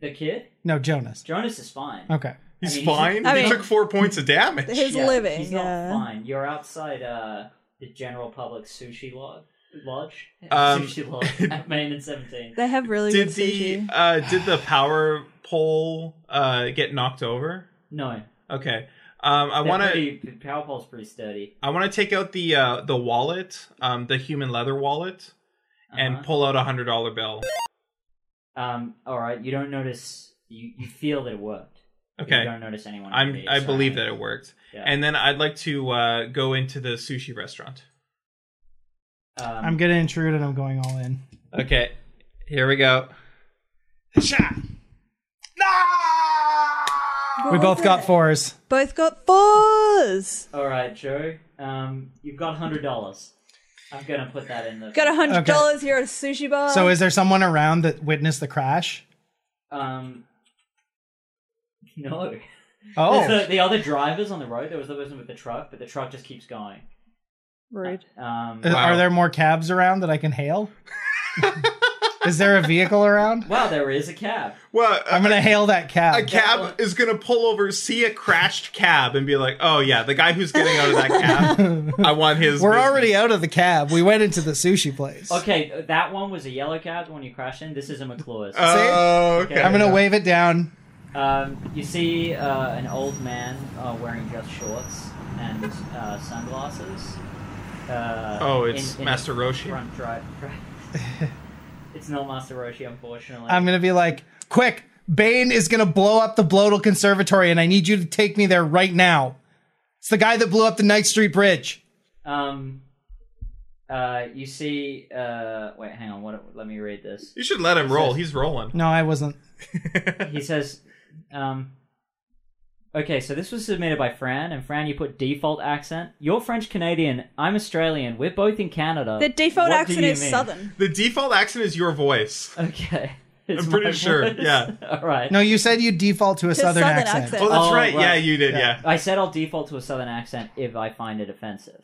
[SPEAKER 1] The kid?
[SPEAKER 2] No, Jonas.
[SPEAKER 1] Jonas is fine.
[SPEAKER 2] Okay.
[SPEAKER 4] He's
[SPEAKER 1] I mean,
[SPEAKER 4] fine.
[SPEAKER 3] I
[SPEAKER 4] he
[SPEAKER 3] mean-
[SPEAKER 4] took four points of damage.
[SPEAKER 3] He's
[SPEAKER 1] Yeah,
[SPEAKER 3] living.
[SPEAKER 1] He's not
[SPEAKER 3] yeah.
[SPEAKER 1] fine. You're outside uh, the general public sushi lodge. Lodge?
[SPEAKER 4] Um,
[SPEAKER 1] sushi lodge at Main and 17.
[SPEAKER 3] They have really
[SPEAKER 4] Did
[SPEAKER 3] good
[SPEAKER 4] the
[SPEAKER 3] sushi.
[SPEAKER 4] uh, did the power pole uh, get knocked over?
[SPEAKER 1] No.
[SPEAKER 4] Okay. Um, I
[SPEAKER 1] I
[SPEAKER 4] want
[SPEAKER 1] want
[SPEAKER 4] to
[SPEAKER 1] to. Power pole's pretty sturdy.
[SPEAKER 4] I want to take out the uh, the wallet, um, the human leather wallet, and
[SPEAKER 1] Uh-huh.
[SPEAKER 4] pull out a hundred dollar bill.
[SPEAKER 1] Um, alright, you don't notice. You, you feel that it worked. but You
[SPEAKER 4] Okay.
[SPEAKER 1] don't notice anyone.
[SPEAKER 4] I'm I believe that
[SPEAKER 1] it
[SPEAKER 4] it worked.
[SPEAKER 1] Yeah.
[SPEAKER 4] And then I'd like to uh, go into the sushi restaurant.
[SPEAKER 1] Um,
[SPEAKER 2] I'm gonna intrude and I'm going all in.
[SPEAKER 4] Okay. Here we go.
[SPEAKER 2] Sha. We both got fours.
[SPEAKER 3] Both got fours.
[SPEAKER 1] All right, Joe. Um, you've got hundred dollars. I'm gonna put that in the.
[SPEAKER 3] Got a hundred dollars here at a sushi bar.
[SPEAKER 2] So is there someone around that witnessed the crash?
[SPEAKER 1] um. No.
[SPEAKER 2] Oh,
[SPEAKER 1] The, the other drivers on the road. There was the person with the truck, but the truck just keeps going.
[SPEAKER 3] rude.
[SPEAKER 1] Um.
[SPEAKER 2] Uh, are there more cabs around that I can hail? is there a vehicle around?
[SPEAKER 1] wow, there is a cab.
[SPEAKER 4] Well,
[SPEAKER 2] I'm gonna hail that
[SPEAKER 4] a
[SPEAKER 2] cab.
[SPEAKER 4] cab is gonna pull over, see a crashed cab, and be like, "Oh yeah, the guy who's getting out of that cab, I want his."
[SPEAKER 2] We're
[SPEAKER 4] business."
[SPEAKER 2] already out of the cab. We went into the sushi place.
[SPEAKER 1] Okay, uh, that one was a yellow cab. The one you crashed in. This is a McClure's.
[SPEAKER 4] Oh, okay.
[SPEAKER 2] I'm gonna wave it down.
[SPEAKER 1] Um, you see uh, an old man uh, wearing just shorts and uh, sunglasses. Uh,
[SPEAKER 4] Oh, it's
[SPEAKER 1] a
[SPEAKER 4] Master Roshi.
[SPEAKER 1] Front drive. it's not Master Roshi, unfortunately.
[SPEAKER 2] I'm gonna be like, quick, Bane is gonna blow up the Bloedel Conservatory, and I need you to take me there right now. It's the guy that blew up the Ninth Street Bridge.
[SPEAKER 1] Um, uh, you see. Uh, wait, hang on. What? Let me read this.
[SPEAKER 4] You should let him roll. He's rolling.
[SPEAKER 2] No, I wasn't.
[SPEAKER 1] He says, um, "Okay, so this was submitted by Fran, and Fran, you put default accent. You're French Canadian. I'm Australian. We're both in Canada.
[SPEAKER 3] The default
[SPEAKER 1] What do
[SPEAKER 3] accent
[SPEAKER 1] you
[SPEAKER 3] is
[SPEAKER 1] mean?"
[SPEAKER 3] southern.
[SPEAKER 4] The default accent is your voice.
[SPEAKER 1] Okay." It's
[SPEAKER 4] I'm pretty
[SPEAKER 1] my
[SPEAKER 4] sure,
[SPEAKER 1] voice.
[SPEAKER 4] yeah.
[SPEAKER 1] All right.
[SPEAKER 2] No, you said you default to a
[SPEAKER 3] To
[SPEAKER 2] southern,
[SPEAKER 3] southern
[SPEAKER 2] accent.
[SPEAKER 3] accent.
[SPEAKER 4] Oh, that's
[SPEAKER 1] Oh,
[SPEAKER 4] right.
[SPEAKER 1] right.
[SPEAKER 4] Yeah, you did. Yeah.
[SPEAKER 1] I said I'll default to a southern accent if I find it offensive.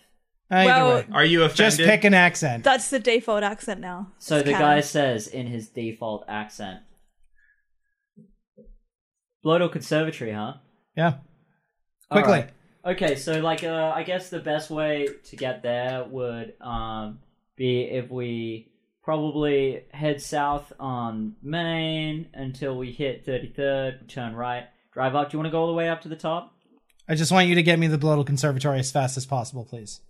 [SPEAKER 2] Uh, Either
[SPEAKER 3] Well,
[SPEAKER 2] way.
[SPEAKER 4] Are you offended?
[SPEAKER 2] just pick an accent.
[SPEAKER 3] That's the default accent now.
[SPEAKER 1] So
[SPEAKER 3] It's
[SPEAKER 1] the
[SPEAKER 3] canon.
[SPEAKER 1] guy says in his default accent, Blodel Conservatory, huh?
[SPEAKER 2] Yeah. Quickly.
[SPEAKER 1] Alright. Okay, so like, uh, I guess the best way to get there would um, be if we probably head south on Main until we hit 33rd, turn right, drive up. Do you want to go all the way up to the top?
[SPEAKER 2] I just want you to get me the Blodel Conservatory as fast as possible, please.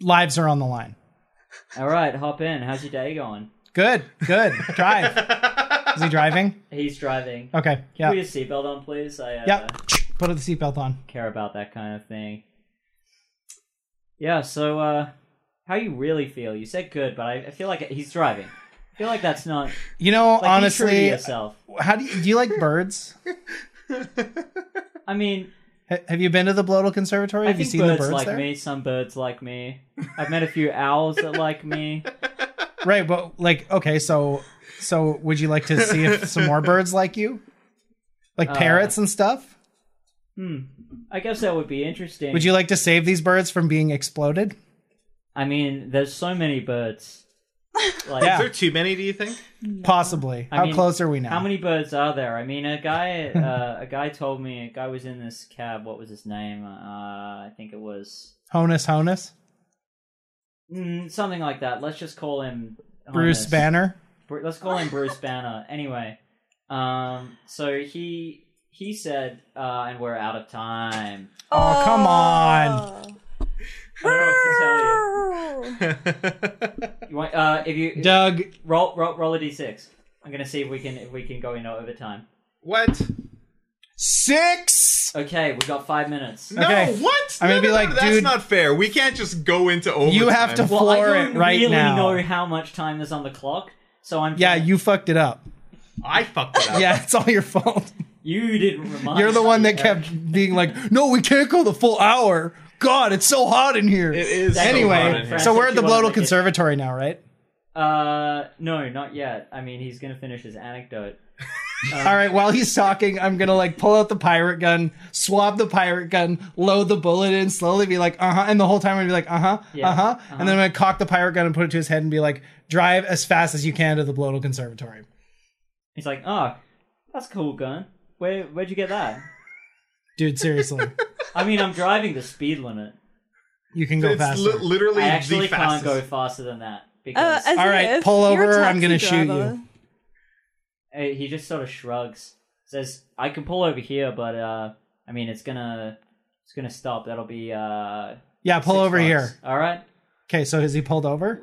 [SPEAKER 2] Lives are on the line.
[SPEAKER 1] All right, hop in. How's your day going?
[SPEAKER 2] Good, good. Drive. Is he driving?
[SPEAKER 1] He's driving.
[SPEAKER 2] Okay,
[SPEAKER 1] Put
[SPEAKER 2] Oh, yeah.
[SPEAKER 1] your seatbelt on, please. I uh,
[SPEAKER 2] Yep. Put the seatbelt on.
[SPEAKER 1] care about that kind of thing. Yeah, so uh, how you really feel? You said good, but I, I feel like he's driving. I feel like that's not
[SPEAKER 2] You know,
[SPEAKER 1] like, be true to
[SPEAKER 2] honestly,
[SPEAKER 1] yourself.
[SPEAKER 2] how do you, do you like birds?
[SPEAKER 1] I mean,
[SPEAKER 2] Ha- Have you been to the Blodel Conservatory?
[SPEAKER 1] I
[SPEAKER 2] Have you
[SPEAKER 1] think
[SPEAKER 2] seen
[SPEAKER 1] birds,
[SPEAKER 2] the birds
[SPEAKER 1] like
[SPEAKER 2] there?
[SPEAKER 1] me. Some birds like me. I've met a few owls that like me.
[SPEAKER 2] Right, but like, okay, so so would you like to see if some more birds like you, like
[SPEAKER 1] Uh,
[SPEAKER 2] parrots and stuff?
[SPEAKER 1] I guess that would be interesting.
[SPEAKER 2] Would you like to save these birds from being exploded?
[SPEAKER 1] I mean, there's so many birds. Like,
[SPEAKER 2] Yeah.
[SPEAKER 4] Is there too many? Do you think?
[SPEAKER 2] Possibly.
[SPEAKER 1] I
[SPEAKER 2] how
[SPEAKER 1] mean,
[SPEAKER 2] close are we now?
[SPEAKER 1] How many birds are there? I mean, a guy, uh, a guy told me. A guy was in this cab. What was his name? Uh, I think it was
[SPEAKER 2] Honus Honus,
[SPEAKER 1] mm, something like that. Let's just call him
[SPEAKER 2] Bruce
[SPEAKER 1] Honest.
[SPEAKER 2] Banner.
[SPEAKER 1] Bru- let's call him Bruce Banner. Anyway, um, so he he said, uh, and we're out of time.
[SPEAKER 2] Oh, come on.
[SPEAKER 1] I don't know what to tell you.
[SPEAKER 3] Oh.
[SPEAKER 1] You want, uh, if you
[SPEAKER 2] Doug,
[SPEAKER 1] roll, roll roll a d6, I'm gonna see if we can if we can go in overtime.
[SPEAKER 4] What?
[SPEAKER 2] six.
[SPEAKER 1] Okay, we got five minutes.
[SPEAKER 4] No.
[SPEAKER 2] Okay.
[SPEAKER 4] What?
[SPEAKER 2] I'm gonna be
[SPEAKER 4] No, no,
[SPEAKER 2] like,
[SPEAKER 4] no, that's
[SPEAKER 2] dude-
[SPEAKER 4] not fair. We can't just go into overtime.
[SPEAKER 2] You have to
[SPEAKER 1] Well, I
[SPEAKER 2] floor
[SPEAKER 1] don't
[SPEAKER 2] it right
[SPEAKER 1] really
[SPEAKER 2] now.
[SPEAKER 1] know how much time is on the clock, so I'm
[SPEAKER 2] Yeah, you fucked it up.
[SPEAKER 4] I fucked it up.
[SPEAKER 2] Yeah, it's all your fault.
[SPEAKER 1] you didn't remind.
[SPEAKER 2] You're the one
[SPEAKER 1] me,
[SPEAKER 2] that
[SPEAKER 1] Eric.
[SPEAKER 2] kept being like, "No, we can't go the full hour." God, it's so hot in here.
[SPEAKER 4] It is. so hot in
[SPEAKER 2] anyway,
[SPEAKER 4] here.
[SPEAKER 2] so we're at the
[SPEAKER 1] You wanna
[SPEAKER 2] Blodel
[SPEAKER 1] make it-
[SPEAKER 2] Conservatory now, right?
[SPEAKER 1] Uh, no, not yet. I mean, he's gonna finish his anecdote. Uh-huh.
[SPEAKER 2] All right. While he's talking, I'm gonna like pull out the pirate gun, swab the pirate gun, load the bullet in, slowly be like, "Uh huh," and the whole time I'd be like, "Uh huh,
[SPEAKER 1] Yeah, uh-huh.
[SPEAKER 2] uh huh," and then I'm gonna cock the pirate gun and put it to his head and be like, "Drive as fast as you can to the Blodel Conservatory."
[SPEAKER 1] He's like, oh, that's cool gun. Where where'd you get that?
[SPEAKER 2] Dude, seriously,
[SPEAKER 1] I mean, I'm driving the speed limit.
[SPEAKER 2] you can go
[SPEAKER 4] It's
[SPEAKER 2] faster.
[SPEAKER 4] li- literally
[SPEAKER 1] I actually
[SPEAKER 4] the
[SPEAKER 1] can't
[SPEAKER 4] fastest.
[SPEAKER 1] go faster than that
[SPEAKER 3] Uh,
[SPEAKER 1] because
[SPEAKER 3] as
[SPEAKER 2] All right,
[SPEAKER 3] if
[SPEAKER 2] pull
[SPEAKER 3] you're a
[SPEAKER 2] over, I'm gonna
[SPEAKER 3] taxi
[SPEAKER 2] shoot
[SPEAKER 3] driver.
[SPEAKER 2] you.
[SPEAKER 1] uh, he just sort of shrugs, says, "I can pull over here, but uh, I mean, it's gonna it's gonna stop. That'll be uh,
[SPEAKER 2] yeah, pull
[SPEAKER 1] six
[SPEAKER 2] over
[SPEAKER 1] bucks.
[SPEAKER 2] here.
[SPEAKER 1] All right.
[SPEAKER 2] Okay, so has he pulled over?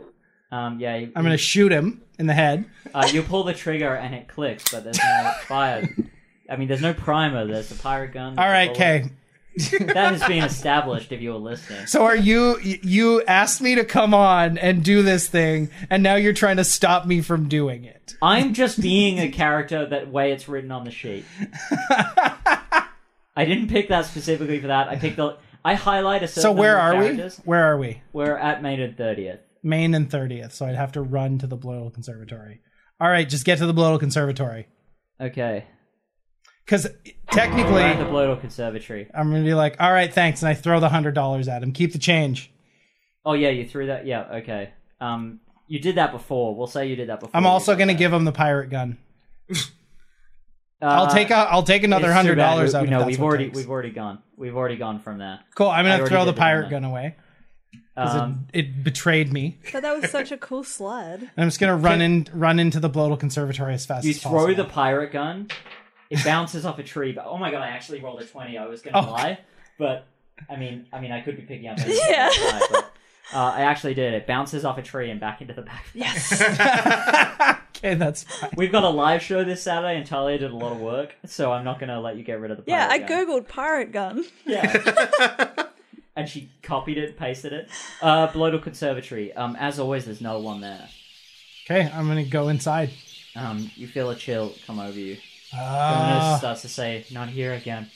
[SPEAKER 1] Um, yeah,
[SPEAKER 2] I'm gonna shoot him in the head.
[SPEAKER 1] uh, you pull the trigger and it clicks, but there's no fire. I mean, there's no primer. There's a pirate gun.
[SPEAKER 2] All
[SPEAKER 1] there's a
[SPEAKER 2] right,
[SPEAKER 1] bullet.
[SPEAKER 2] Kay.
[SPEAKER 1] That has been established if you were listening.
[SPEAKER 2] So are you? You asked me to come on and do this thing, and now you're trying to stop me from doing it.
[SPEAKER 1] I'm just being a character that way it's written on the sheet. I didn't pick that specifically for that. I picked the. I highlight a certain.
[SPEAKER 2] So where
[SPEAKER 1] number
[SPEAKER 2] are
[SPEAKER 1] of
[SPEAKER 2] we?
[SPEAKER 1] characters.
[SPEAKER 2] Where are we?
[SPEAKER 1] We're at Main and Thirtieth.
[SPEAKER 2] Maine and thirtieth. So I'd have to run to the Blodel Conservatory. All right, just get to the Blodel Conservatory
[SPEAKER 1] Okay.
[SPEAKER 2] because
[SPEAKER 1] We're at the
[SPEAKER 2] technically.
[SPEAKER 1] Blodel Conservatory.
[SPEAKER 2] I'm gonna be like, all right, thanks, and I throw the hundred dollars at him. Keep the change.
[SPEAKER 1] Oh yeah, you threw that. Yeah. Okay. Um, you did that before. We'll say you did that before.
[SPEAKER 2] I'm
[SPEAKER 1] you
[SPEAKER 2] also
[SPEAKER 1] did
[SPEAKER 2] gonna
[SPEAKER 1] that.
[SPEAKER 2] give him the pirate gun.
[SPEAKER 1] Uh,
[SPEAKER 2] I'll take a, I'll take another
[SPEAKER 1] it's too
[SPEAKER 2] hundred
[SPEAKER 1] bad.
[SPEAKER 2] dollars
[SPEAKER 1] We-
[SPEAKER 2] out.
[SPEAKER 1] No,
[SPEAKER 2] if that's
[SPEAKER 1] we've
[SPEAKER 2] what it
[SPEAKER 1] already
[SPEAKER 2] takes.
[SPEAKER 1] we've already gone. We've already gone from there.
[SPEAKER 2] cool. I'm
[SPEAKER 1] I
[SPEAKER 2] gonna
[SPEAKER 1] already
[SPEAKER 2] throw
[SPEAKER 1] did
[SPEAKER 2] the
[SPEAKER 1] it,
[SPEAKER 2] pirate
[SPEAKER 1] didn't I?
[SPEAKER 2] gun away because
[SPEAKER 1] Um,
[SPEAKER 2] it, it betrayed me.
[SPEAKER 3] But that was such a cool slide.
[SPEAKER 2] And I'm just gonna run in, run into the Blodel Conservatory as fast
[SPEAKER 1] you
[SPEAKER 2] as
[SPEAKER 1] throw
[SPEAKER 2] possible.
[SPEAKER 1] the pirate gun. It bounces off a tree. But oh my god, I actually rolled a twenty. I was gonna
[SPEAKER 2] Oh.
[SPEAKER 1] lie, but I mean, I mean, I could be picking up.
[SPEAKER 3] Yeah.
[SPEAKER 1] Lie, but, uh, I actually did. It bounces off a tree and back into the back.
[SPEAKER 3] Yes.
[SPEAKER 2] okay, that's fine.
[SPEAKER 1] We've got a live show this Saturday, and Talia did a lot of work, so I'm not gonna let you get rid of the.
[SPEAKER 3] Yeah, I
[SPEAKER 1] pirate gun.
[SPEAKER 3] googled pirate gun.
[SPEAKER 1] Yeah. and she copied it, pasted it. Uh, Blodel Conservatory. Um, as always, there's no one there.
[SPEAKER 2] Okay, I'm gonna go inside.
[SPEAKER 1] Um, you feel a chill come over you. Jonas
[SPEAKER 2] Uh,
[SPEAKER 1] starts to say, "Not here again."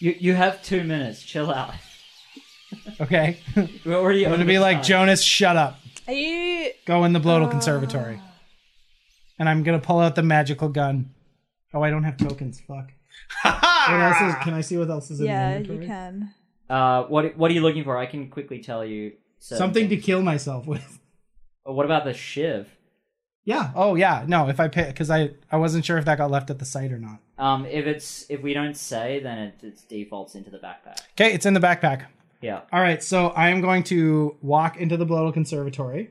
[SPEAKER 1] You you have two minutes. Chill out.
[SPEAKER 2] Uh, okay, I'm
[SPEAKER 1] We're already.
[SPEAKER 2] gonna be like Jonas, shut up.
[SPEAKER 3] Are you?
[SPEAKER 2] Go in the Blodel Conservatory, and I'm gonna pull out the magical gun. Oh, I don't have tokens. Fuck. what else is, can I see what else is in the
[SPEAKER 3] Yeah, you
[SPEAKER 2] inventory?
[SPEAKER 3] can.
[SPEAKER 1] Uh, what what are you looking for? I can quickly tell you. certain
[SPEAKER 2] Something to
[SPEAKER 1] things.
[SPEAKER 2] kill myself with.
[SPEAKER 1] Oh, What about the shiv?
[SPEAKER 2] Yeah. Oh, yeah. No, if I pay, because I I wasn't sure if that got left at the site or not.
[SPEAKER 1] Um, if it's if we don't say, then it, it defaults into the backpack.
[SPEAKER 2] Okay, it's in the backpack.
[SPEAKER 1] Yeah.
[SPEAKER 2] All right, so I am going to walk into the Blodo Conservatory.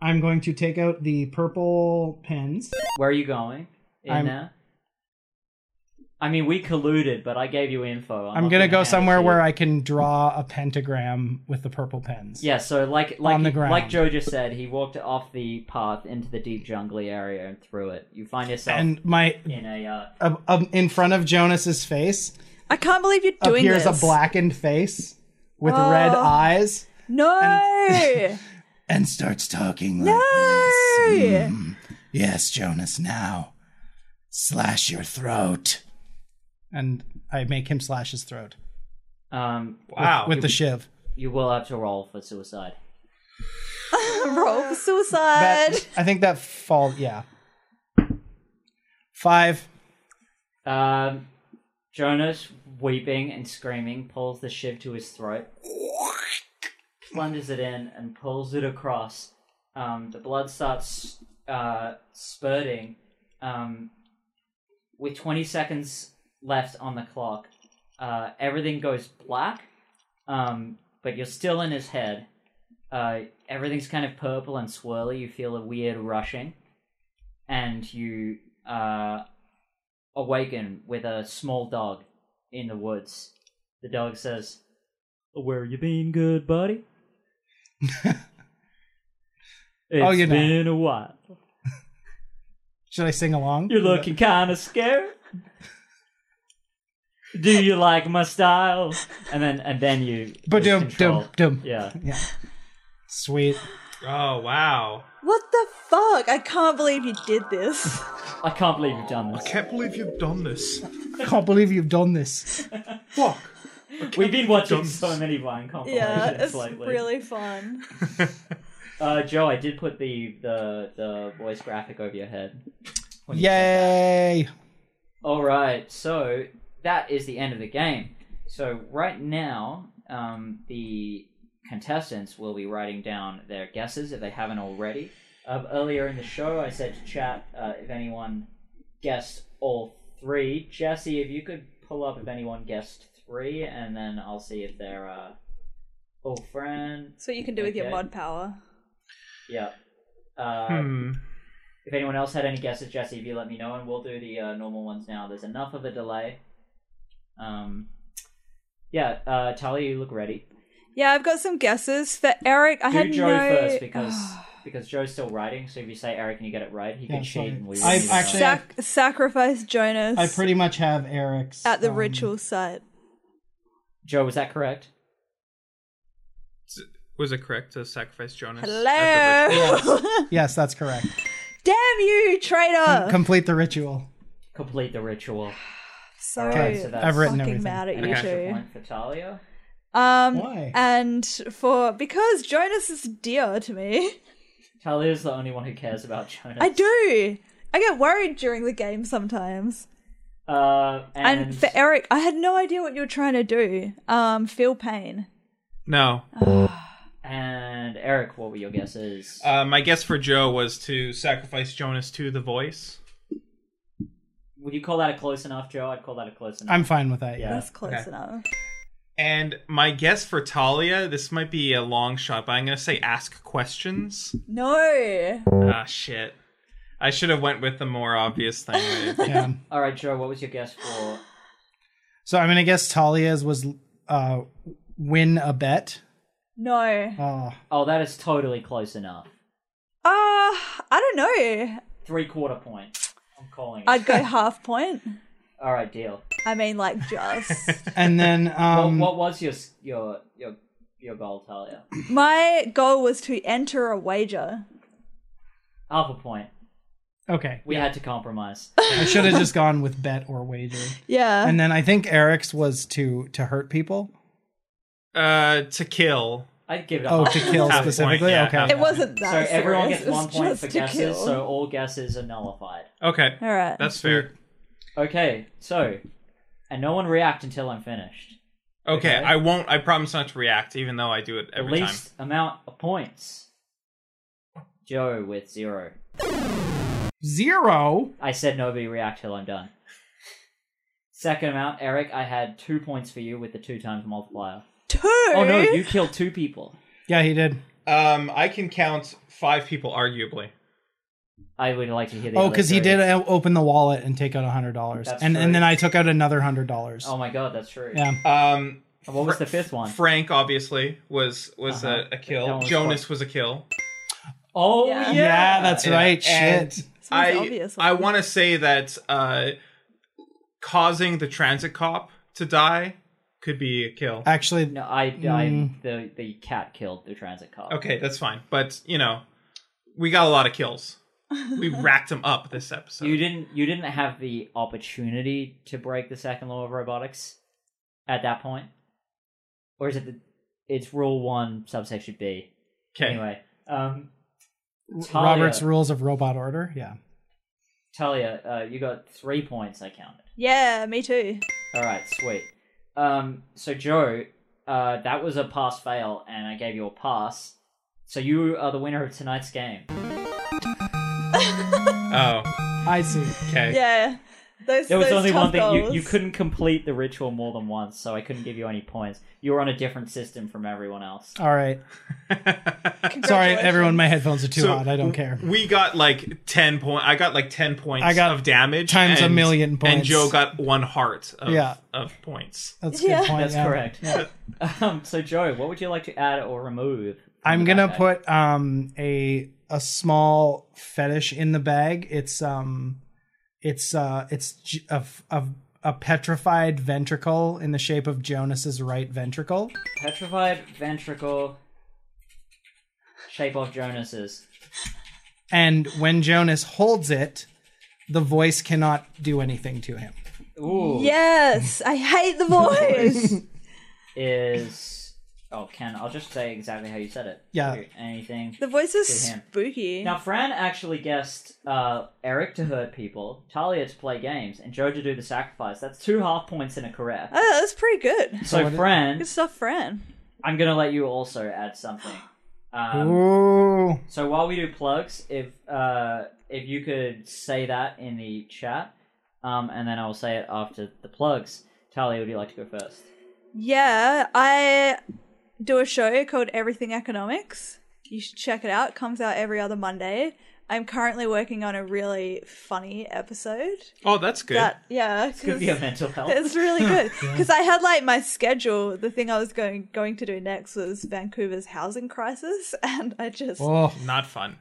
[SPEAKER 2] I'm going to take out the purple pens.
[SPEAKER 1] Where are you going in
[SPEAKER 2] I'm-
[SPEAKER 1] there? I mean, we colluded, but I gave you info.
[SPEAKER 2] I'm
[SPEAKER 1] not
[SPEAKER 2] gonna go
[SPEAKER 1] hand it
[SPEAKER 2] somewhere
[SPEAKER 1] to you.
[SPEAKER 2] where I can draw a pentagram with the purple pens.
[SPEAKER 1] Yeah, so like like
[SPEAKER 2] On the
[SPEAKER 1] he-
[SPEAKER 2] ground.
[SPEAKER 1] like Joe just said, he walked off the path into the deep jungly area and through it. You find yourself
[SPEAKER 2] And my
[SPEAKER 1] in a uh,
[SPEAKER 2] um, um, in front of Jonas's face
[SPEAKER 3] I can't believe you're doing
[SPEAKER 2] appears
[SPEAKER 3] this.
[SPEAKER 2] a blackened face with red
[SPEAKER 3] Oh.
[SPEAKER 2] eyes
[SPEAKER 3] No.
[SPEAKER 2] and starts talking like Hmm.
[SPEAKER 3] no.
[SPEAKER 2] Yes, Jonas, now. Slash your throat. And I make him slash his throat
[SPEAKER 1] um.
[SPEAKER 4] Wow.
[SPEAKER 2] with the shiv.
[SPEAKER 1] You will have to roll for suicide.
[SPEAKER 3] Roll for suicide.
[SPEAKER 2] That, I think that fall, yeah. Five.
[SPEAKER 1] Um, Jonas, weeping and screaming, pulls the shiv to his throat, plunges it in, and pulls it across. Um, the blood starts uh, spurting. Um, with 20 seconds left on the clock, uh, everything goes black, um, but you're still in his head. Uh, everything's kind of purple and swirly. You feel a weird rushing, and you. Uh, awaken with a small dog in the woods. The dog says, "Where you been, good buddy?" It's
[SPEAKER 2] Oh, you know.
[SPEAKER 1] been a while.
[SPEAKER 2] Should I sing along?
[SPEAKER 1] You're looking kind of scared. Do you like my style? And then, and then you.
[SPEAKER 2] Ba-dum,
[SPEAKER 1] lose control.
[SPEAKER 2] dum, dum.
[SPEAKER 1] Yeah.
[SPEAKER 2] Yeah. Sweet.
[SPEAKER 4] Oh wow.
[SPEAKER 3] what the fuck? I can't believe you did this.
[SPEAKER 1] I can't believe you've done this.
[SPEAKER 4] Can't believe you've done this.
[SPEAKER 2] I can't believe you've done this.
[SPEAKER 4] Fuck.
[SPEAKER 1] We've been watching so many wine compilations
[SPEAKER 3] yeah, it's
[SPEAKER 1] lately.
[SPEAKER 3] really fun.
[SPEAKER 1] Uh, Joe, I did put the the the voice graphic over your head. when you said that.
[SPEAKER 2] Yay.
[SPEAKER 1] All right, so that is the end of the game. So right now, um, the contestants will be writing down their guesses if they haven't already. Um, earlier in the show, I said to chat uh, if anyone guessed all three. Jesse, if you could pull up if anyone guessed three, and then I'll see if they're uh, all friends.
[SPEAKER 3] That's what you can do with your
[SPEAKER 1] Okay.
[SPEAKER 3] mod power.
[SPEAKER 1] Yeah. Uh,
[SPEAKER 4] Hmm.
[SPEAKER 1] If anyone else had any guesses, Jesse, if you let me know, and we'll do the uh, normal ones now. There's enough of a delay. Um, yeah, uh, Talia, you look ready.
[SPEAKER 3] Yeah, I've got some guesses for Eric. I
[SPEAKER 1] do
[SPEAKER 3] had
[SPEAKER 1] Joe
[SPEAKER 3] no
[SPEAKER 1] first because because Joe's still writing. So if you say Eric and you get it right, he
[SPEAKER 2] Yeah,
[SPEAKER 1] can cheat.
[SPEAKER 2] sorry.
[SPEAKER 1] And we
[SPEAKER 2] I
[SPEAKER 1] won't even
[SPEAKER 2] actually-
[SPEAKER 1] know.
[SPEAKER 3] Sac- sacrifice Jonas
[SPEAKER 2] I pretty much have Eric's.
[SPEAKER 3] at the
[SPEAKER 2] um,
[SPEAKER 3] ritual site.
[SPEAKER 1] Joe, was that correct?
[SPEAKER 4] Was it correct to sacrifice Jonas? at the ritual?
[SPEAKER 3] Hello.
[SPEAKER 2] Yes, that's correct.
[SPEAKER 3] Damn you, traitor!
[SPEAKER 2] Complete the ritual.
[SPEAKER 1] Complete the ritual.
[SPEAKER 3] so
[SPEAKER 1] Alright, so that's-
[SPEAKER 2] I've written
[SPEAKER 3] fucking
[SPEAKER 2] everything.
[SPEAKER 3] mad at
[SPEAKER 1] An
[SPEAKER 3] you
[SPEAKER 1] extra
[SPEAKER 3] two.
[SPEAKER 1] point for Talia.
[SPEAKER 3] Um,
[SPEAKER 2] Why?
[SPEAKER 3] and for because Jonas is dear to me.
[SPEAKER 1] Talia's the only one who cares about Jonas.
[SPEAKER 3] I do. I get worried during the game sometimes.
[SPEAKER 1] Uh, and,
[SPEAKER 3] And, for Eric, I had no idea what you were trying to do. Um, feel pain.
[SPEAKER 4] No.
[SPEAKER 1] and Eric, what were your guesses?
[SPEAKER 4] Uh, my guess for Joe was to sacrifice Jonas to the voice.
[SPEAKER 1] Would you call that a close enough, Joe? I'd call that a close enough.
[SPEAKER 2] I'm fine with that. Yeah.
[SPEAKER 1] Yeah.
[SPEAKER 3] That's close
[SPEAKER 4] okay.
[SPEAKER 3] enough.
[SPEAKER 4] And my guess for Talia, this might be a long shot, but I'm gonna say ask questions.
[SPEAKER 3] No.
[SPEAKER 1] Mm.
[SPEAKER 4] Ah shit. I should have went with the more obvious thing. right?
[SPEAKER 2] Yeah.
[SPEAKER 1] All right, Joe, what was your guess for
[SPEAKER 2] So I'm gonna guess Talia's was uh, win a bet.
[SPEAKER 3] No.
[SPEAKER 2] Oh,
[SPEAKER 1] Oh, that is totally close enough.
[SPEAKER 3] Uh, I don't know.
[SPEAKER 1] Three quarter point. I'm calling it.
[SPEAKER 3] I'd go half point.
[SPEAKER 1] All right, deal.
[SPEAKER 3] I mean, like just
[SPEAKER 2] and then um,
[SPEAKER 1] what, what was your s- your your your goal, Talia?
[SPEAKER 3] my goal was to enter a wager.
[SPEAKER 1] Half a point.
[SPEAKER 2] okay,
[SPEAKER 1] We had to compromise.
[SPEAKER 2] I should have just gone with bet or wager.
[SPEAKER 3] Yeah.
[SPEAKER 2] And then I think Eric's was to to hurt people.
[SPEAKER 4] uh, to kill.
[SPEAKER 1] I'd give it. A
[SPEAKER 2] Oh,
[SPEAKER 1] half
[SPEAKER 2] to
[SPEAKER 1] point.
[SPEAKER 2] kill
[SPEAKER 4] Half point,
[SPEAKER 2] specifically.
[SPEAKER 4] yeah,
[SPEAKER 2] okay,
[SPEAKER 4] half
[SPEAKER 3] it wasn't that.
[SPEAKER 1] So everyone
[SPEAKER 3] serious.
[SPEAKER 1] gets
[SPEAKER 3] It was
[SPEAKER 1] one point
[SPEAKER 3] just
[SPEAKER 1] for
[SPEAKER 3] to
[SPEAKER 1] guesses.
[SPEAKER 3] kill.
[SPEAKER 1] So all guesses are nullified.
[SPEAKER 4] Okay,
[SPEAKER 3] all right.
[SPEAKER 4] that's fair.
[SPEAKER 1] Okay, so and no one react until I'm finished.
[SPEAKER 4] Okay,
[SPEAKER 1] Okay.
[SPEAKER 4] I won't. I promise not to react, even though I do it every time.
[SPEAKER 1] Least amount of points. Joe with zero.
[SPEAKER 2] Zero.
[SPEAKER 1] I said nobody react till I'm done. Second amount, Eric, I had two points for you with the two times multiplier.
[SPEAKER 3] Two.
[SPEAKER 1] Oh no, you killed two people.
[SPEAKER 2] Yeah, he did.
[SPEAKER 4] Um, I can count five people, arguably.
[SPEAKER 1] I would like to hear the
[SPEAKER 2] Oh,
[SPEAKER 1] other
[SPEAKER 2] because he
[SPEAKER 1] three.
[SPEAKER 2] did uh, open the wallet and take out a hundred dollars,
[SPEAKER 1] That's
[SPEAKER 2] and
[SPEAKER 1] true.
[SPEAKER 2] and then I took out another hundred dollars.
[SPEAKER 1] Oh my god, that's true.
[SPEAKER 2] yeah.
[SPEAKER 4] Um,
[SPEAKER 1] What was the fifth one?
[SPEAKER 4] Frank obviously was was
[SPEAKER 1] Uh-huh.
[SPEAKER 4] a, a
[SPEAKER 1] That
[SPEAKER 4] kill.
[SPEAKER 1] was
[SPEAKER 4] Jonas was a kill.
[SPEAKER 1] Oh
[SPEAKER 3] Yeah.
[SPEAKER 1] yeah.
[SPEAKER 2] yeah, that's
[SPEAKER 4] Yeah,
[SPEAKER 2] right.
[SPEAKER 4] and
[SPEAKER 2] Shit.
[SPEAKER 3] This one's
[SPEAKER 4] I
[SPEAKER 3] obvious.
[SPEAKER 4] I want to say that uh, causing the transit cop to die could be a kill.
[SPEAKER 2] Actually,
[SPEAKER 1] No, I, I
[SPEAKER 2] Mm.
[SPEAKER 1] the the cat killed the transit cop.
[SPEAKER 4] Okay, that's fine. But you know, we got a lot of kills. We racked them up this episode.
[SPEAKER 1] You didn't you didn't have the opportunity to break the second law of robotics at that point? Or is it the, it's rule 1 subsection B.
[SPEAKER 4] Okay.
[SPEAKER 1] Anyway, um Talia.
[SPEAKER 2] Robert's rules of robot order. Yeah.
[SPEAKER 1] Talia, uh, you got 3 points I counted.
[SPEAKER 3] yeah, me too.
[SPEAKER 1] All right, sweet. Um, so Joe, uh, that was a pass fail, and I gave you a pass. So you are the winner of tonight's game.
[SPEAKER 4] Oh,
[SPEAKER 2] I see.
[SPEAKER 4] okay.
[SPEAKER 3] Yeah. Those,
[SPEAKER 1] There was
[SPEAKER 3] those
[SPEAKER 1] only
[SPEAKER 3] tough
[SPEAKER 1] one thing you,
[SPEAKER 3] goals.
[SPEAKER 1] you couldn't complete the ritual more than once, so I couldn't give you any points. You were on a different system from everyone else.
[SPEAKER 2] All right. Sorry, everyone. My headphones are too
[SPEAKER 4] So,
[SPEAKER 2] hot. I don't care.
[SPEAKER 4] We got like ten point. I got like ten points.
[SPEAKER 2] I got
[SPEAKER 4] of damage
[SPEAKER 2] times a
[SPEAKER 4] and-
[SPEAKER 2] million
[SPEAKER 4] And
[SPEAKER 2] points.
[SPEAKER 4] Joe got one heart. Of,
[SPEAKER 2] Yeah.
[SPEAKER 4] of points.
[SPEAKER 2] That's a good
[SPEAKER 3] Yeah.
[SPEAKER 2] point.
[SPEAKER 1] That's
[SPEAKER 2] yeah.
[SPEAKER 1] correct. Um, so Joe, what would you like to add or remove? from
[SPEAKER 2] I'm
[SPEAKER 1] the
[SPEAKER 2] gonna
[SPEAKER 1] backpack?
[SPEAKER 2] put um a a small fetish in the bag. It's um it's uh it's j- a f- a, a petrified ventricle in the shape of Jonas's right ventricle.
[SPEAKER 1] petrified ventricle shape of Jonas's.
[SPEAKER 2] And when Jonas holds it, the voice cannot do anything to him.
[SPEAKER 1] Ooh,
[SPEAKER 3] Yes, I hate the voice.
[SPEAKER 1] is oh Ken, I'll just say exactly how you said it.
[SPEAKER 2] Yeah.
[SPEAKER 1] Do Anything.
[SPEAKER 3] the voice is
[SPEAKER 1] Good hand.
[SPEAKER 3] spooky.
[SPEAKER 1] Now Fran actually guessed uh, Eric to hurt people, Talia to play games, and Joe to do the sacrifice. That's two half points in a career.
[SPEAKER 3] Oh, that's pretty good.
[SPEAKER 1] So
[SPEAKER 2] what it-
[SPEAKER 1] Fran,
[SPEAKER 3] Good stuff, Fran.
[SPEAKER 1] I'm gonna let you also add something. Um,
[SPEAKER 2] Ooh.
[SPEAKER 1] so while we do plugs, if uh, if you could say that in the chat, um, and then I will say it after the plugs. Talia, would you like to go first?
[SPEAKER 3] Yeah, I do a show called Everything Economics. You should check it out. It comes out every other Monday. I'm currently working on a really funny episode.
[SPEAKER 4] Oh, that's good.
[SPEAKER 3] That yeah,
[SPEAKER 1] Could be a mental health.
[SPEAKER 3] It's really good because I had like my schedule. The thing I was going going to do next was Vancouver's housing crisis, and I just
[SPEAKER 2] Oh.
[SPEAKER 4] Not fun.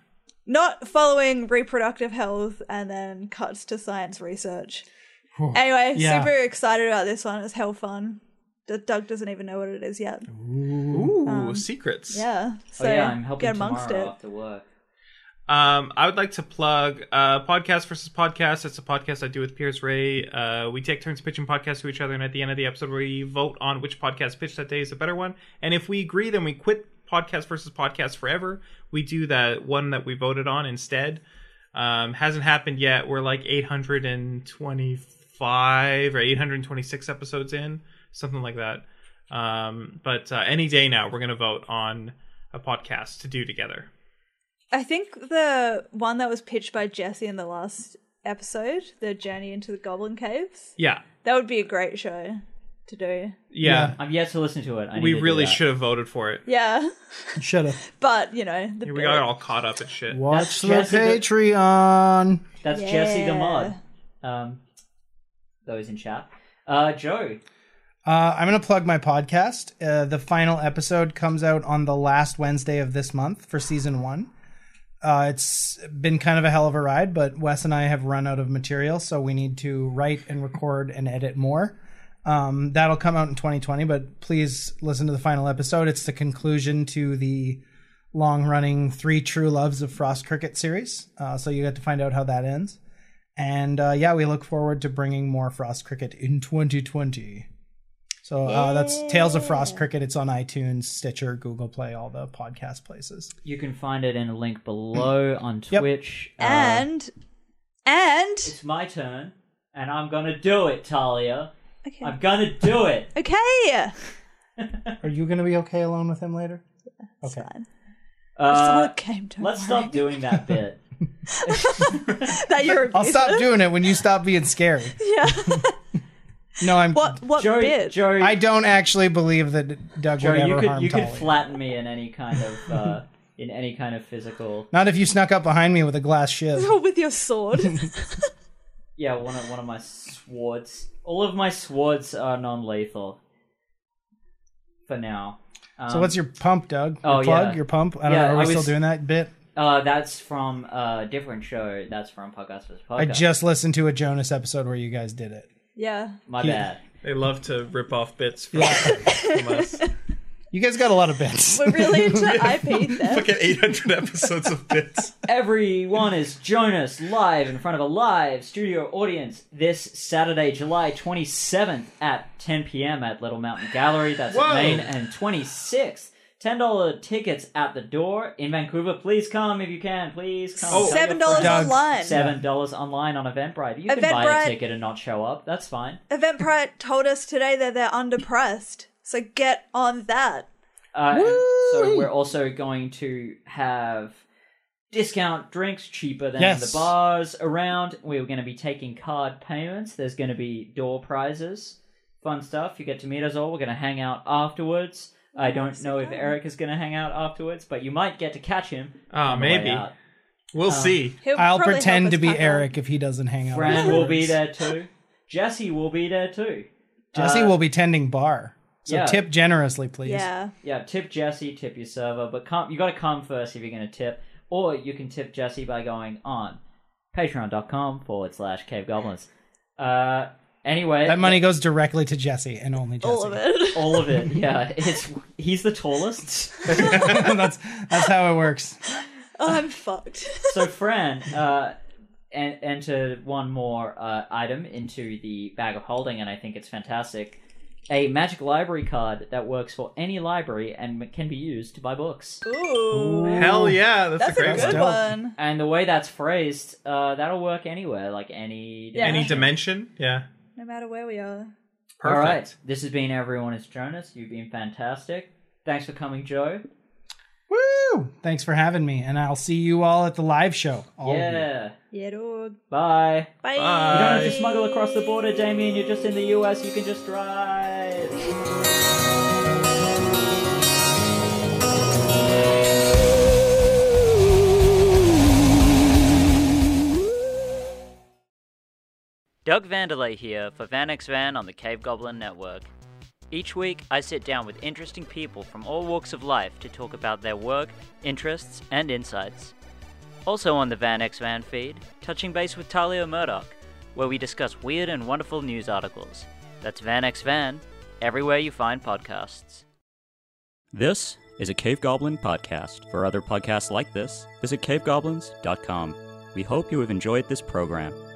[SPEAKER 3] not following reproductive health, and then cuts to science research. Anyway,
[SPEAKER 2] Yeah.
[SPEAKER 3] super excited about this one. It's hell fun. D- Doug doesn't even know what it is yet.
[SPEAKER 4] Ooh, secrets.
[SPEAKER 3] Yeah, so
[SPEAKER 1] oh yeah, I'm helping
[SPEAKER 3] get amongst
[SPEAKER 1] tomorrow
[SPEAKER 3] it.
[SPEAKER 1] after work.
[SPEAKER 4] Um, I would like to plug uh, Podcast versus Podcast. It's a podcast I do with Piers Ray. Uh, we take turns pitching podcasts to each other, and at the end of the episode, we vote on which podcast pitch that day is a better one. And if we agree, then we quit Podcast versus Podcast forever. We do that one that we voted on instead. Um, hasn't happened yet. We're like 825 or 826 episodes in, something like that. Um, but uh, any day now, we're going to vote on a podcast to do together.
[SPEAKER 3] I think the one that was pitched by Jesse in the last episode, the journey into the Goblin Caves,
[SPEAKER 4] Yeah.
[SPEAKER 3] that would be a great show to do.
[SPEAKER 4] Yeah.
[SPEAKER 1] I'm yet to listen to it. I need
[SPEAKER 4] we
[SPEAKER 1] to do
[SPEAKER 4] really
[SPEAKER 1] that.
[SPEAKER 4] should have voted for it.
[SPEAKER 3] Yeah,
[SPEAKER 2] Shut up.
[SPEAKER 3] but you know, the
[SPEAKER 4] We
[SPEAKER 3] bit-
[SPEAKER 4] got all caught up in shit.
[SPEAKER 2] Watch the
[SPEAKER 1] That's just a bit-
[SPEAKER 2] Patreon.
[SPEAKER 1] That's Jesse the
[SPEAKER 3] Yeah.
[SPEAKER 1] mod. Um, those in chat. Uh, Joe,
[SPEAKER 2] Uh, I'm going to plug my podcast. Uh, the final episode comes out on the last Wednesday of this month for season one. Uh, it's been kind of a hell of a ride, but Wes and I have run out of material, so we need to write and record and edit more. Um, that'll come out in 2020, but please listen to the final episode. It's the conclusion to the long running Three True Loves of Frost Cricket series, uh, so you get to find out how that ends. And uh, yeah, we look forward to bringing more Frost Cricket in 2020. So uh, that's Tales of Frost Cricket. It's on iTunes, Stitcher, Google Play, all the podcast places.
[SPEAKER 1] you can find it in a link below on
[SPEAKER 2] Yep.
[SPEAKER 1] Twitch. Uh,
[SPEAKER 3] and and
[SPEAKER 1] it's my turn, and I'm gonna do it, Talia.
[SPEAKER 3] okay,
[SPEAKER 1] I'm gonna do it.
[SPEAKER 3] okay,
[SPEAKER 2] Are you going to be okay alone with him later?
[SPEAKER 3] It's
[SPEAKER 2] Okay.
[SPEAKER 3] fine. Someone
[SPEAKER 1] Uh,
[SPEAKER 3] came to
[SPEAKER 1] let's stop doing that bit.
[SPEAKER 3] that you're
[SPEAKER 2] I'll
[SPEAKER 3] abusive.
[SPEAKER 2] stop doing it when you stop being scary.
[SPEAKER 3] Yeah.
[SPEAKER 2] No, I'm.
[SPEAKER 3] What what
[SPEAKER 1] Joey,
[SPEAKER 3] bit?
[SPEAKER 1] Joey,
[SPEAKER 2] I don't actually believe that Doug would
[SPEAKER 1] Joey,
[SPEAKER 2] ever
[SPEAKER 1] you could
[SPEAKER 2] harm
[SPEAKER 1] you could
[SPEAKER 2] Tully.
[SPEAKER 1] flatten me in any kind of uh, in any kind of physical.
[SPEAKER 2] Not if you snuck up behind me with a glass shiv.
[SPEAKER 3] with your sword.
[SPEAKER 1] Yeah, one of one of my swords. All of my swords are non-lethal. For now. Um,
[SPEAKER 2] So what's your pump, Doug? Your
[SPEAKER 1] oh,
[SPEAKER 2] plug,
[SPEAKER 1] yeah.
[SPEAKER 2] your pump. I don't
[SPEAKER 1] Yeah,
[SPEAKER 2] know. Are we
[SPEAKER 1] I
[SPEAKER 2] still
[SPEAKER 1] was-
[SPEAKER 2] doing that bit?
[SPEAKER 1] Uh, that's from a different show. That's from Podcast vs. Podcast.
[SPEAKER 2] I just listened to a Jonas episode where you guys did it.
[SPEAKER 3] yeah.
[SPEAKER 1] My
[SPEAKER 2] Yeah.
[SPEAKER 1] bad.
[SPEAKER 4] They love to rip off bits from, from us.
[SPEAKER 2] You guys got a lot of bits.
[SPEAKER 3] We're really into IP theft.
[SPEAKER 7] Fucking 800 episodes of bits.
[SPEAKER 1] Everyone is Jonas live in front of a live studio audience this Saturday, July 27th at 10 p.m. at Little Mountain Gallery. That's at
[SPEAKER 4] Whoa.
[SPEAKER 1] Main and 26th. $10 tickets at the door in Vancouver. Please come if you can. Please come.
[SPEAKER 4] Oh.
[SPEAKER 1] Tell your
[SPEAKER 3] Seven dollars
[SPEAKER 1] friends.
[SPEAKER 2] Doug.
[SPEAKER 3] online.
[SPEAKER 1] Seven dollars online on Eventbrite. You can buy
[SPEAKER 3] Eventbrite.
[SPEAKER 1] a ticket and not show up. That's fine.
[SPEAKER 3] Eventbrite told us today that they're underpriced. So get on that.
[SPEAKER 1] Uh, and so we're also going to have discount drinks cheaper than
[SPEAKER 2] Yes.
[SPEAKER 1] the bars around. We're going to be taking card payments. There's going to be door prizes, fun stuff. You get to meet us all. We're going to hang out afterwards. I don't know if Eric is going to hang out afterwards, but you might get to catch him.
[SPEAKER 4] Ah,
[SPEAKER 1] on the way
[SPEAKER 4] maybe.
[SPEAKER 1] out.
[SPEAKER 4] We'll
[SPEAKER 1] Um,
[SPEAKER 4] see.
[SPEAKER 3] He'll
[SPEAKER 2] I'll
[SPEAKER 3] probably help
[SPEAKER 2] pretend
[SPEAKER 3] us
[SPEAKER 2] to be
[SPEAKER 3] pack up.
[SPEAKER 2] Eric if he doesn't hang out.
[SPEAKER 1] Fran will be
[SPEAKER 2] afterwards.
[SPEAKER 1] there too. Jesse will be there too.
[SPEAKER 2] Jesse
[SPEAKER 1] Uh,
[SPEAKER 2] will be tending bar. So
[SPEAKER 1] yeah.
[SPEAKER 2] tip generously, please.
[SPEAKER 3] Yeah.
[SPEAKER 1] Yeah, tip Jesse, tip your server, but come, you got to come first if you're going to tip, or you can tip Jesse by going on patreon.com forward slash cave goblins. Uh, anyway,
[SPEAKER 2] That money goes directly to Jesse and only Jesse.
[SPEAKER 3] All of it.
[SPEAKER 1] all of it. Yeah, it's he's the tallest.
[SPEAKER 2] that's that's how it works.
[SPEAKER 3] Oh, I'm fucked.
[SPEAKER 1] so Fran, uh, en- entered one more uh, item into the bag of holding, and I think it's fantastic. A magic library card that works for any library and can be used to buy books.
[SPEAKER 3] Ooh.
[SPEAKER 4] Hell yeah, that's,
[SPEAKER 3] That's
[SPEAKER 4] a
[SPEAKER 3] a
[SPEAKER 4] great
[SPEAKER 3] good
[SPEAKER 4] one.
[SPEAKER 2] dope.
[SPEAKER 3] one.
[SPEAKER 1] And the way that's phrased, uh, that'll work anywhere, like any.
[SPEAKER 3] Yeah.
[SPEAKER 4] Any dimension? Yeah.
[SPEAKER 3] No matter where we are.
[SPEAKER 4] Perfect.
[SPEAKER 1] All right. This has been Everyone is Jonas. You've been fantastic. Thanks for coming, Joe.
[SPEAKER 2] Woo! Thanks for having me, and I'll see you all at the live show. All of you.
[SPEAKER 1] yeah.
[SPEAKER 3] Yeah, dog.
[SPEAKER 1] Bye.
[SPEAKER 3] Bye.
[SPEAKER 1] You don't have to smuggle across the border, Damien. You're just in the US. You can just drive. Doug Vanderlei here for Vanex Van on the Cave Goblin Network. Each week, I sit down with interesting people from all walks of life to talk about their work, interests, and insights. Also on the Van X Van feed, touching base with Talia Murdoch, where we discuss weird and wonderful news articles. That's Van X Van, everywhere you find podcasts.
[SPEAKER 8] This is a Cave Goblin podcast. For other podcasts like this, visit cavegoblins.com. We hope you have enjoyed this program.